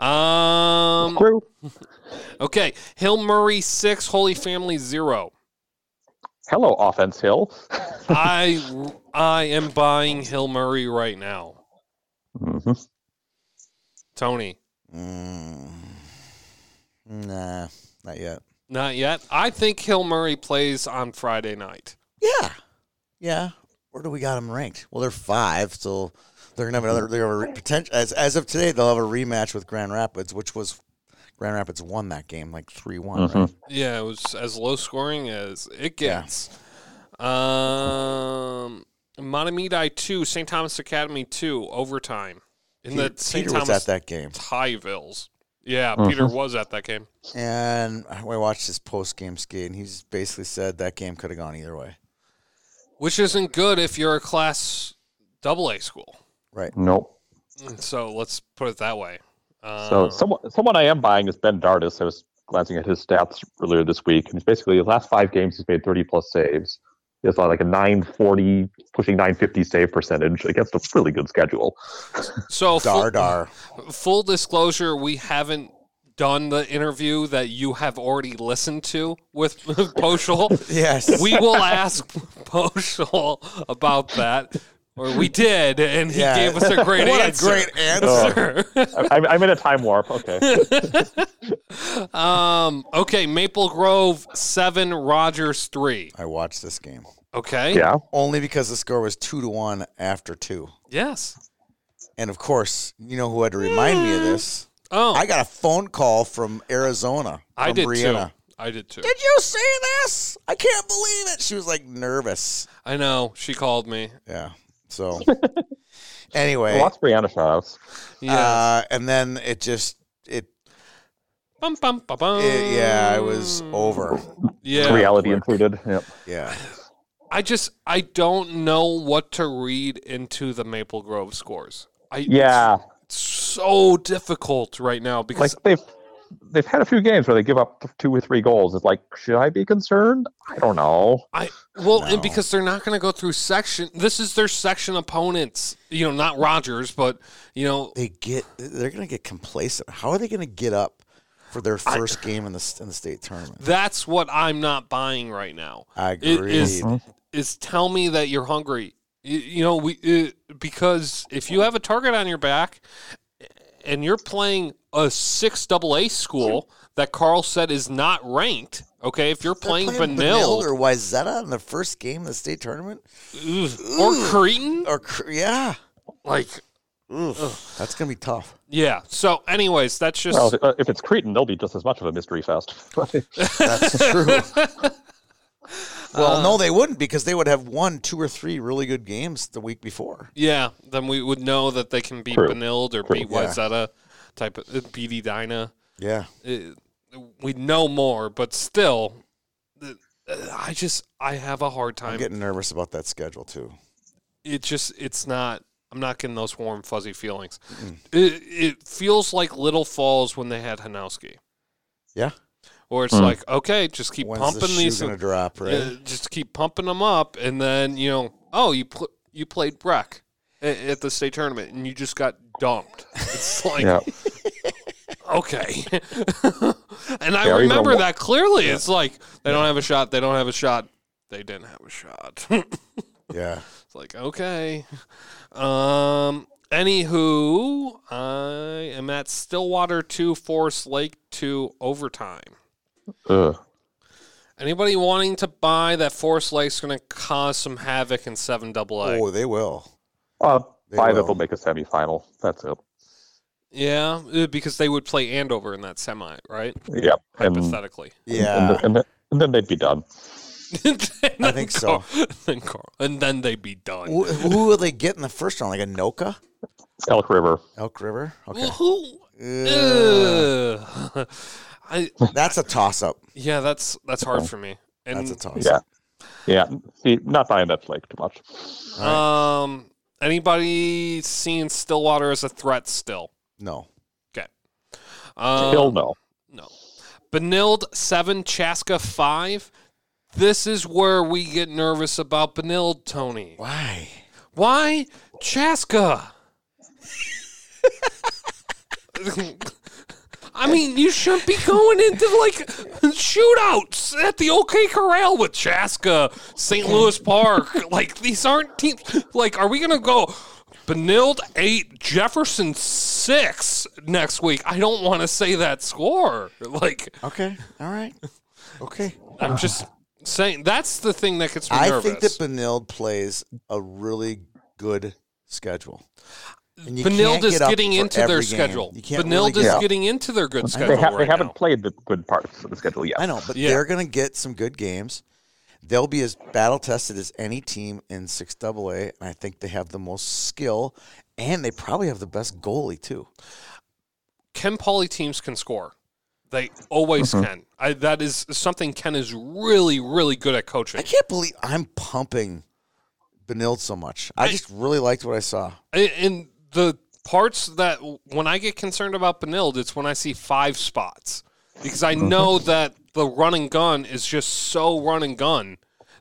[SPEAKER 4] Um,
[SPEAKER 3] Crew.
[SPEAKER 4] okay, Hill Murray six, Holy Family zero.
[SPEAKER 3] Hello, Offense Hill.
[SPEAKER 4] I I am buying Hill Murray right now,
[SPEAKER 3] Mhm.
[SPEAKER 4] Tony.
[SPEAKER 1] Mm. Nah, not yet.
[SPEAKER 4] Not yet. I think Hill Murray plays on Friday night.
[SPEAKER 1] Yeah, yeah. Where do we got them ranked? Well, they're five, so they're gonna have another. They're gonna have a potential as as of today. They'll have a rematch with Grand Rapids, which was Grand Rapids won that game like three one. Right?
[SPEAKER 4] Yeah, it was as low scoring as it gets. Um, Matamidi two, St. Thomas Academy two, overtime in
[SPEAKER 1] Peter,
[SPEAKER 4] the St.
[SPEAKER 1] Peter was
[SPEAKER 4] Thomas
[SPEAKER 1] at that game,
[SPEAKER 4] Tyvilles. Yeah,
[SPEAKER 3] Uh-huh.
[SPEAKER 4] Peter was at that game.
[SPEAKER 1] and I watched his post game skate, and he's basically said that game could have gone either way.
[SPEAKER 4] which isn't good if you're a class double A school.
[SPEAKER 3] Nope.
[SPEAKER 4] So let's put it that way. Uh,
[SPEAKER 3] So someone someone I am buying is Ben Dardis. I was glancing at his stats earlier this week, and he's basically the last five games he's made 30 plus saves. He has like a 940, pushing 950 save percentage against a really good schedule.
[SPEAKER 4] Um, so
[SPEAKER 1] Dar
[SPEAKER 4] full,
[SPEAKER 1] dar.
[SPEAKER 4] full disclosure, we haven't done the interview that you have already listened to with Poshel.
[SPEAKER 1] Yes.
[SPEAKER 4] we will ask Poshel about that. Or we did, and he
[SPEAKER 1] Yeah.
[SPEAKER 4] gave us a great
[SPEAKER 1] what
[SPEAKER 4] answer.
[SPEAKER 1] a great answer.
[SPEAKER 4] answer.
[SPEAKER 3] I'm, I'm in a time warp. Okay.
[SPEAKER 4] um, okay, Maple Grove seven, Rogers three.
[SPEAKER 1] I watched this game
[SPEAKER 4] Okay.
[SPEAKER 3] Yeah.
[SPEAKER 1] only because the score was two to one after two,
[SPEAKER 4] Yes.
[SPEAKER 1] and of course, you know who had to remind me of this.
[SPEAKER 4] Oh,
[SPEAKER 1] I
[SPEAKER 4] I,
[SPEAKER 1] got a phone call from Arizona. from
[SPEAKER 4] did
[SPEAKER 1] Brianna.
[SPEAKER 4] too. I did too.
[SPEAKER 1] Did you see this? I can't believe it. She was like nervous.
[SPEAKER 4] I know she called me.
[SPEAKER 1] Yeah. So anyway,
[SPEAKER 3] Lots of Brianna shots.
[SPEAKER 4] Yeah.
[SPEAKER 1] uh, and then it just it,
[SPEAKER 4] bum, bum, bum, bum.
[SPEAKER 1] it yeah, it was
[SPEAKER 4] Mm.
[SPEAKER 1] over.
[SPEAKER 4] Yeah.
[SPEAKER 3] Reality
[SPEAKER 1] Work.
[SPEAKER 3] included. Yep.
[SPEAKER 1] Yeah.
[SPEAKER 4] I just I don't know what to read into the Maple Grove scores. I
[SPEAKER 3] Yeah.
[SPEAKER 4] it's so difficult right now
[SPEAKER 3] Like
[SPEAKER 4] because
[SPEAKER 3] they've they've had a few games where they give up two or three goals. It's like, should I be concerned? I don't know.
[SPEAKER 4] I well
[SPEAKER 1] No.
[SPEAKER 4] and because they're not going to go through section. This is their section opponents. You know, not Rogers, but you know
[SPEAKER 1] They get they're gonna get complacent. How are they gonna get up for their first game in the s- in the state tournament?
[SPEAKER 4] that's what I'm not buying right now.
[SPEAKER 1] I
[SPEAKER 4] It
[SPEAKER 1] agree.
[SPEAKER 4] is
[SPEAKER 3] Mm-hmm.
[SPEAKER 4] is tell me that you're hungry. You, you know, we it, because if you have a target on your back and you're playing a six double A school that Carl said is not ranked, okay, if you're
[SPEAKER 1] They're
[SPEAKER 4] playing,
[SPEAKER 1] Benilde
[SPEAKER 4] Benilde
[SPEAKER 1] or Wyzetta in the first game of the state tournament,
[SPEAKER 4] ugh, or, Creighton,
[SPEAKER 1] or cr- yeah,
[SPEAKER 4] like
[SPEAKER 1] Oof. that's gonna be tough.
[SPEAKER 4] yeah. So, anyways, that's just
[SPEAKER 3] Well, if- uh, if it's Cretan, they'll be just as much of a mystery fest.
[SPEAKER 1] That's true. well,
[SPEAKER 4] Uh.
[SPEAKER 1] no, they wouldn't because they would have won two or three really good games the week before.
[SPEAKER 4] yeah. Then we would know that they can beat
[SPEAKER 3] True.
[SPEAKER 4] Benilde or
[SPEAKER 3] True.
[SPEAKER 4] beat
[SPEAKER 1] Yeah.
[SPEAKER 4] Wyzetta, type of uh, beat Edina.
[SPEAKER 1] Yeah.
[SPEAKER 4] it, we Uh, know more, but still, uh, I just I have a hard
[SPEAKER 1] I'm
[SPEAKER 4] time.
[SPEAKER 1] getting nervous about that schedule too.
[SPEAKER 4] it just it's not. I'm not getting those warm fuzzy feelings. It, it feels like Little Falls when they had Hanowski,
[SPEAKER 1] Yeah.
[SPEAKER 4] or it's like okay, just keep
[SPEAKER 1] Mm. When's the
[SPEAKER 4] pumping
[SPEAKER 1] shoe
[SPEAKER 4] these,
[SPEAKER 1] gonna drop, right?
[SPEAKER 4] uh, just keep pumping them up, and then you know, oh, you pl- you played Breck a- at the state tournament, and you just got dumped. It's like
[SPEAKER 3] yeah.
[SPEAKER 4] okay. and I
[SPEAKER 3] Yeah, or even a
[SPEAKER 4] remember
[SPEAKER 3] wa-
[SPEAKER 4] that clearly. It's like they don't have a shot. They don't have a shot. They didn't have a shot. it's
[SPEAKER 1] Yeah.
[SPEAKER 4] like okay. Um. Anywho, I am at Stillwater two, Forest Lake two, overtime.
[SPEAKER 3] Ugh.
[SPEAKER 4] Anybody wanting to buy that Forest Lake's going to cause some havoc in seven double A.
[SPEAKER 1] Oh, they will.
[SPEAKER 3] Uh,
[SPEAKER 1] They
[SPEAKER 3] five
[SPEAKER 1] will.
[SPEAKER 3] if they'll make a semifinal. That's it.
[SPEAKER 4] Yeah, uh, because they would play Andover in that semi, right?
[SPEAKER 3] Yeah.
[SPEAKER 1] Mm.
[SPEAKER 3] And, and,
[SPEAKER 4] Hypothetically.
[SPEAKER 1] Yeah.
[SPEAKER 3] th- and, th- and then they'd be done.
[SPEAKER 4] And then
[SPEAKER 1] think so.
[SPEAKER 4] Carl, Then Carl, and then they'd be done.
[SPEAKER 1] Who, who will they get in the first round? Like Anoka,
[SPEAKER 3] Elk River.
[SPEAKER 1] Elk River. Okay.
[SPEAKER 4] Well, who?
[SPEAKER 1] Uh,
[SPEAKER 4] Ugh. I
[SPEAKER 1] that's a toss up.
[SPEAKER 4] yeah, that's that's hard for me. And
[SPEAKER 1] That's a toss.
[SPEAKER 3] Yeah.
[SPEAKER 1] up.
[SPEAKER 3] Yeah. See, not buying that flake too much.
[SPEAKER 4] um, anybody seeing Stillwater as a threat still?
[SPEAKER 1] No.
[SPEAKER 4] Um,
[SPEAKER 3] He'll know.
[SPEAKER 4] No. Benilde seven, Chaska five. This is where we get nervous about Benilde, Tony.
[SPEAKER 1] Why?
[SPEAKER 4] Why Chaska? I mean, you shouldn't be going into like shootouts at the OK Corral with Chaska, St. Louis Park. Like these aren't teams. Like, are we gonna go Benilde eight, Jefferson six next week? I don't want to say that score. Like,
[SPEAKER 1] Okay. All right. Okay.
[SPEAKER 4] I'm just saying that's the thing that gets me
[SPEAKER 1] I
[SPEAKER 4] nervous.
[SPEAKER 1] think that Benilde plays a really good schedule. And you
[SPEAKER 4] Benilde
[SPEAKER 1] can't
[SPEAKER 4] is
[SPEAKER 1] get up
[SPEAKER 4] getting
[SPEAKER 1] for
[SPEAKER 4] into their
[SPEAKER 1] every game.
[SPEAKER 4] schedule.
[SPEAKER 1] You can't really
[SPEAKER 4] Benilde
[SPEAKER 1] get
[SPEAKER 4] is
[SPEAKER 1] up.
[SPEAKER 4] getting into their good schedule
[SPEAKER 3] They, ha- they
[SPEAKER 4] right
[SPEAKER 3] haven't
[SPEAKER 4] now.
[SPEAKER 3] played the good parts of the schedule yet.
[SPEAKER 1] I know, but
[SPEAKER 4] Yeah.
[SPEAKER 1] they're going to get some good games. They'll be as battle tested as any team in 6AA, and I think they have the most skill, and they probably have the best goalie, too.
[SPEAKER 4] Ken Poly teams can score. They always
[SPEAKER 3] Mm-hmm.
[SPEAKER 4] can. I, that is something Ken is really, really good at coaching.
[SPEAKER 1] I can't believe I'm pumping Benilde so much. I just really liked what I saw.
[SPEAKER 4] A- And the parts that when I get concerned about Benilde, it's when I see five spots because
[SPEAKER 3] Mm-hmm.
[SPEAKER 4] I know that the run and gun is just so run and gun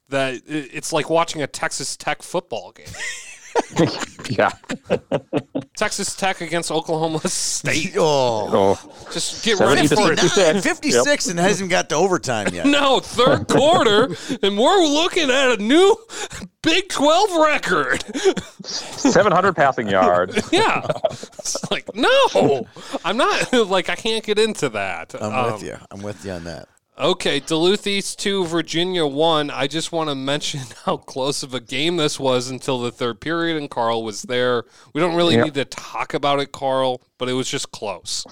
[SPEAKER 4] that i- it's like watching a Texas Tech football game.
[SPEAKER 3] yeah.
[SPEAKER 4] Texas Tech against Oklahoma State.
[SPEAKER 1] Oh,
[SPEAKER 3] So
[SPEAKER 4] Just get
[SPEAKER 3] Seventy
[SPEAKER 4] ready
[SPEAKER 3] to
[SPEAKER 4] for it.
[SPEAKER 1] 59,
[SPEAKER 3] 56.
[SPEAKER 1] 56 and hasn't even got to overtime yet.
[SPEAKER 4] No, third quarter, and we're looking at a new Big 12 record.
[SPEAKER 3] 700 passing yards.
[SPEAKER 4] Yeah. It's like, no, I'm not, like, I can't get into that.
[SPEAKER 1] I'm
[SPEAKER 4] Um,
[SPEAKER 1] with you. I'm with you on that.
[SPEAKER 4] Okay, Duluth East 2, Virginia 1. I just want to mention how close of a game this was until the third period, and Carl was there. We don't really
[SPEAKER 3] Yeah.
[SPEAKER 4] need to talk about it, Carl, but it was just close.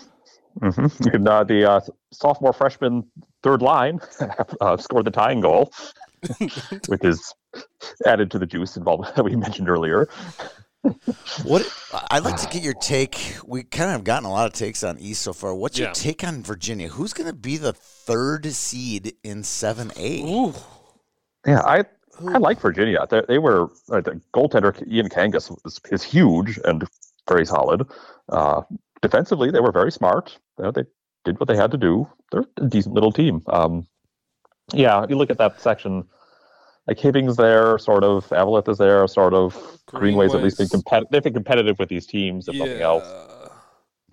[SPEAKER 3] hmm And, uh, the uh, sophomore freshman third line uh, scored the tying goal, which is added to the juice involved that we mentioned earlier.
[SPEAKER 1] What I'd like to get your take. We kind of have gotten a lot of takes on East so far. What's your
[SPEAKER 4] Yeah.
[SPEAKER 1] take on Virginia? Who's going to be the third seed in seven A?
[SPEAKER 4] Ooh.
[SPEAKER 3] Yeah, I I like Virginia. They, they were uh, the goaltender Ian Kangas is, is huge and very solid. Uh, defensively, they were very smart. You know, they did what they had to do. They're a decent little team. Um, yeah, you look at that section. Like Hibbing's there, sort of. Avalith is there, sort of. Greenway's, at least been
[SPEAKER 4] Greenway's.
[SPEAKER 3] competitive. They've been competitive with these teams, if nothing else.
[SPEAKER 4] Yeah.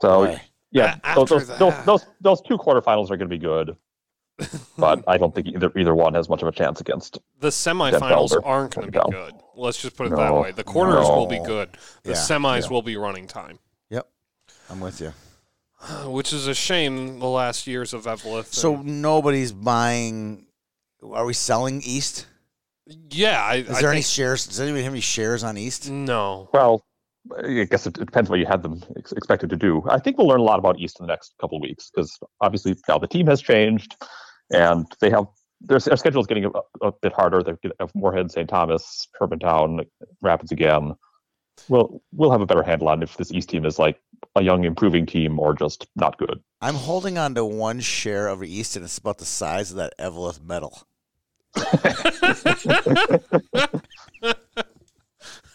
[SPEAKER 3] So
[SPEAKER 1] Boy.
[SPEAKER 3] yeah,
[SPEAKER 4] A-
[SPEAKER 3] those,
[SPEAKER 4] after
[SPEAKER 3] those, those,
[SPEAKER 4] that-
[SPEAKER 3] those those two quarterfinals are going to be good, but I don't think either either one has much of a chance against
[SPEAKER 4] the semifinals
[SPEAKER 3] Felder.
[SPEAKER 4] aren't going to be
[SPEAKER 3] No.
[SPEAKER 4] good. Let's just put it that
[SPEAKER 3] No.
[SPEAKER 4] way. The quarters
[SPEAKER 3] No.
[SPEAKER 4] will be good. The
[SPEAKER 1] Yeah,
[SPEAKER 4] semis will be running time,
[SPEAKER 1] Yep, I'm with you.
[SPEAKER 4] which is a shame. The last years of Evelith.
[SPEAKER 1] So nobody's buying. Are we selling East?
[SPEAKER 4] yeah, I,
[SPEAKER 1] Is
[SPEAKER 4] I
[SPEAKER 1] there any
[SPEAKER 4] think, Mm.
[SPEAKER 1] shares? Does anybody have any shares on East?
[SPEAKER 4] no.
[SPEAKER 3] Well, I guess it, it depends what you had them ex- expected to do. I think we'll learn a lot about East in the next couple of weeks because obviously now the team has changed, and they have their, their schedule is getting a, a bit harder. They have Moorhead, St. Thomas, Town, Rapids again. We'll we'll have a better handle on if this East team is like a young improving team or just not good.
[SPEAKER 1] I'm holding on to one share of East, and it's about the size of that Eveleth medal.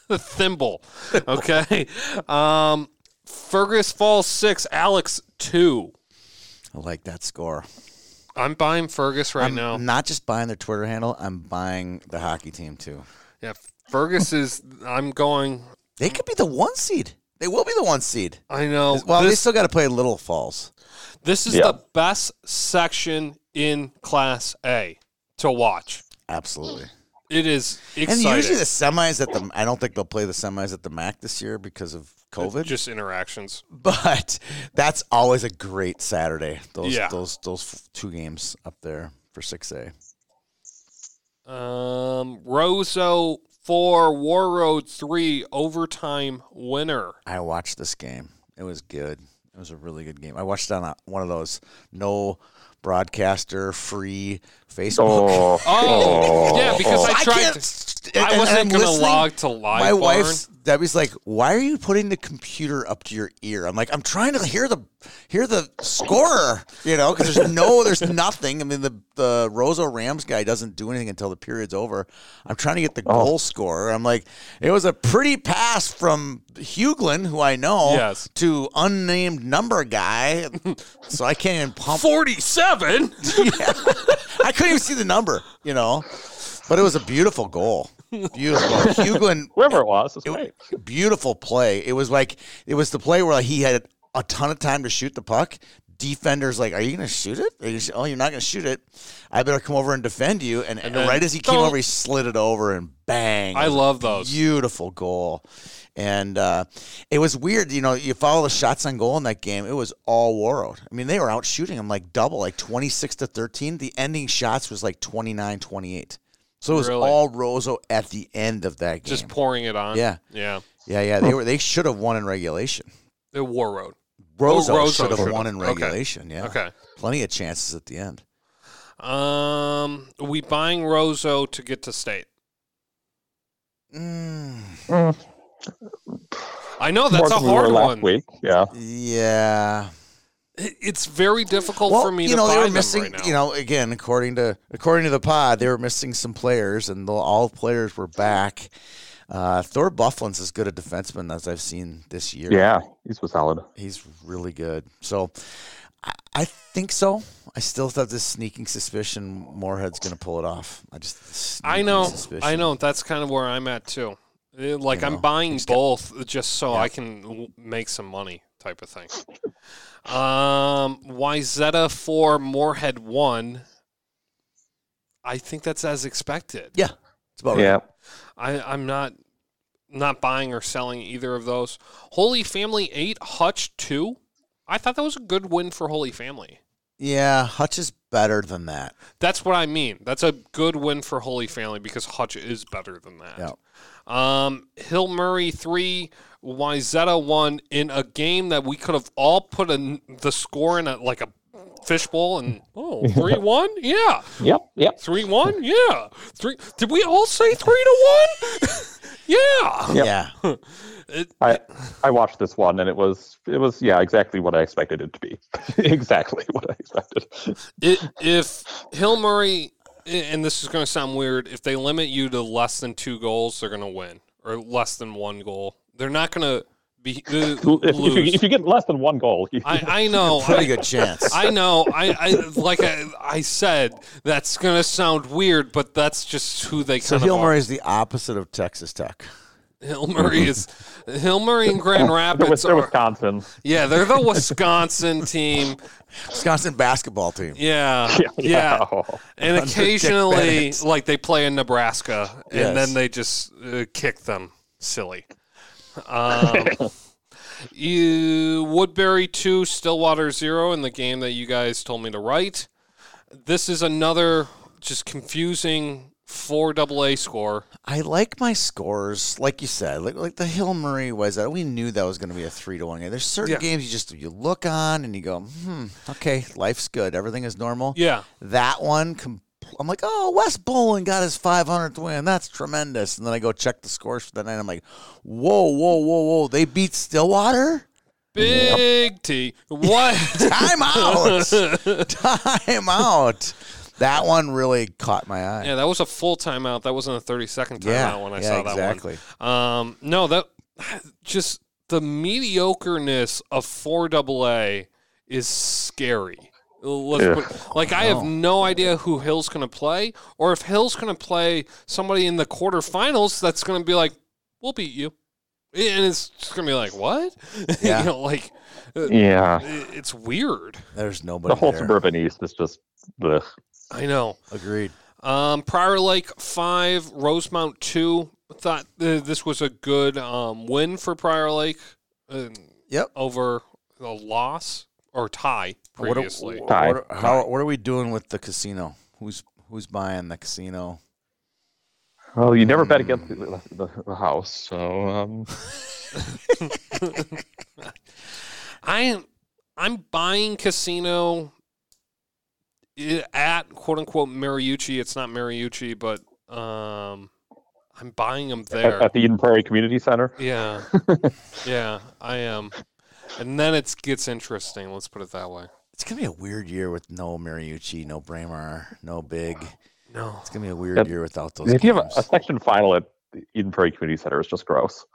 [SPEAKER 4] the thimble. Okay. um, Fergus Falls six, Alex two.
[SPEAKER 1] I like that score.
[SPEAKER 4] I'm buying Fergus right
[SPEAKER 1] I'm
[SPEAKER 4] now.
[SPEAKER 1] not just buying their Twitter handle. I'm buying the hockey team too.
[SPEAKER 4] Yeah, Fergus is. I'm going.
[SPEAKER 1] They could be the one seed. They will be the one seed.
[SPEAKER 4] I know.
[SPEAKER 1] Well, they
[SPEAKER 4] this,
[SPEAKER 1] still got to play Little Falls.
[SPEAKER 4] this is
[SPEAKER 3] Yeah.
[SPEAKER 4] the best section in Class A to watch.
[SPEAKER 1] Absolutely.
[SPEAKER 4] It is exciting.
[SPEAKER 1] And usually the semis at the I don't think they'll play the semis at the MAC this year because of COVID.
[SPEAKER 4] Just interactions.
[SPEAKER 1] but that's always a great Saturday. Those
[SPEAKER 4] Yeah.
[SPEAKER 1] those those f- two games up there for six A.
[SPEAKER 4] Um, Roso four, War Road three, overtime winner.
[SPEAKER 1] I watched this game. It was good. It was a really good game. I watched it on a, one of those no broadcaster free Facebook.
[SPEAKER 3] Oh,
[SPEAKER 4] Oh, yeah, because I
[SPEAKER 1] I
[SPEAKER 4] tried.
[SPEAKER 1] can't.
[SPEAKER 4] to,
[SPEAKER 1] st-
[SPEAKER 4] I
[SPEAKER 1] and-
[SPEAKER 4] wasn't
[SPEAKER 1] and I'm
[SPEAKER 4] gonna
[SPEAKER 1] listening.
[SPEAKER 4] log to live.
[SPEAKER 1] My
[SPEAKER 4] barn.
[SPEAKER 1] wife's Debbie's like, "Why are you putting the computer up to your ear?" I'm like, "I'm trying to hear the hear the scorer, you know, because there's no, there's nothing. I mean, the the Rosa Rams guy doesn't do anything until the period's over. I'm trying to get the goal scorer. I'm like, it was a pretty pass from Hughlin, who I know,
[SPEAKER 4] Yes.
[SPEAKER 1] to unnamed number guy, so I can't even pump.
[SPEAKER 4] forty-seven.
[SPEAKER 1] I couldn't even see the number, you know, but it was a beautiful goal. Beautiful. Hughlin
[SPEAKER 3] whoever it was, it's great.
[SPEAKER 1] it, beautiful play. It was like it was the play where he had a ton of time to shoot the puck. Defenders like, are you going to shoot it? Are you, oh, you're not going to shoot it. I better come over and defend you. And, and
[SPEAKER 4] then-
[SPEAKER 1] right as he came
[SPEAKER 4] Don't-
[SPEAKER 1] over, he slid it over and bang.
[SPEAKER 4] I
[SPEAKER 1] It was a
[SPEAKER 4] love those.
[SPEAKER 1] beautiful goal. And uh, it was weird, you know. You follow the shots on goal in that game. It was all Warroad. I mean, they were out shooting them like double, like twenty six to thirteen. The ending shots was like 29-28. So it was
[SPEAKER 4] Really?
[SPEAKER 1] all Roso at the end of that game.
[SPEAKER 4] Just pouring it on.
[SPEAKER 1] Yeah.
[SPEAKER 4] yeah.
[SPEAKER 1] Yeah, yeah, they were. They should have won in regulation.
[SPEAKER 4] The War Road.
[SPEAKER 1] Rosa
[SPEAKER 4] Rosso
[SPEAKER 1] should have
[SPEAKER 4] should've.
[SPEAKER 1] won in
[SPEAKER 4] Okay.
[SPEAKER 1] regulation. Yeah,
[SPEAKER 4] Okay.
[SPEAKER 1] plenty of chances at the end.
[SPEAKER 4] Um, we buying Roso to get to state.
[SPEAKER 1] Mm,
[SPEAKER 4] I know Oh, that's
[SPEAKER 3] More
[SPEAKER 4] a
[SPEAKER 3] than we were
[SPEAKER 4] hard
[SPEAKER 3] last
[SPEAKER 4] one.
[SPEAKER 3] Week. Yeah,
[SPEAKER 1] yeah,
[SPEAKER 4] It- It's very difficult
[SPEAKER 1] well,
[SPEAKER 4] for me
[SPEAKER 1] you
[SPEAKER 4] to
[SPEAKER 1] know
[SPEAKER 4] buy
[SPEAKER 1] they were
[SPEAKER 4] them
[SPEAKER 1] missing.
[SPEAKER 4] right now.
[SPEAKER 1] You know, again, according to according to the pod, they were missing some players, and the, all players were back. Uh, Thor Bufflin's as good a defenseman as I've seen this year.
[SPEAKER 3] yeah, East was solid.
[SPEAKER 1] he's really good. So, I, I think so. I still have this sneaking suspicion Moorhead's going to pull it off. I just
[SPEAKER 4] I
[SPEAKER 1] sneaking
[SPEAKER 4] know.
[SPEAKER 1] suspicion.
[SPEAKER 4] I know. That's kind of where I'm at too. Eh, Like
[SPEAKER 1] You
[SPEAKER 4] I'm
[SPEAKER 1] know,
[SPEAKER 4] buying
[SPEAKER 1] it's got-
[SPEAKER 4] both just so
[SPEAKER 1] Yeah.
[SPEAKER 4] I can w- make some money, type of thing. um, Wyzetta for Moorhead one. I think that's as expected.
[SPEAKER 1] Yeah. It's about right.
[SPEAKER 3] yeah.
[SPEAKER 4] I, I'm not not buying or selling either of those. Holy Family eight, Hutch two. I thought that was a good win for Holy Family.
[SPEAKER 1] Yeah, Hutch is better than that.
[SPEAKER 4] That's what I mean. That's a good win for Holy Family because Hutch is better than that.
[SPEAKER 1] Yeah.
[SPEAKER 4] Um, Hill Murray three, Wyzetta one in a game that we could have all put in the score in a, like a fishbowl and oh three one yeah
[SPEAKER 3] Yep. Yep.
[SPEAKER 4] three one yeah three did we all say three to one yeah
[SPEAKER 3] Yep.
[SPEAKER 1] Yeah.
[SPEAKER 4] It-
[SPEAKER 3] I I watched this one and it was it was yeah exactly what I expected it to be exactly what I expected.
[SPEAKER 4] it, if Hill Murray, and this is going to sound weird, if they limit you to less than two goals, they're going to win, or less than one goal. They're not going to be uh,
[SPEAKER 3] If, if, you,
[SPEAKER 4] lose.
[SPEAKER 3] if you get less than one goal, you,
[SPEAKER 4] I, I know.
[SPEAKER 1] Pretty
[SPEAKER 4] I,
[SPEAKER 1] good chance.
[SPEAKER 4] I know. I, I like I, I said that's going to sound weird, but that's just who they
[SPEAKER 1] so
[SPEAKER 4] kind
[SPEAKER 1] Hill
[SPEAKER 4] of. Are.
[SPEAKER 1] Murray is the opposite of Texas Tech.
[SPEAKER 4] Hill Murray is Hill Murray and Grand
[SPEAKER 3] they're, Wis-
[SPEAKER 4] Rapids
[SPEAKER 3] they're
[SPEAKER 4] are.
[SPEAKER 3] Wisconsin.
[SPEAKER 4] Yeah, they're the Wisconsin team.
[SPEAKER 1] Wisconsin basketball team.
[SPEAKER 4] Yeah, yeah.
[SPEAKER 3] Oh.
[SPEAKER 4] And
[SPEAKER 1] Under Dick
[SPEAKER 4] occasionally,
[SPEAKER 1] Bennett.
[SPEAKER 4] like they play in Nebraska, and
[SPEAKER 1] Yes.
[SPEAKER 4] then they just uh, kick them silly. Um, you Woodbury two, Stillwater zero, in the game that you guys told me to write. This is another just confusing four double A score.
[SPEAKER 1] I like my scores, like you said, like like the Hill Murray was that we knew that was going to be a three to one game. There's certain
[SPEAKER 4] Yeah.
[SPEAKER 1] games you just you look on and you go, hmm, okay, life's good, everything is normal.
[SPEAKER 4] Yeah,
[SPEAKER 1] That one, com- I'm like, oh, West Bowling got his 500th win, that's tremendous. And then I go check the scores for the night, I'm like, whoa, whoa, whoa, whoa, they beat Stillwater.
[SPEAKER 4] big T. What?
[SPEAKER 1] Time out, time out. That one really caught my eye.
[SPEAKER 4] yeah, that was a full timeout. That wasn't a thirty second timeout
[SPEAKER 1] Yeah,
[SPEAKER 4] when I
[SPEAKER 1] yeah,
[SPEAKER 4] saw that one.
[SPEAKER 1] exactly.
[SPEAKER 4] Um, no, that just the mediocreness of four double A is scary. Let's
[SPEAKER 3] Yeah.
[SPEAKER 4] put- like I have no idea who Hill's going to play, or if Hill's going to play somebody in the quarterfinals that's going to be like, "We'll beat you," and it's just going to be like, "What?"
[SPEAKER 1] Yeah.
[SPEAKER 4] you know, like
[SPEAKER 3] Yeah,
[SPEAKER 4] i- it's weird.
[SPEAKER 1] There's nobody
[SPEAKER 3] the whole
[SPEAKER 1] there.
[SPEAKER 3] suburban East is just the
[SPEAKER 4] I know.
[SPEAKER 1] Agreed.
[SPEAKER 4] Um, Prior Lake five, Rosemount two. Thought uh, this was a good um, win for Prior Lake. Uh,
[SPEAKER 1] Yep.
[SPEAKER 4] over a loss or tie
[SPEAKER 1] What are-
[SPEAKER 4] previously.
[SPEAKER 1] What
[SPEAKER 3] Tie.
[SPEAKER 1] are, how, what are we doing with the casino? Who's who's buying the casino?
[SPEAKER 3] well, you never bet against the, the, the house. So um,
[SPEAKER 4] I am I'm buying casino i- at quote unquote Mariucci. It's not Mariucci, but um, I'm buying them
[SPEAKER 3] at,
[SPEAKER 4] there.
[SPEAKER 3] at the Eden Prairie Community Center,
[SPEAKER 4] Yeah, yeah, I am. And then it gets interesting. Let's put it that way.
[SPEAKER 1] It's gonna be a weird year with no Mariucci, no Bramer, no Big.
[SPEAKER 4] No,
[SPEAKER 1] It's gonna be a weird
[SPEAKER 3] That-
[SPEAKER 1] year without those.
[SPEAKER 3] if you have a,
[SPEAKER 1] games.
[SPEAKER 3] a section final at the Eden Prairie Community Center, it's just gross.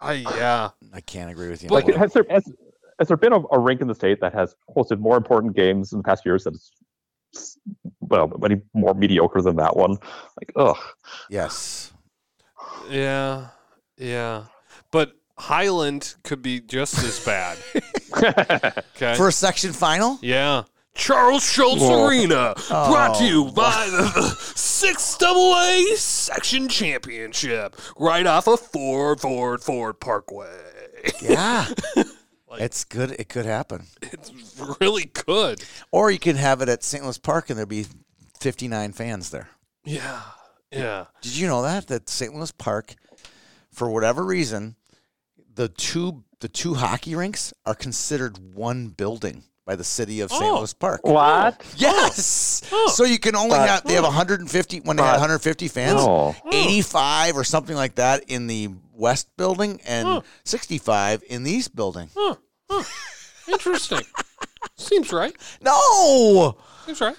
[SPEAKER 4] I yeah.
[SPEAKER 1] I can't agree with you.
[SPEAKER 4] But-
[SPEAKER 1] more.
[SPEAKER 3] Has there has, has there been a, a rink in the state that has hosted more important games in the past years that is well any more mediocre than that one? Like ugh,
[SPEAKER 1] yes,
[SPEAKER 4] Yeah, yeah. But Highland could be just as bad. Okay.
[SPEAKER 1] for a section final.
[SPEAKER 4] Yeah. Charles Schultz
[SPEAKER 3] Whoa.
[SPEAKER 4] Arena, brought to you
[SPEAKER 1] Oh.
[SPEAKER 4] by the, the 6AA Section Championship, right off of Ford, Ford, Ford Parkway.
[SPEAKER 1] Yeah, it's good. It could happen.
[SPEAKER 4] It's really good.
[SPEAKER 1] Or you can have it at St. Louis Park, and there'd be 59 fans there.
[SPEAKER 4] Yeah. Yeah.
[SPEAKER 1] Did you know that that St. Louis Park, for whatever reason, the two the two hockey rinks are considered one building by the city of St.
[SPEAKER 4] Oh.
[SPEAKER 1] Louis Park.
[SPEAKER 3] what?
[SPEAKER 1] Yes.
[SPEAKER 4] Oh.
[SPEAKER 1] So you can only
[SPEAKER 3] But-
[SPEAKER 1] have they have 150 when they had
[SPEAKER 3] But-
[SPEAKER 1] 150 fans,
[SPEAKER 3] No.
[SPEAKER 4] Oh.
[SPEAKER 1] 85 or something like that in the west building and
[SPEAKER 4] Oh.
[SPEAKER 1] 65 in the east building.
[SPEAKER 4] Interesting. Seems right.
[SPEAKER 1] No.
[SPEAKER 4] Seems right.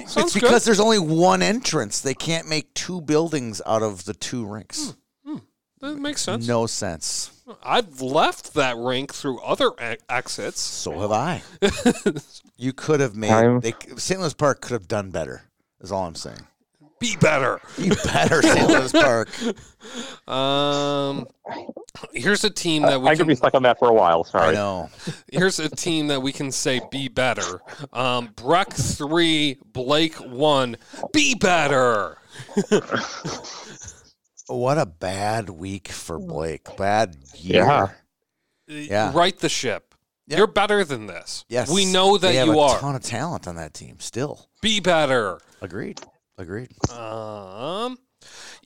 [SPEAKER 1] it's because there's only one entrance. They can't make two buildings out of the two
[SPEAKER 4] Hmm,
[SPEAKER 1] rinks.
[SPEAKER 4] That makes sense.
[SPEAKER 1] No sense.
[SPEAKER 4] I've left that rink through other e- exits.
[SPEAKER 1] So have I. you could have made
[SPEAKER 3] Time.
[SPEAKER 1] they, St. Louis Park could have done better. Is all I'm saying.
[SPEAKER 4] Be better.
[SPEAKER 1] You better St. Louis Park.
[SPEAKER 4] Um, here's a team that we
[SPEAKER 3] I could
[SPEAKER 4] can,
[SPEAKER 3] be stuck on that for a while.
[SPEAKER 1] I
[SPEAKER 3] Sorry.
[SPEAKER 1] know.
[SPEAKER 4] here's a team that we can say be better. Um, Breck three, Blake one. Be better.
[SPEAKER 1] What a bad week for Blake. Bad year.
[SPEAKER 3] Yeah.
[SPEAKER 1] Yeah.
[SPEAKER 4] Right the ship.
[SPEAKER 1] Yeah.
[SPEAKER 4] You're better than this.
[SPEAKER 1] Yes.
[SPEAKER 4] We know that
[SPEAKER 1] they have a
[SPEAKER 4] you are.
[SPEAKER 1] ton of talent on that team still.
[SPEAKER 4] Be better.
[SPEAKER 1] Agreed. Agreed.
[SPEAKER 4] Um,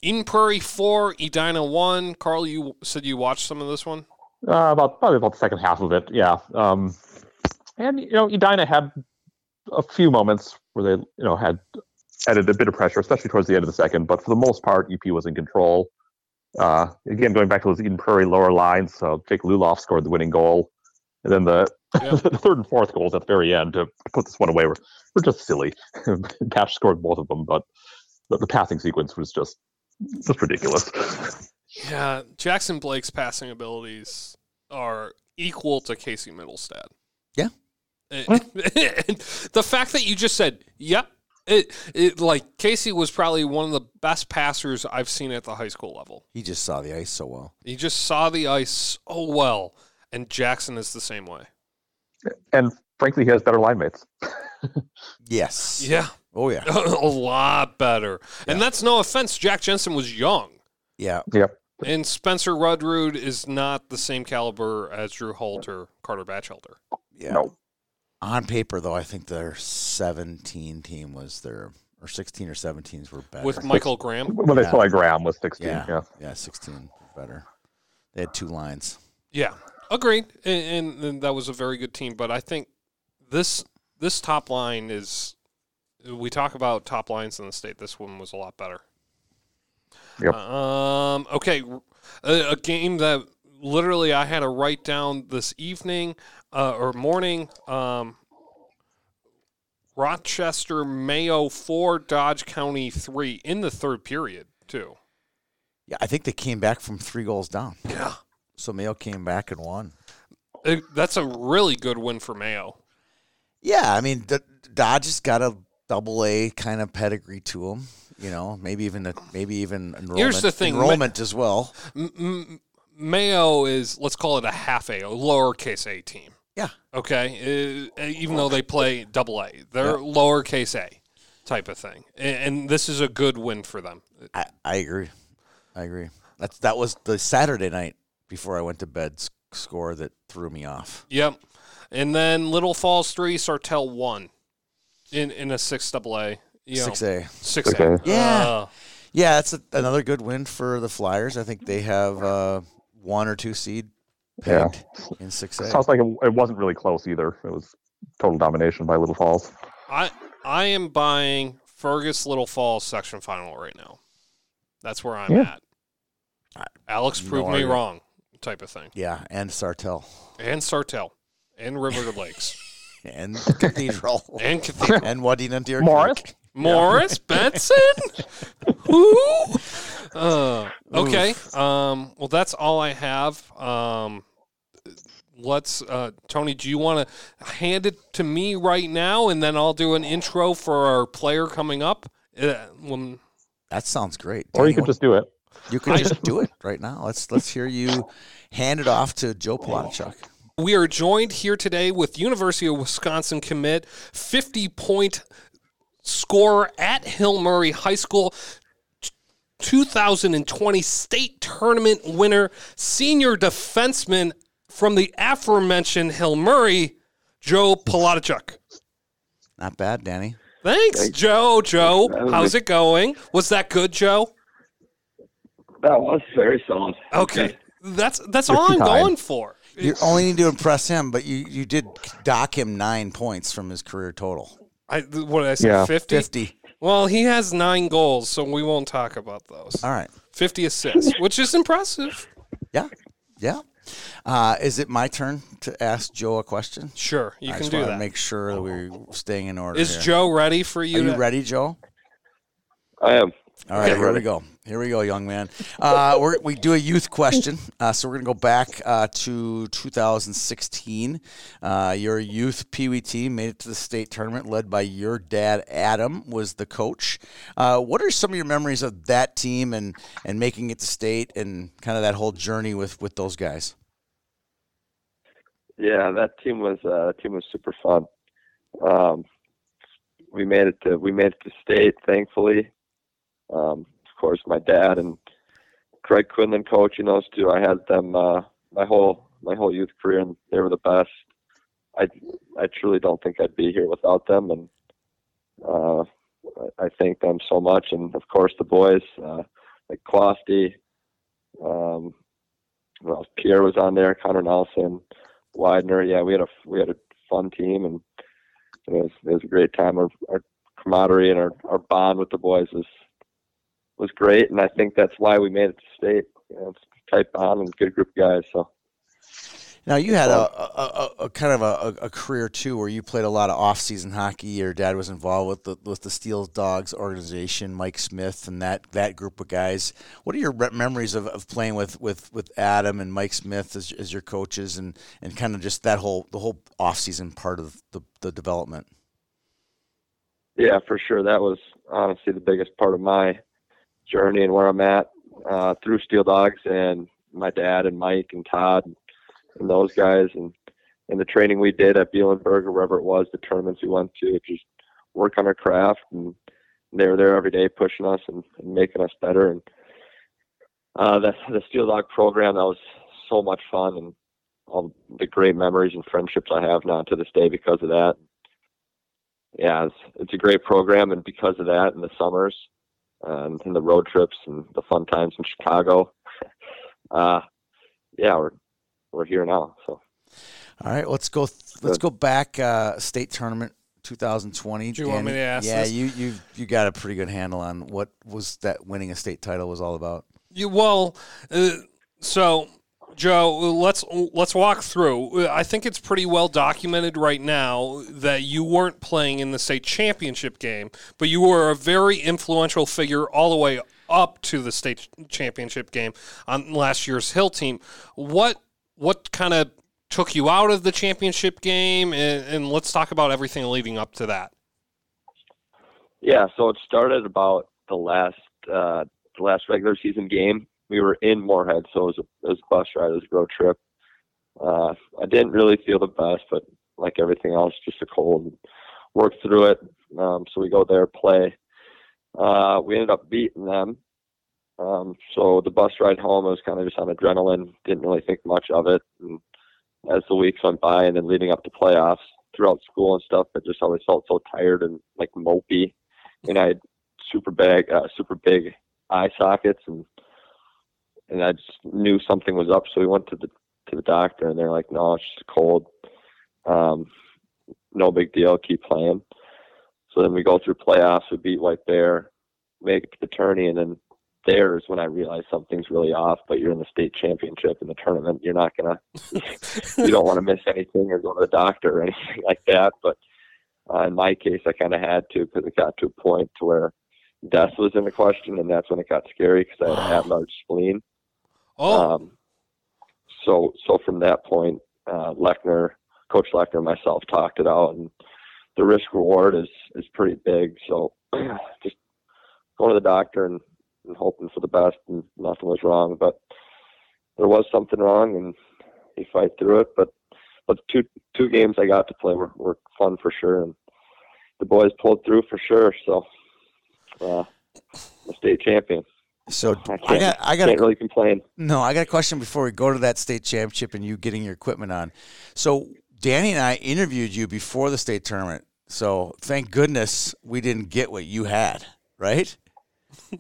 [SPEAKER 4] Eden Prairie four, Edina one. Carl, you said you watched some of this one.
[SPEAKER 3] Uh, about probably about the second half of it. Yeah. Um, and you know, Edina had a few moments where they you know had added a bit of pressure, especially towards the end of the second. But for the most part, EP was in control. Uh, again, going back to those Eden Prairie lower lines, so Jake Luloff scored the winning goal, and then the,
[SPEAKER 4] Yeah.
[SPEAKER 3] the third and fourth goals at the very end to put this one away were, were just silly. Patch scored both of them, but the, the passing sequence was just just ridiculous.
[SPEAKER 4] Yeah, Jackson Blake's passing abilities are equal to Casey Middlestad.
[SPEAKER 1] Yeah.
[SPEAKER 4] And- and the fact that you just said, "Yep," it, it like Casey was probably one of the best passers I've seen at the high school level.
[SPEAKER 1] He just saw the ice so well.
[SPEAKER 4] He just saw the ice so well, and Jackson is the same way.
[SPEAKER 3] And frankly, he has better line mates.
[SPEAKER 1] Yes.
[SPEAKER 4] Yeah,
[SPEAKER 1] Oh yeah.
[SPEAKER 4] a lot better. And that's no offense. Jack Jensen was young.
[SPEAKER 1] Yeah.
[SPEAKER 4] And Spencer Rudrud is not the same caliber as Drew Holt or Carter Batchelder.
[SPEAKER 1] Yeah.
[SPEAKER 3] No.
[SPEAKER 1] On paper though, I think their seventeen team was their or sixteen or seventeens were better.
[SPEAKER 4] With Michael Graham.
[SPEAKER 3] Well, they
[SPEAKER 1] Yeah.
[SPEAKER 3] saw like Graham was 16.
[SPEAKER 1] Yeah.
[SPEAKER 3] Yeah.
[SPEAKER 1] yeah, sixteen was better. They had two lines.
[SPEAKER 4] Yeah, agreed. And, and, and that was a very good team. But I think this this top line is. We talk about top lines in the state. This one was a lot better.
[SPEAKER 3] Yep.
[SPEAKER 4] Um. Okay. A, a game that literally I had to write down this evening uh, or morning. Um. Rochester Mayo four Dodge County three in the third period too.
[SPEAKER 1] Yeah, I think they came back from three goals down.
[SPEAKER 4] Yeah.
[SPEAKER 1] So Mayo came back and won.
[SPEAKER 4] that's a really good win for Mayo.
[SPEAKER 1] Yeah, I mean, D- Dodge has got a double A kind of pedigree to them. You know, maybe even a, maybe even enrollment,
[SPEAKER 4] the thing, Ma-
[SPEAKER 1] enrollment as well.
[SPEAKER 4] M- M- Mayo is let's call it a half A, a lowercase A team.
[SPEAKER 1] Yeah.
[SPEAKER 4] Okay, Uh, even though they play double A, they're lowercase A type of thing, A- and, this is a good win for them.
[SPEAKER 1] I, I agree. I agree. That's that was the Saturday night before I went to bed s- score that threw me off.
[SPEAKER 4] Yep. And then Little Falls three, Sartell one, in in a six double A. You know,
[SPEAKER 1] Six A.
[SPEAKER 4] six A.
[SPEAKER 3] Okay.
[SPEAKER 1] Yeah.
[SPEAKER 4] Uh,
[SPEAKER 1] Yeah, that's a, another good win for the Flyers. I think they have uh, one or two seed
[SPEAKER 3] Yeah.
[SPEAKER 1] pegged in six A.
[SPEAKER 3] Sounds like it, it wasn't really close either. It was total domination by Little Falls.
[SPEAKER 4] I I am buying Fergus Little Falls section final right now. That's where I'm
[SPEAKER 3] Yeah.
[SPEAKER 4] at. Alex
[SPEAKER 1] No
[SPEAKER 4] proved me
[SPEAKER 1] argument.
[SPEAKER 4] wrong, type of thing.
[SPEAKER 1] Yeah, and Sartell
[SPEAKER 4] and Sartell and River Lakes
[SPEAKER 1] and Cathedral
[SPEAKER 4] and Cathedral.
[SPEAKER 1] and Wadena Deer
[SPEAKER 3] Morris?
[SPEAKER 1] Creek.
[SPEAKER 4] Morris Benson. Who? Uh, okay. Um, well, that's all I have. Um, let's, uh, Tony. Do you want to hand it to me right now, and then I'll do an intro for our player coming up? Uh, when,
[SPEAKER 1] That sounds great.
[SPEAKER 3] Or you
[SPEAKER 1] Daniel,
[SPEAKER 3] could just do it.
[SPEAKER 1] You can just do it right now. Let's let's hear you hand it off to Joe Palachuk.
[SPEAKER 4] We are joined here today with University of Wisconsin commit 50 point scorer at Hill Murray High School, 2020 state tournament winner, senior defenseman from the aforementioned Hill Murray, Joe Palatichuk.
[SPEAKER 1] Not bad, Danny.
[SPEAKER 4] Thanks, Joe. Joe, how's it going? Was that good, Joe?
[SPEAKER 5] That was very solid.
[SPEAKER 4] Okay, that's that's all I'm
[SPEAKER 3] 59.
[SPEAKER 4] going for.
[SPEAKER 1] You only need to impress him, but you, you did dock him nine points from his career total.
[SPEAKER 4] I, what did I say?
[SPEAKER 3] Yeah.
[SPEAKER 4] 50?
[SPEAKER 1] Fifty.
[SPEAKER 4] Well, he has nine goals, so we won't talk about those.
[SPEAKER 1] All right.
[SPEAKER 4] 50 assists, which is impressive.
[SPEAKER 1] Yeah. Yeah. Uh, is it my turn to ask Joe a question?
[SPEAKER 4] Sure, you
[SPEAKER 1] I
[SPEAKER 4] can
[SPEAKER 1] just
[SPEAKER 4] do
[SPEAKER 1] wanna
[SPEAKER 4] that.
[SPEAKER 1] Make sure that we're staying in order.
[SPEAKER 4] Is
[SPEAKER 1] here.
[SPEAKER 4] Joe ready for you?
[SPEAKER 1] Are you
[SPEAKER 4] to-
[SPEAKER 1] ready, Joe?
[SPEAKER 6] I am.
[SPEAKER 1] All right,
[SPEAKER 6] Okay,
[SPEAKER 1] here we
[SPEAKER 6] ready.
[SPEAKER 1] go. Here we go, young man. Uh, we're, we do a youth question, uh, so we're going to go back uh, to 2016. Uh, your youth Pee Wee team made it to the state tournament, led by your dad. Adam was the coach. Uh, what are some of your memories of that team and and making it to state and kind of that whole journey with with those guys?
[SPEAKER 6] Yeah, that team was uh, that team was super fun. Um, we made it to we made it to state, thankfully. Um, of course, my dad and Craig Quinlan coaching those two. I had them uh, my whole my whole youth career, and they were the best. I I truly don't think I'd be here without them, and uh, I, I thank them so much. And of course, the boys uh, like Closty, um, well, Pierre was on there, Connor Nelson. Widener. Yeah, we had a we had a fun team, and it was it was a great time. Our, our camaraderie and our, our bond with the boys was was great, and I think that's why we made it to state. You know, it's a tight bond and good group of guys. So
[SPEAKER 1] Now you had a, a, a, a kind of a, a a career too, where you played a lot of off-season hockey. Your dad was involved with the with the Steel Dogs organization, Mike Smith, and that that group of guys. What are your re- memories of, of playing with, with, with Adam and Mike Smith as, as your coaches, and, and kind of just that whole the whole off-season part of the, the development?
[SPEAKER 6] yeah, for sure, that was honestly the biggest part of my journey and where I'm at uh, through Steel Dogs and my dad and Mike and Todd and, and those guys and and the training we did at Bielenberg or wherever it was, the tournaments we went to, just work on our craft and they were there every day pushing us and, and making us better and uh, the the Steel Dog program that was so much fun and all the great memories and friendships I have now to this day because of that. Yeah, it's, it's a great program and because of that and the summers um, and the road trips and the fun times in Chicago. uh, yeah, we're we're here now. So
[SPEAKER 1] All right, let's go let's go back uh, state tournament 2020.
[SPEAKER 4] Do you want me
[SPEAKER 1] Danny.
[SPEAKER 4] to ask
[SPEAKER 1] Yeah,
[SPEAKER 4] this?
[SPEAKER 1] you you you got a pretty good handle on what was that winning a state title was all about.
[SPEAKER 4] You, well, uh, so Joe, let's let's walk through. I think it's pretty well documented right now that you weren't playing in the state championship game, but you were a very influential figure all the way up to the state championship game on last year's Hill team. What what kind of took you out of the championship game, and, and let's talk about everything leading up to that.
[SPEAKER 6] Yeah, so it started about the last uh, the last regular season game. We were in Moorhead, so it was a, it was a bus ride, it was a road trip. Uh, I didn't really feel the best, but like everything else, just a cold. Worked through it. Um, so we go there, play. Uh, we ended up beating them. Um, so the bus ride home, I was kind of just on adrenaline. Didn't really think much of it. And as the weeks went by, and then leading up to playoffs throughout school and stuff, I just always felt so tired and like mopey and I had super big, uh, super big eye sockets, and and I just knew something was up. So we went to the to the doctor, and they're like, "No, it's just a cold. Um, no big deal. Keep playing." So then we go through playoffs. We beat White Bear, make it to the tourney, and then there's when I realized something's really off. But you're in the state championship in the tournament. You're not gonna you don't want to miss anything or go to the doctor or anything like that. But uh, in my case, I kind of had to because it got to a point to where death was in the question, and that's when it got scary because I had an at-large spleen.
[SPEAKER 4] Oh,
[SPEAKER 6] Um, so so from that point, uh, Lechner, Coach Lechner, and myself talked it out, and the risk reward is is pretty big. So just going to the doctor and, and hoping for the best, and nothing was wrong, but there was something wrong, and you fight through it. But but the two two games I got to play were, were fun for sure, and the boys pulled through for sure. So. Uh, the state champion.
[SPEAKER 1] So
[SPEAKER 6] I
[SPEAKER 1] I
[SPEAKER 6] can't-
[SPEAKER 1] got I got a
[SPEAKER 6] Can't really complain.
[SPEAKER 1] No, I got a question before we go to that state championship and you getting your equipment on. So Danny and I interviewed you before the state tournament. So thank goodness we didn't get what you had, right?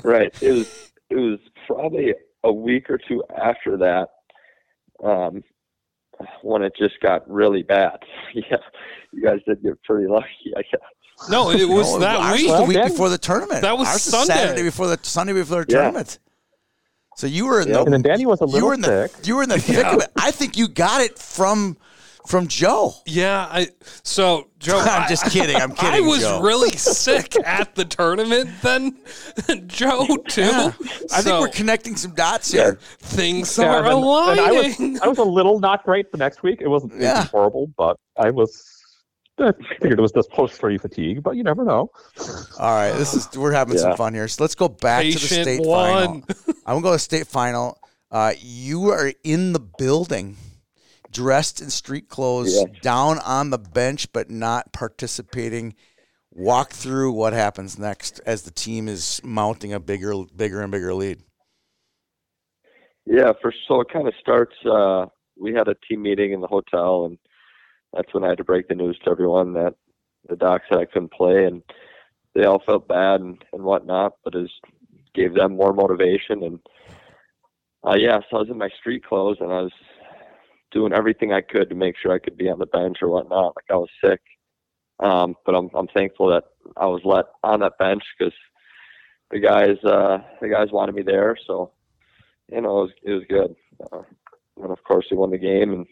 [SPEAKER 6] right. It was it was probably a week or two after that um, when it just got really bad. yeah, you guys did get pretty lucky. I guess.
[SPEAKER 4] no, it was
[SPEAKER 1] No,
[SPEAKER 4] that
[SPEAKER 1] ours was
[SPEAKER 4] week.
[SPEAKER 1] the
[SPEAKER 3] Well,
[SPEAKER 1] week
[SPEAKER 3] then-
[SPEAKER 1] before the tournament.
[SPEAKER 4] That was
[SPEAKER 1] Ours
[SPEAKER 4] Sunday.
[SPEAKER 1] Saturday before the Sunday before the
[SPEAKER 6] Yeah.
[SPEAKER 1] tournament. So you were in
[SPEAKER 6] Yeah.
[SPEAKER 3] And
[SPEAKER 1] the
[SPEAKER 3] then Danny was a
[SPEAKER 1] you
[SPEAKER 3] little
[SPEAKER 1] were in the
[SPEAKER 3] sick.
[SPEAKER 1] you were in the thick of it. I think you got it from from Joe.
[SPEAKER 4] Yeah, I so Joe.
[SPEAKER 1] I'm
[SPEAKER 4] I-
[SPEAKER 1] just kidding. I'm kidding.
[SPEAKER 4] I was
[SPEAKER 1] Joe.
[SPEAKER 4] really sick at the tournament then, Joe too.
[SPEAKER 1] Yeah. I think
[SPEAKER 4] So
[SPEAKER 1] we're connecting some dots here.
[SPEAKER 4] things
[SPEAKER 3] Yeah,
[SPEAKER 4] are
[SPEAKER 3] and- and I was-
[SPEAKER 4] aligning.
[SPEAKER 3] I was a little not great the next week. It wasn't anything
[SPEAKER 1] Yeah.
[SPEAKER 3] horrible, but I was. I figured it was just post-30 fatigue, but you never know.
[SPEAKER 1] All right, this is we're having some
[SPEAKER 6] Yeah.
[SPEAKER 1] fun here. So let's go back to the
[SPEAKER 4] Patient
[SPEAKER 1] state final.
[SPEAKER 4] one.
[SPEAKER 1] I'm gonna go to state final. Uh, you are in the building, dressed in street clothes,
[SPEAKER 6] Yeah.
[SPEAKER 1] down on the bench, but not participating. Walk through what happens next as the team is mounting a bigger, bigger and bigger lead.
[SPEAKER 6] Yeah, for so it kind of starts. Uh, we had a team meeting in the hotel, and that's when I had to break the news to everyone that the doc said I couldn't play, and they all felt bad and, and whatnot, but it just gave them more motivation. And uh, yeah, so I was in my street clothes, and I was doing everything I could to make sure I could be on the bench or whatnot. Like I was sick, um, but I'm I'm thankful that I was let on that bench because the guys uh, the guys wanted me there, so you know, it was, it was good. Uh, and of course, we won the game. And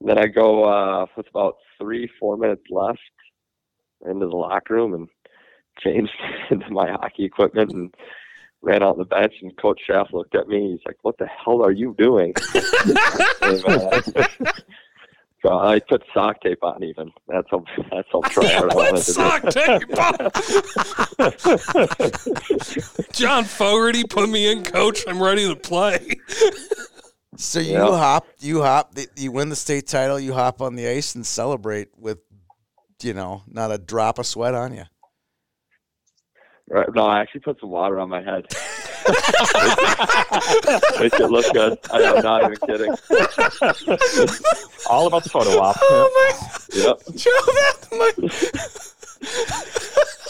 [SPEAKER 6] then I go uh, with about three, four minutes left into the locker room and changed into my hockey equipment and ran out on the bench. And Coach Schaff looked at me. He's like, "What the hell are you doing?" and, uh, so I put sock tape on. Even that's how that's how tryhard I
[SPEAKER 4] What
[SPEAKER 6] wanted to do.
[SPEAKER 4] sock tape on? John Fogarty put me in, coach. I'm ready to play.
[SPEAKER 1] So you
[SPEAKER 6] Yeah.
[SPEAKER 1] hop, you hop, th- you win the state title, you hop on the ice and celebrate with, you know, not a drop of sweat on you.
[SPEAKER 6] Right. No, I actually put some water on my head. Makes it look good. I am not even kidding.
[SPEAKER 3] All about the photo op.
[SPEAKER 4] Oh
[SPEAKER 6] Yep.
[SPEAKER 4] my, Joe, that my,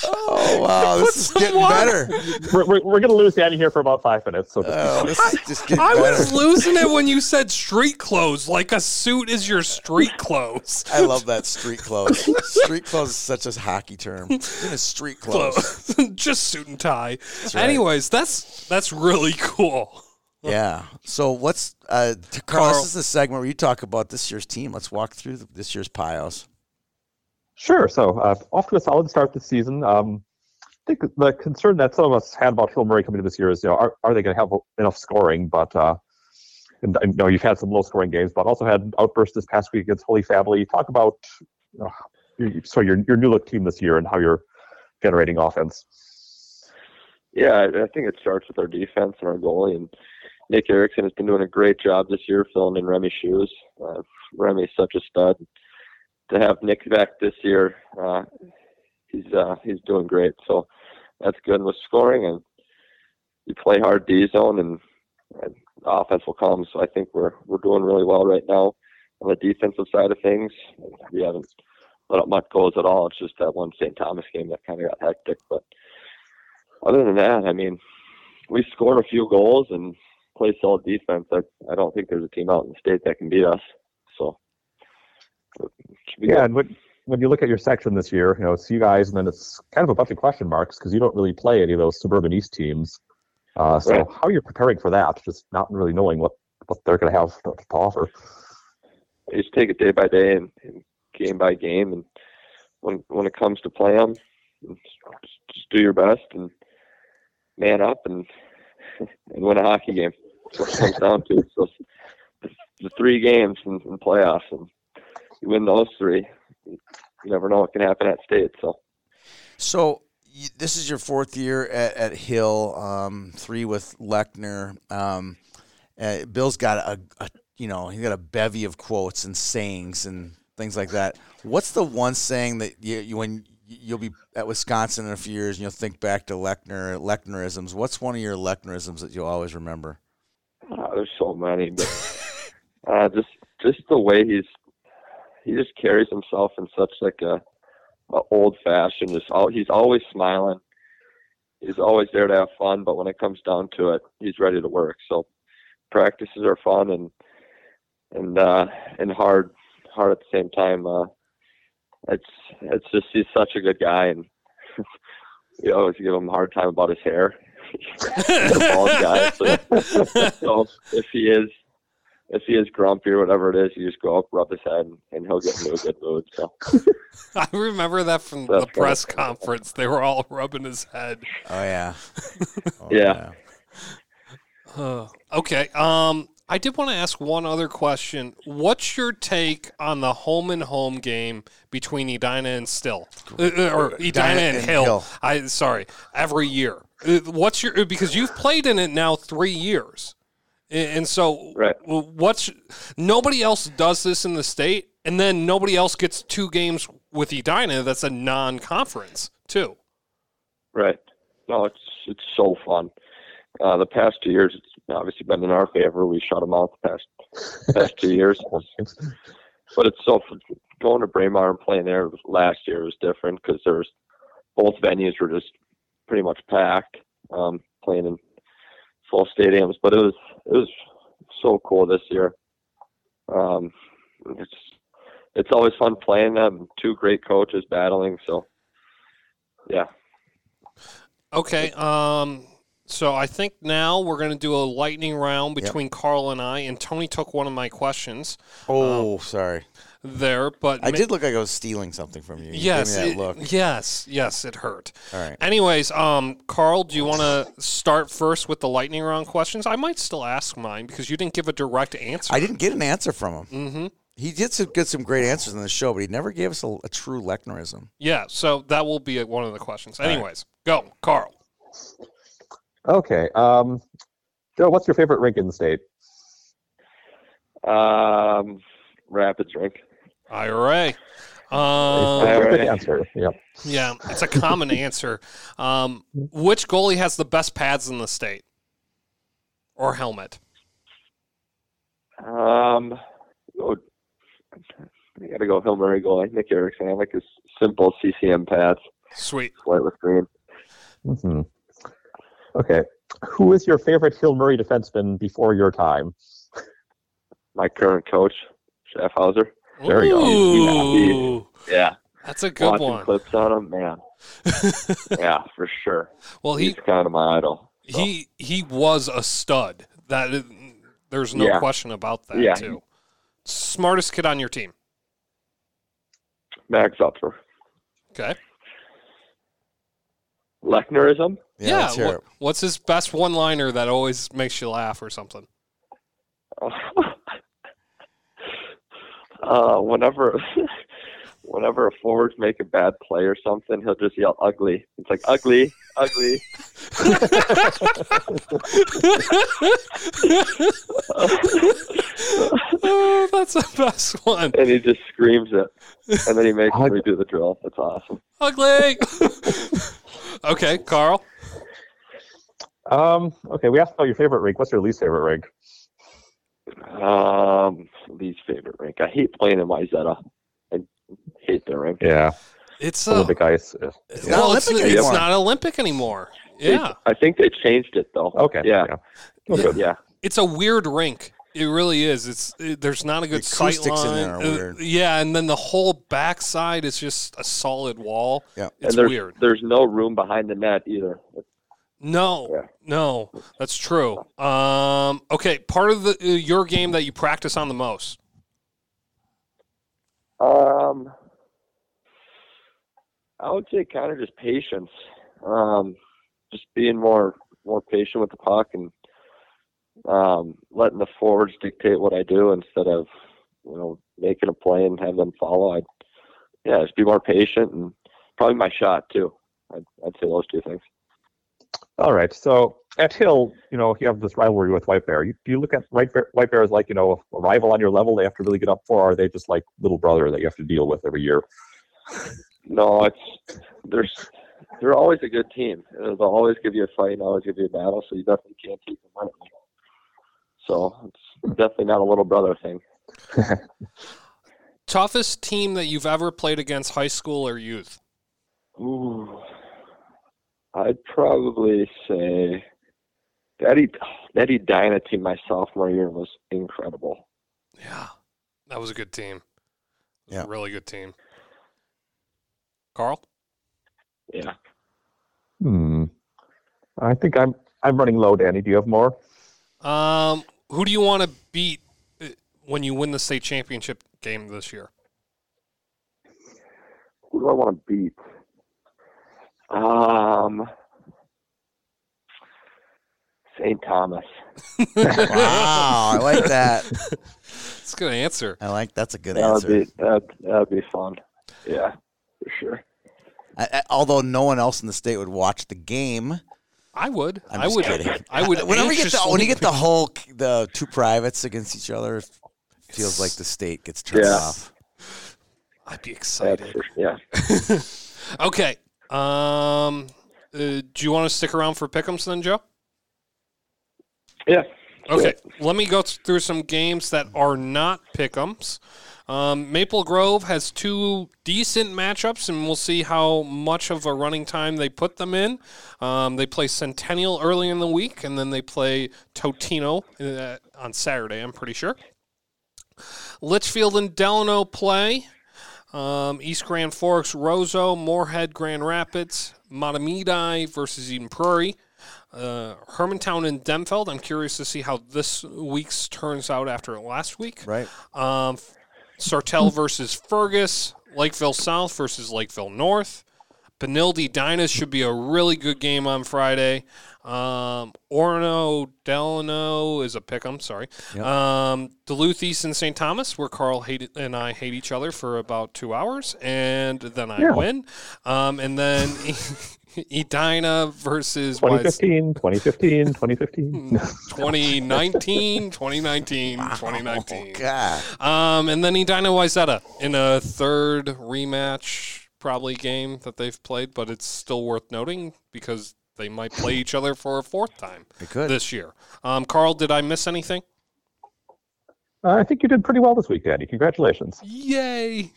[SPEAKER 1] Oh wow, this
[SPEAKER 4] Put
[SPEAKER 1] is
[SPEAKER 4] some
[SPEAKER 1] getting
[SPEAKER 4] water.
[SPEAKER 1] better.
[SPEAKER 3] We're, we're, we're going to lose Danny here for about five minutes. So just-
[SPEAKER 1] Oh, this is just getting
[SPEAKER 4] I
[SPEAKER 1] better.
[SPEAKER 4] was losing it when you said street clothes. Like a suit is your street clothes.
[SPEAKER 1] I love that street clothes. Street clothes is such a hockey term. Even a street clothes.
[SPEAKER 4] clothes. Just suit and tie.
[SPEAKER 1] right.
[SPEAKER 4] Anyways, that's that's really cool.
[SPEAKER 1] Yeah. So what's uh, t- Carl,
[SPEAKER 4] Carl.
[SPEAKER 1] This is the segment where you talk about this year's team. Let's walk through the, this year's piles.
[SPEAKER 3] Sure. So uh, off to a solid start this season. Um, I think the concern that some of us had about Hill Murray coming to this year is, you know, are, are they going to have enough scoring? But uh, and I know you've had some low scoring games, but also had outbursts this past week against Holy Family. Talk about you know, your- so your your new look team this year and how you're generating offense.
[SPEAKER 6] Yeah, I I think it starts with our defense and our goalie. And Nick Erickson has been doing a great job this year filling in Remy's shoes. Uh, Remy is such a stud. To have Nick back this year, uh, he's uh, he's doing great. So that's good with scoring, and you play hard D zone, and, and the offense will come. So I think we're we're doing really well right now on the defensive side of things. We haven't let up much goals at all. It's just that one St. Thomas game that kind of got hectic, but other than that, I mean, we scored a few goals and play solid defense. I, I don't think there's a team out in the state that can beat us. So, it should be
[SPEAKER 3] Yeah,
[SPEAKER 6] good.
[SPEAKER 3] and when when you look at your section this year, you know, it's you guys, and then it's kind of a bunch of question marks because you don't really play any of those suburban East teams. Uh, so
[SPEAKER 6] Right.
[SPEAKER 3] how you're preparing for that? Just not really knowing what what they're going to have to to offer.
[SPEAKER 6] You just take it day by day and, and game by game. And when when it comes to play them, just, just do your best and man up and and win a hockey game. That's what it comes down to. So, the, the three games in, in playoffs, and you win those three. You never know what can happen at state. So.
[SPEAKER 1] So you, this is your fourth year at, at Hill. Um, three with Lechner. Um, uh, Bill's got a, a you know he's got a bevy of quotes and sayings and things like that. What's the one saying that you, you when you'll be at Wisconsin in a few years and you'll think back to Lechner Lechnerisms? What's one of your Lechnerisms that you'll always remember?
[SPEAKER 6] Ah, there's so many, but uh, just just the way he's he just carries himself in such like a, a old fashioned. Just all, he's always smiling. He's always there to have fun, but when it comes down to it, he's ready to work. So practices are fun and and uh, and hard hard at the same time. Uh, it's it's just he's such a good guy, and we always give him a hard time about his hair. bald guy, so- so if he is if he is grumpy or whatever it is, you just go up, rub his head, and, and he'll get into a good mood. So
[SPEAKER 4] I remember that from
[SPEAKER 6] That's
[SPEAKER 4] the press
[SPEAKER 6] right.
[SPEAKER 4] conference. They were all rubbing his head.
[SPEAKER 1] Oh yeah. Oh,
[SPEAKER 6] Yeah.
[SPEAKER 4] Uh, okay. Um, I did want to ask one other question. What's your take on the home and home game between Edina and Still, Uh, uh, or Edina, and, Hill? I sorry, every year. Uh, What's your because you've played in it now three years, A- and so
[SPEAKER 6] Right.
[SPEAKER 4] w- what's nobody else does this in the state, and then nobody else gets two games with Edina. That's a non-conference too.
[SPEAKER 6] right, no, it's it's so fun. Uh, the past two years, it's obviously been in our favor. We shut them out the past past two years, but it's so fun. going to Braemar and playing there last year was different because there was both venues were just pretty much packed, um, playing in full stadiums. But it was it was so cool this year. Um, it's it's always fun playing them. Two great coaches battling, so yeah.
[SPEAKER 4] Okay. Um. So I think now we're going to do a lightning round
[SPEAKER 1] Yep.
[SPEAKER 4] between Carl and I. And Tony took one of my questions
[SPEAKER 1] Oh, sorry.
[SPEAKER 4] there, but
[SPEAKER 1] I
[SPEAKER 4] ma-
[SPEAKER 1] did look like I was stealing something from you. you
[SPEAKER 4] Yes.
[SPEAKER 1] Gave me that
[SPEAKER 4] it-
[SPEAKER 1] look.
[SPEAKER 4] Yes. Yes. It hurt.
[SPEAKER 1] All right.
[SPEAKER 4] Anyways, um, Carl, do you want to start first with the lightning round questions? I might still ask mine because you didn't give a direct answer.
[SPEAKER 1] I didn't get an answer from him.
[SPEAKER 4] Mm-hmm.
[SPEAKER 1] He did some, get some great answers in the show, but he never gave us a, a true Lechnerism.
[SPEAKER 4] Yeah. So that will be one of the questions.
[SPEAKER 1] right.
[SPEAKER 4] Anyways, go, Carl.
[SPEAKER 3] Okay. Um, Joe, what's your favorite rink in the state?
[SPEAKER 6] Um, Rapids rink.
[SPEAKER 4] IRA.
[SPEAKER 3] That's a
[SPEAKER 4] Um,
[SPEAKER 3] good
[SPEAKER 6] right.
[SPEAKER 3] answer. Yep.
[SPEAKER 4] yeah, it's a common answer. Um, which goalie has the best pads in the state or helmet?
[SPEAKER 6] Um, oh, I gotta go Hill Murray goal. I think Erickson. I like his simple CCM pass,
[SPEAKER 4] Sweet.
[SPEAKER 6] white with green.
[SPEAKER 3] hmm Okay. Who is your favorite Hill Murray defenseman before your time?
[SPEAKER 6] my current coach, Jeff Hauser.
[SPEAKER 3] There you go.
[SPEAKER 4] Ooh,
[SPEAKER 6] Yeah.
[SPEAKER 4] that's a good
[SPEAKER 6] Watching
[SPEAKER 4] one.
[SPEAKER 6] clips on him, man. yeah, for sure.
[SPEAKER 4] Well, he
[SPEAKER 6] He's kind of my idol. so.
[SPEAKER 4] he he was a stud. That is- there's no
[SPEAKER 6] Yeah.
[SPEAKER 4] question about that.
[SPEAKER 6] Yeah.
[SPEAKER 4] Too smartest kid on your team.
[SPEAKER 6] Max Upper.
[SPEAKER 4] Okay.
[SPEAKER 6] Lechnerism?
[SPEAKER 1] Yeah, let's hear
[SPEAKER 4] wha-
[SPEAKER 1] it.
[SPEAKER 4] what's his best one liner that always makes you laugh or something?
[SPEAKER 6] uh, whenever whenever a forward's make a bad play or something, he'll just yell ugly. It's like ugly, ugly.
[SPEAKER 4] oh, that's the best one.
[SPEAKER 6] And he just screams it. And then he makes
[SPEAKER 3] Ug-
[SPEAKER 6] me do the drill. That's awesome.
[SPEAKER 4] Ugly. okay, Carl.
[SPEAKER 3] Um, okay, we asked about your favorite rink. What's your least favorite rink?
[SPEAKER 6] Um, least favorite rink. I hate playing in Myzetta. I hate their rink.
[SPEAKER 3] Yeah,
[SPEAKER 4] It's a
[SPEAKER 3] Olympic ice. uh,
[SPEAKER 1] It's not
[SPEAKER 4] well, it's,
[SPEAKER 1] Olympic
[SPEAKER 4] it's
[SPEAKER 1] anymore.
[SPEAKER 4] not Olympic anymore. Yeah,
[SPEAKER 6] I think they changed it though.
[SPEAKER 3] Okay.
[SPEAKER 6] Yeah.
[SPEAKER 3] Okay.
[SPEAKER 6] Yeah.
[SPEAKER 4] it's a weird rink. It really is. It's it, there's not a good sight
[SPEAKER 1] acoustics in
[SPEAKER 4] line.
[SPEAKER 1] there are
[SPEAKER 4] Uh,
[SPEAKER 1] weird.
[SPEAKER 4] Yeah, and then the whole backside is just a solid wall.
[SPEAKER 1] Yeah.
[SPEAKER 4] it's
[SPEAKER 6] and there's,
[SPEAKER 4] weird.
[SPEAKER 6] There's no room behind the net either.
[SPEAKER 4] No,
[SPEAKER 6] Yeah.
[SPEAKER 4] no, that's true. Um, okay, part of the uh, your game that you practice on the most.
[SPEAKER 6] Um, I would say kind of just patience. Um, just being more more patient with the puck and um, letting the forwards dictate what I do instead of you know making a play and have them follow. I yeah, just be more patient and probably my shot too. I'd, I'd say those two things.
[SPEAKER 3] All right. So at Hill, you know, you have this rivalry with White Bear. You, do you look at White Bear, White Bear as like, you know, a rival on your level they have to really get up for, or are they just like little brother that you have to deal with every year?
[SPEAKER 6] No, it's there's they're always a good team. Uh, They'll always give you a fight and always give you a battle, so you definitely can't take them out. So it's definitely not a little brother thing.
[SPEAKER 4] Toughest team that you've ever played against, high school or youth.
[SPEAKER 6] Ooh, I'd probably say that Ed- that Edina team my sophomore year was incredible.
[SPEAKER 4] Yeah, that was a good team. It was
[SPEAKER 1] Yeah.
[SPEAKER 4] a really good team. Carl.
[SPEAKER 6] Yeah.
[SPEAKER 3] Hmm. I think I'm I'm running low, Danny. Do you have more?
[SPEAKER 4] Um, who do you want to beat uh, when you win the state championship game this year?
[SPEAKER 6] Who do I want to beat? Um, St. Thomas.
[SPEAKER 1] Wow, I like that.
[SPEAKER 4] It's a good answer.
[SPEAKER 1] I like that's a good
[SPEAKER 6] That would
[SPEAKER 1] answer.
[SPEAKER 6] be that that'd be fun. Yeah, for sure.
[SPEAKER 1] I, I- although no one else in the state would watch the game.
[SPEAKER 4] I would.
[SPEAKER 1] I'm
[SPEAKER 4] I
[SPEAKER 1] just
[SPEAKER 4] would.
[SPEAKER 1] kidding.
[SPEAKER 4] I would.
[SPEAKER 1] Whenever you get the when you get
[SPEAKER 4] anxiously-
[SPEAKER 1] the whole the two privates against each other, it feels like the state gets turned
[SPEAKER 6] Yeah.
[SPEAKER 1] off.
[SPEAKER 4] I'd be
[SPEAKER 6] That's
[SPEAKER 4] excited.
[SPEAKER 6] for, yeah.
[SPEAKER 4] Okay. Um, uh, do you want to stick around for pick'ems then, Joe?
[SPEAKER 6] Yeah.
[SPEAKER 4] Okay, let me go th- through some games that are not pick'ems. Um, Maple Grove has two decent matchups, and we'll see how much of a running time they put them in. Um, they play Centennial early in the week, and then they play Totino uh, on Saturday. I'm pretty sure. Litchfield and Delano play. Um, East Grand Forks, Roseau, Moorhead, Grand Rapids, Matamidi versus Eden Prairie uh, Hermantown and Demfeld. I'm curious to see how this week's turns out after last week.
[SPEAKER 1] Right.
[SPEAKER 4] Um, Sartell versus Fergus, Lakeville South versus Lakeville North. Benilde Dinas should be a really good game on Friday. Um, Orono Delano is a pick 'em, sorry. Um, Duluth East and St. Thomas, where Carl hate, and I hate each other for about two hours, and then I
[SPEAKER 3] Yeah.
[SPEAKER 4] win. Um, and then Edina versus Wise-
[SPEAKER 3] 2015, 2015,
[SPEAKER 1] Hmm,
[SPEAKER 3] 2015.
[SPEAKER 4] 2019, 2019,
[SPEAKER 1] Oh
[SPEAKER 4] 2019.
[SPEAKER 1] God,
[SPEAKER 4] Um, and then Edina Wyzetta in a third rematch, probably game that they've played, but it's still worth noting because they might play each other for a fourth time
[SPEAKER 1] it could.
[SPEAKER 4] this year. Um, Carl, did I miss anything?
[SPEAKER 3] Uh, I think you did pretty well this week, Andy. Congratulations.
[SPEAKER 4] Yay!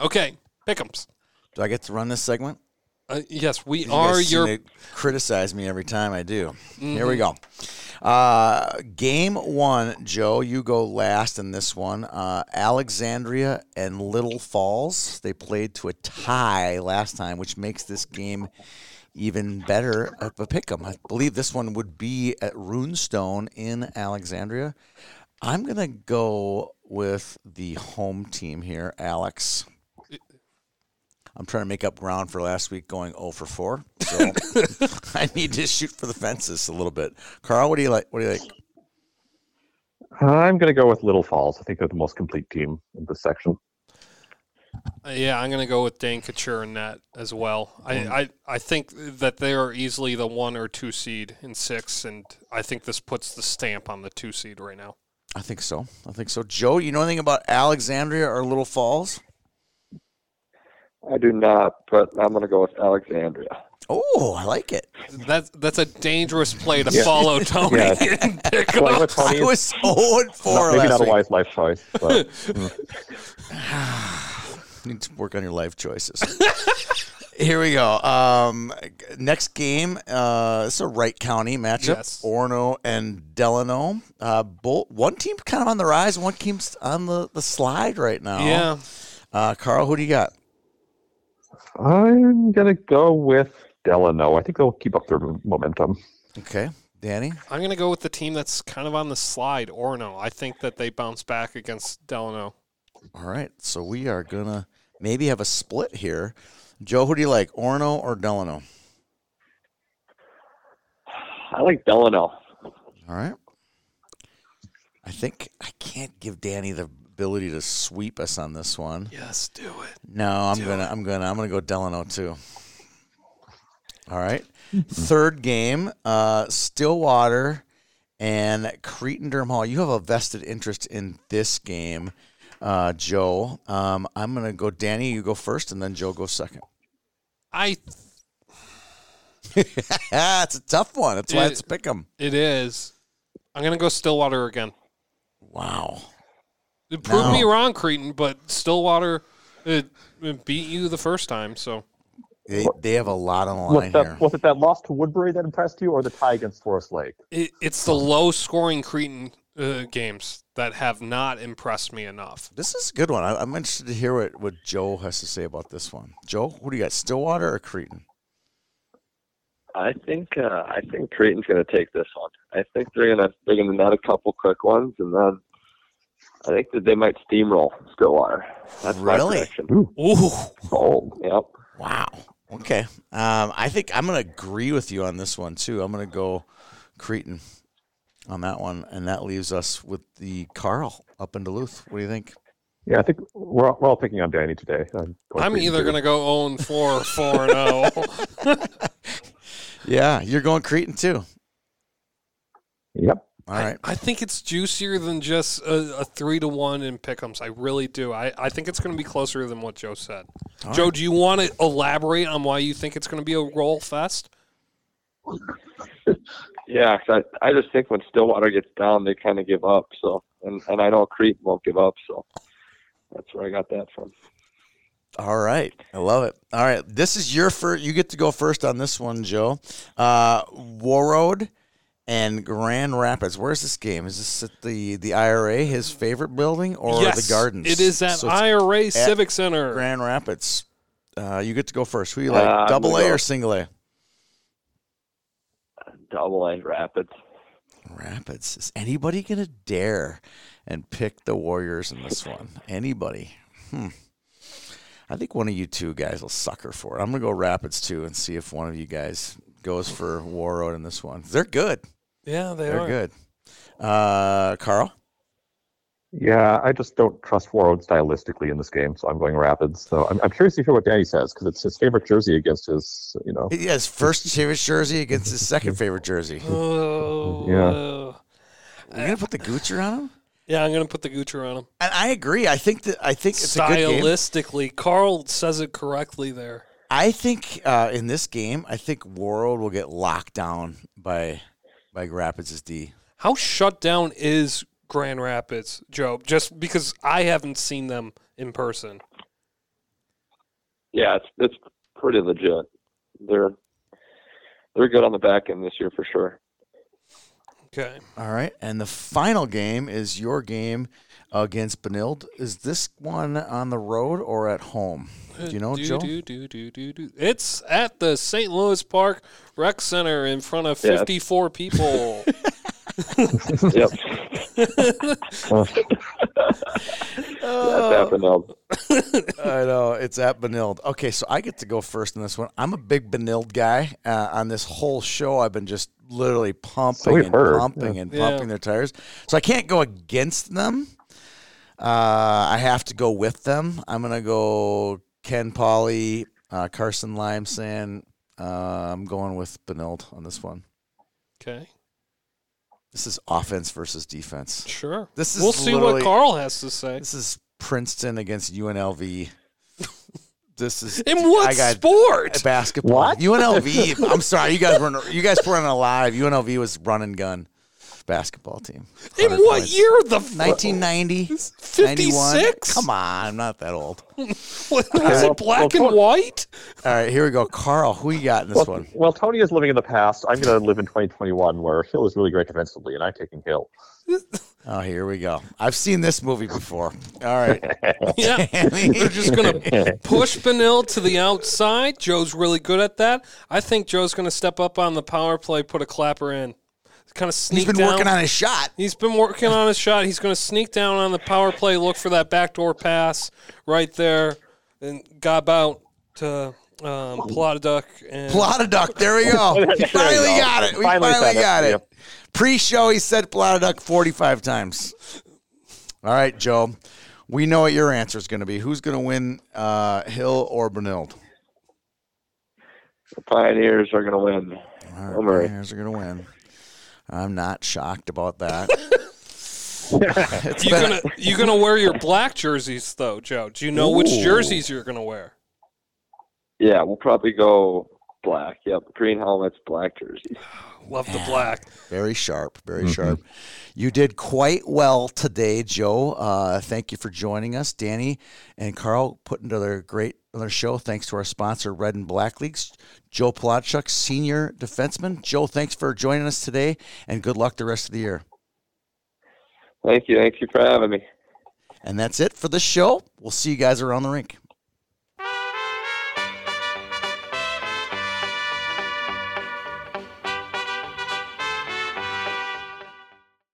[SPEAKER 4] Okay, pick'ems.
[SPEAKER 1] Do I get to run this segment?
[SPEAKER 4] Uh, yes, we
[SPEAKER 1] You guys
[SPEAKER 4] are
[SPEAKER 1] seem
[SPEAKER 4] your Mm-hmm.
[SPEAKER 1] to criticize me every time I do. Here we go. Uh, game one, Joe, you go last in this one. Uh, Alexandria and Little Falls. They played to a tie last time, which makes this game even better of a pick 'em. I believe this one would be at Runestone in Alexandria. I'm gonna go with the home team here, Alex. I'm trying to make up ground for last week going 0 for 4. So I need to shoot for the fences a little bit. Carl, what do you like? What do you like?
[SPEAKER 3] I'm going to go with Little Falls. I think they're the most complete team in this section.
[SPEAKER 4] Uh, Yeah, I'm going to go with Dan Couture in that as well. I,
[SPEAKER 1] Mm.
[SPEAKER 4] I, I think that they are easily the one or two seed in six, and I think this puts the stamp on the two seed right now.
[SPEAKER 1] I think so. I think so. Joe, you know anything about Alexandria or Little Falls?
[SPEAKER 6] I do not, but I'm gonna go with Alexandria.
[SPEAKER 1] Oh, I like it.
[SPEAKER 4] That's that's a dangerous play to follow Tony
[SPEAKER 3] Yeah.
[SPEAKER 4] and pick
[SPEAKER 3] Playing
[SPEAKER 4] up.
[SPEAKER 3] with Tony
[SPEAKER 1] I
[SPEAKER 3] is
[SPEAKER 1] was 0
[SPEAKER 3] not-
[SPEAKER 1] 4
[SPEAKER 3] maybe
[SPEAKER 1] last
[SPEAKER 3] not a
[SPEAKER 1] week.
[SPEAKER 3] wise life choice, but
[SPEAKER 1] You need to work on your life choices. Here we go. Um, next game. Uh, this is a Wright County matchup.
[SPEAKER 4] Yes.
[SPEAKER 1] Orno and Delano. Uh, both, one team kind of on the rise, one team's on the, the slide right now.
[SPEAKER 4] Yeah,
[SPEAKER 1] Uh, Carl, who do you got?
[SPEAKER 3] I'm going to go with Delano. I think they'll keep up their momentum.
[SPEAKER 1] Okay, Danny.
[SPEAKER 4] I'm going to go with the team that's kind of on the slide. Orno, I think that they bounce back against Delano.
[SPEAKER 1] All right. So we are gonna maybe have a split here. Joe, who do you like, Orno or Delano?
[SPEAKER 6] I like Delano.
[SPEAKER 1] All right. I think I can't give Danny the ability to sweep us on this one.
[SPEAKER 4] Yes, do it.
[SPEAKER 1] No, I'm gonna, I'm gonna, I'm gonna go Delano too. All right. Third game, uh, Stillwater and Creighton Durham Hall. You have a vested interest in this game, uh, Joe. Um, I'm gonna go. Danny, you go first, and then Joe goes second.
[SPEAKER 4] I
[SPEAKER 1] it's a tough one. That's why
[SPEAKER 4] It-
[SPEAKER 1] it's pick 'em.
[SPEAKER 4] it is. I'm going to go Stillwater again.
[SPEAKER 1] Wow.
[SPEAKER 4] It proved me
[SPEAKER 1] No.
[SPEAKER 4] wrong, Creighton, but Stillwater it, it beat you the first time, so.
[SPEAKER 1] They, they have a lot on the
[SPEAKER 3] Was,
[SPEAKER 1] line here.
[SPEAKER 3] that, was it that loss to Woodbury that impressed you, or the tie against Forest Lake?
[SPEAKER 4] It, it's the low scoring Cretan uh, games that have not impressed me enough.
[SPEAKER 1] This is a good one. I, I'm interested to hear what, what Joe has to say about this one. Joe, what do you got? Stillwater or Creighton?
[SPEAKER 6] I think uh, I think Creighton's gonna take this one. I think they're gonna they're gonna net a couple quick ones, and then I think that they might steamroll Stillwater. That's my
[SPEAKER 1] Really?
[SPEAKER 6] prediction.
[SPEAKER 4] Ooh,
[SPEAKER 6] Oh, yep.
[SPEAKER 1] Wow. Okay. Um, I think I'm going to agree with you on this one too. I'm going to go Cretan on that one, and that leaves us with the Carl up in Duluth. What do you think?
[SPEAKER 3] Yeah, I think we're, all- we're all picking on Danny today. Uh, I'm, going
[SPEAKER 4] I'm
[SPEAKER 3] Cretan,
[SPEAKER 4] either
[SPEAKER 3] too.
[SPEAKER 4] gonna go 0 4 or oh. 4 0.
[SPEAKER 1] Yeah, you're going Cretan too.
[SPEAKER 3] Yep.
[SPEAKER 1] All right.
[SPEAKER 4] I think it's juicier than just a, a three to one in pickems. I really do. I, I think it's going to be closer than what Joe said.
[SPEAKER 1] All
[SPEAKER 4] Joe, do you want to elaborate on why you think it's going to be a roll fest?
[SPEAKER 6] Yeah, 'cause I, I just think when Stillwater gets down, they kind of give up. So, and, and I know Crete won't give up. So, that's where I got that from.
[SPEAKER 1] All right. I love it. All right. This is your first. You get to go first on this one, Joe. Uh, Warroad and Grand Rapids. Where's this game? Is this at the, the IRA, his favorite building, or
[SPEAKER 4] yes,
[SPEAKER 1] the Gardens?
[SPEAKER 4] It is at
[SPEAKER 1] So it's
[SPEAKER 4] IRA Civic Center.
[SPEAKER 1] Grand Rapids. Uh, you get to go first. Who you like?
[SPEAKER 6] Uh, I'm
[SPEAKER 1] double
[SPEAKER 6] gonna
[SPEAKER 1] A
[SPEAKER 6] go-
[SPEAKER 1] or single A?
[SPEAKER 6] Double A Rapids.
[SPEAKER 1] Rapids. Is anybody going to dare and pick the Warriors in this one? Anybody? Hmm. I think one of you two guys will sucker for it. I'm going to go Rapids too and see if one of you guys goes for Warroad in this one. They're good.
[SPEAKER 4] yeah, they
[SPEAKER 1] They're
[SPEAKER 4] are.
[SPEAKER 1] good. Uh, Carl?
[SPEAKER 3] Yeah, I just don't trust Warroad stylistically in this game, so I'm going Rapids. So I'm, I'm curious to hear what Danny says because it's his favorite jersey against his, you know.
[SPEAKER 1] Yeah, his first favorite jersey against his second favorite jersey.
[SPEAKER 4] Oh,
[SPEAKER 3] Yeah.
[SPEAKER 4] uh,
[SPEAKER 1] We're going to put the Goocher on him?
[SPEAKER 4] yeah, I'm going to put the Gucci on him.
[SPEAKER 1] And I agree. I think that I think it's a good game.
[SPEAKER 4] Stylistically, Carl says it correctly there.
[SPEAKER 1] I think uh, in this game, I think Warroad will get locked down by by Rapids' D.
[SPEAKER 4] How shut down is Grand Rapids, Joe? Just because I haven't seen them in person.
[SPEAKER 6] Yeah, it's it's pretty legit. They're they're good on the back end this year for sure.
[SPEAKER 4] Okay.
[SPEAKER 1] All right, and the final game is your game against Benilde. Is this one on the road or at home? Do you know,
[SPEAKER 4] Uh, do,
[SPEAKER 1] Joe?
[SPEAKER 4] Do, do, do, do, do. It's at the St. Louis Park Rec Center in front of
[SPEAKER 6] Yeah.
[SPEAKER 4] 54 people.
[SPEAKER 6] Yep,
[SPEAKER 3] Uh,
[SPEAKER 6] that's happened. Now.
[SPEAKER 1] I know it's at Benilde. Okay, so I get to go first in this one. I'm a big Benilde guy. Uh, on this whole show, I've been just literally pumping
[SPEAKER 3] we've
[SPEAKER 1] and
[SPEAKER 3] heard,
[SPEAKER 1] pumping and
[SPEAKER 4] Yeah.
[SPEAKER 1] pumping their tires. So I can't go against them. Uh, I have to go with them. I'm gonna go Ken Polly, uh, Carson Limeson. Uh, I'm going with Benilde on this one.
[SPEAKER 4] okay.
[SPEAKER 1] This is offense versus defense.
[SPEAKER 4] Sure.
[SPEAKER 1] This is
[SPEAKER 4] we'll see
[SPEAKER 1] literally-
[SPEAKER 4] what Carl has to say.
[SPEAKER 1] This is Princeton against UNLV. this is
[SPEAKER 4] In what
[SPEAKER 1] I got-
[SPEAKER 4] sport?
[SPEAKER 1] basketball.
[SPEAKER 3] What?
[SPEAKER 1] UNLV. I'm sorry, you guys were you guys weren't alive. UNLV was run and gun basketball team.
[SPEAKER 4] In
[SPEAKER 1] 100
[SPEAKER 4] what
[SPEAKER 1] points.
[SPEAKER 4] year? The f-
[SPEAKER 1] 1990,
[SPEAKER 4] 56?
[SPEAKER 1] 91. Come on, I'm not that old.
[SPEAKER 4] was it black and white?
[SPEAKER 1] All right, here we go. Carl, who you got in this
[SPEAKER 3] well,
[SPEAKER 1] one?
[SPEAKER 3] well, Tony is living in the past. I'm going to live in 2021 where Hill is really great defensively, and I'm taking Hill.
[SPEAKER 1] Oh, here we go. I've seen this movie before. All right.
[SPEAKER 4] Yeah. They're just going to push Benil to the outside. Joe's really good at that. I think Joe's going to step up on the power play, put a clapper in. Kind of sneak
[SPEAKER 1] He's been
[SPEAKER 4] down.
[SPEAKER 1] working on his shot.
[SPEAKER 4] He's been working on his shot. He's going to sneak down on the power play, look for that backdoor pass right there, and gob out to um, Plataduck. And
[SPEAKER 1] Plot a duck. There we go. We
[SPEAKER 3] you
[SPEAKER 1] finally
[SPEAKER 3] go.
[SPEAKER 1] got it. We finally,
[SPEAKER 3] Finally said it.
[SPEAKER 1] got it.
[SPEAKER 3] Yep.
[SPEAKER 1] Pre-show, he said plot a duck 45 times. All right, Joe. We know what your answer is going to be. Who's going to win, uh, Hill or Benilde?
[SPEAKER 6] The Pioneers are gonna win.
[SPEAKER 1] All right,
[SPEAKER 6] Don't worry.
[SPEAKER 1] Bears are going to win. I'm not shocked about that. It's
[SPEAKER 4] you
[SPEAKER 1] been-
[SPEAKER 4] gonna you gonna wear your black jerseys though, Joe? Do you know which
[SPEAKER 1] Ooh.
[SPEAKER 4] jerseys you're gonna wear?
[SPEAKER 6] Yeah, we'll probably go black. Yep, green helmets, black jerseys.
[SPEAKER 4] Love the black.
[SPEAKER 1] Very sharp, very sharp. You did quite well today, Joe. Uh, thank you for joining us, Danny and Carl. Put another great another show. Thanks to our sponsor, Red and Black Leagues. Joe Palachuk, senior defenseman. Joe, thanks for joining us today, and good luck the rest of the year.
[SPEAKER 6] Thank you, thank you for having me.
[SPEAKER 1] And that's it for this show. We'll see you guys around the rink.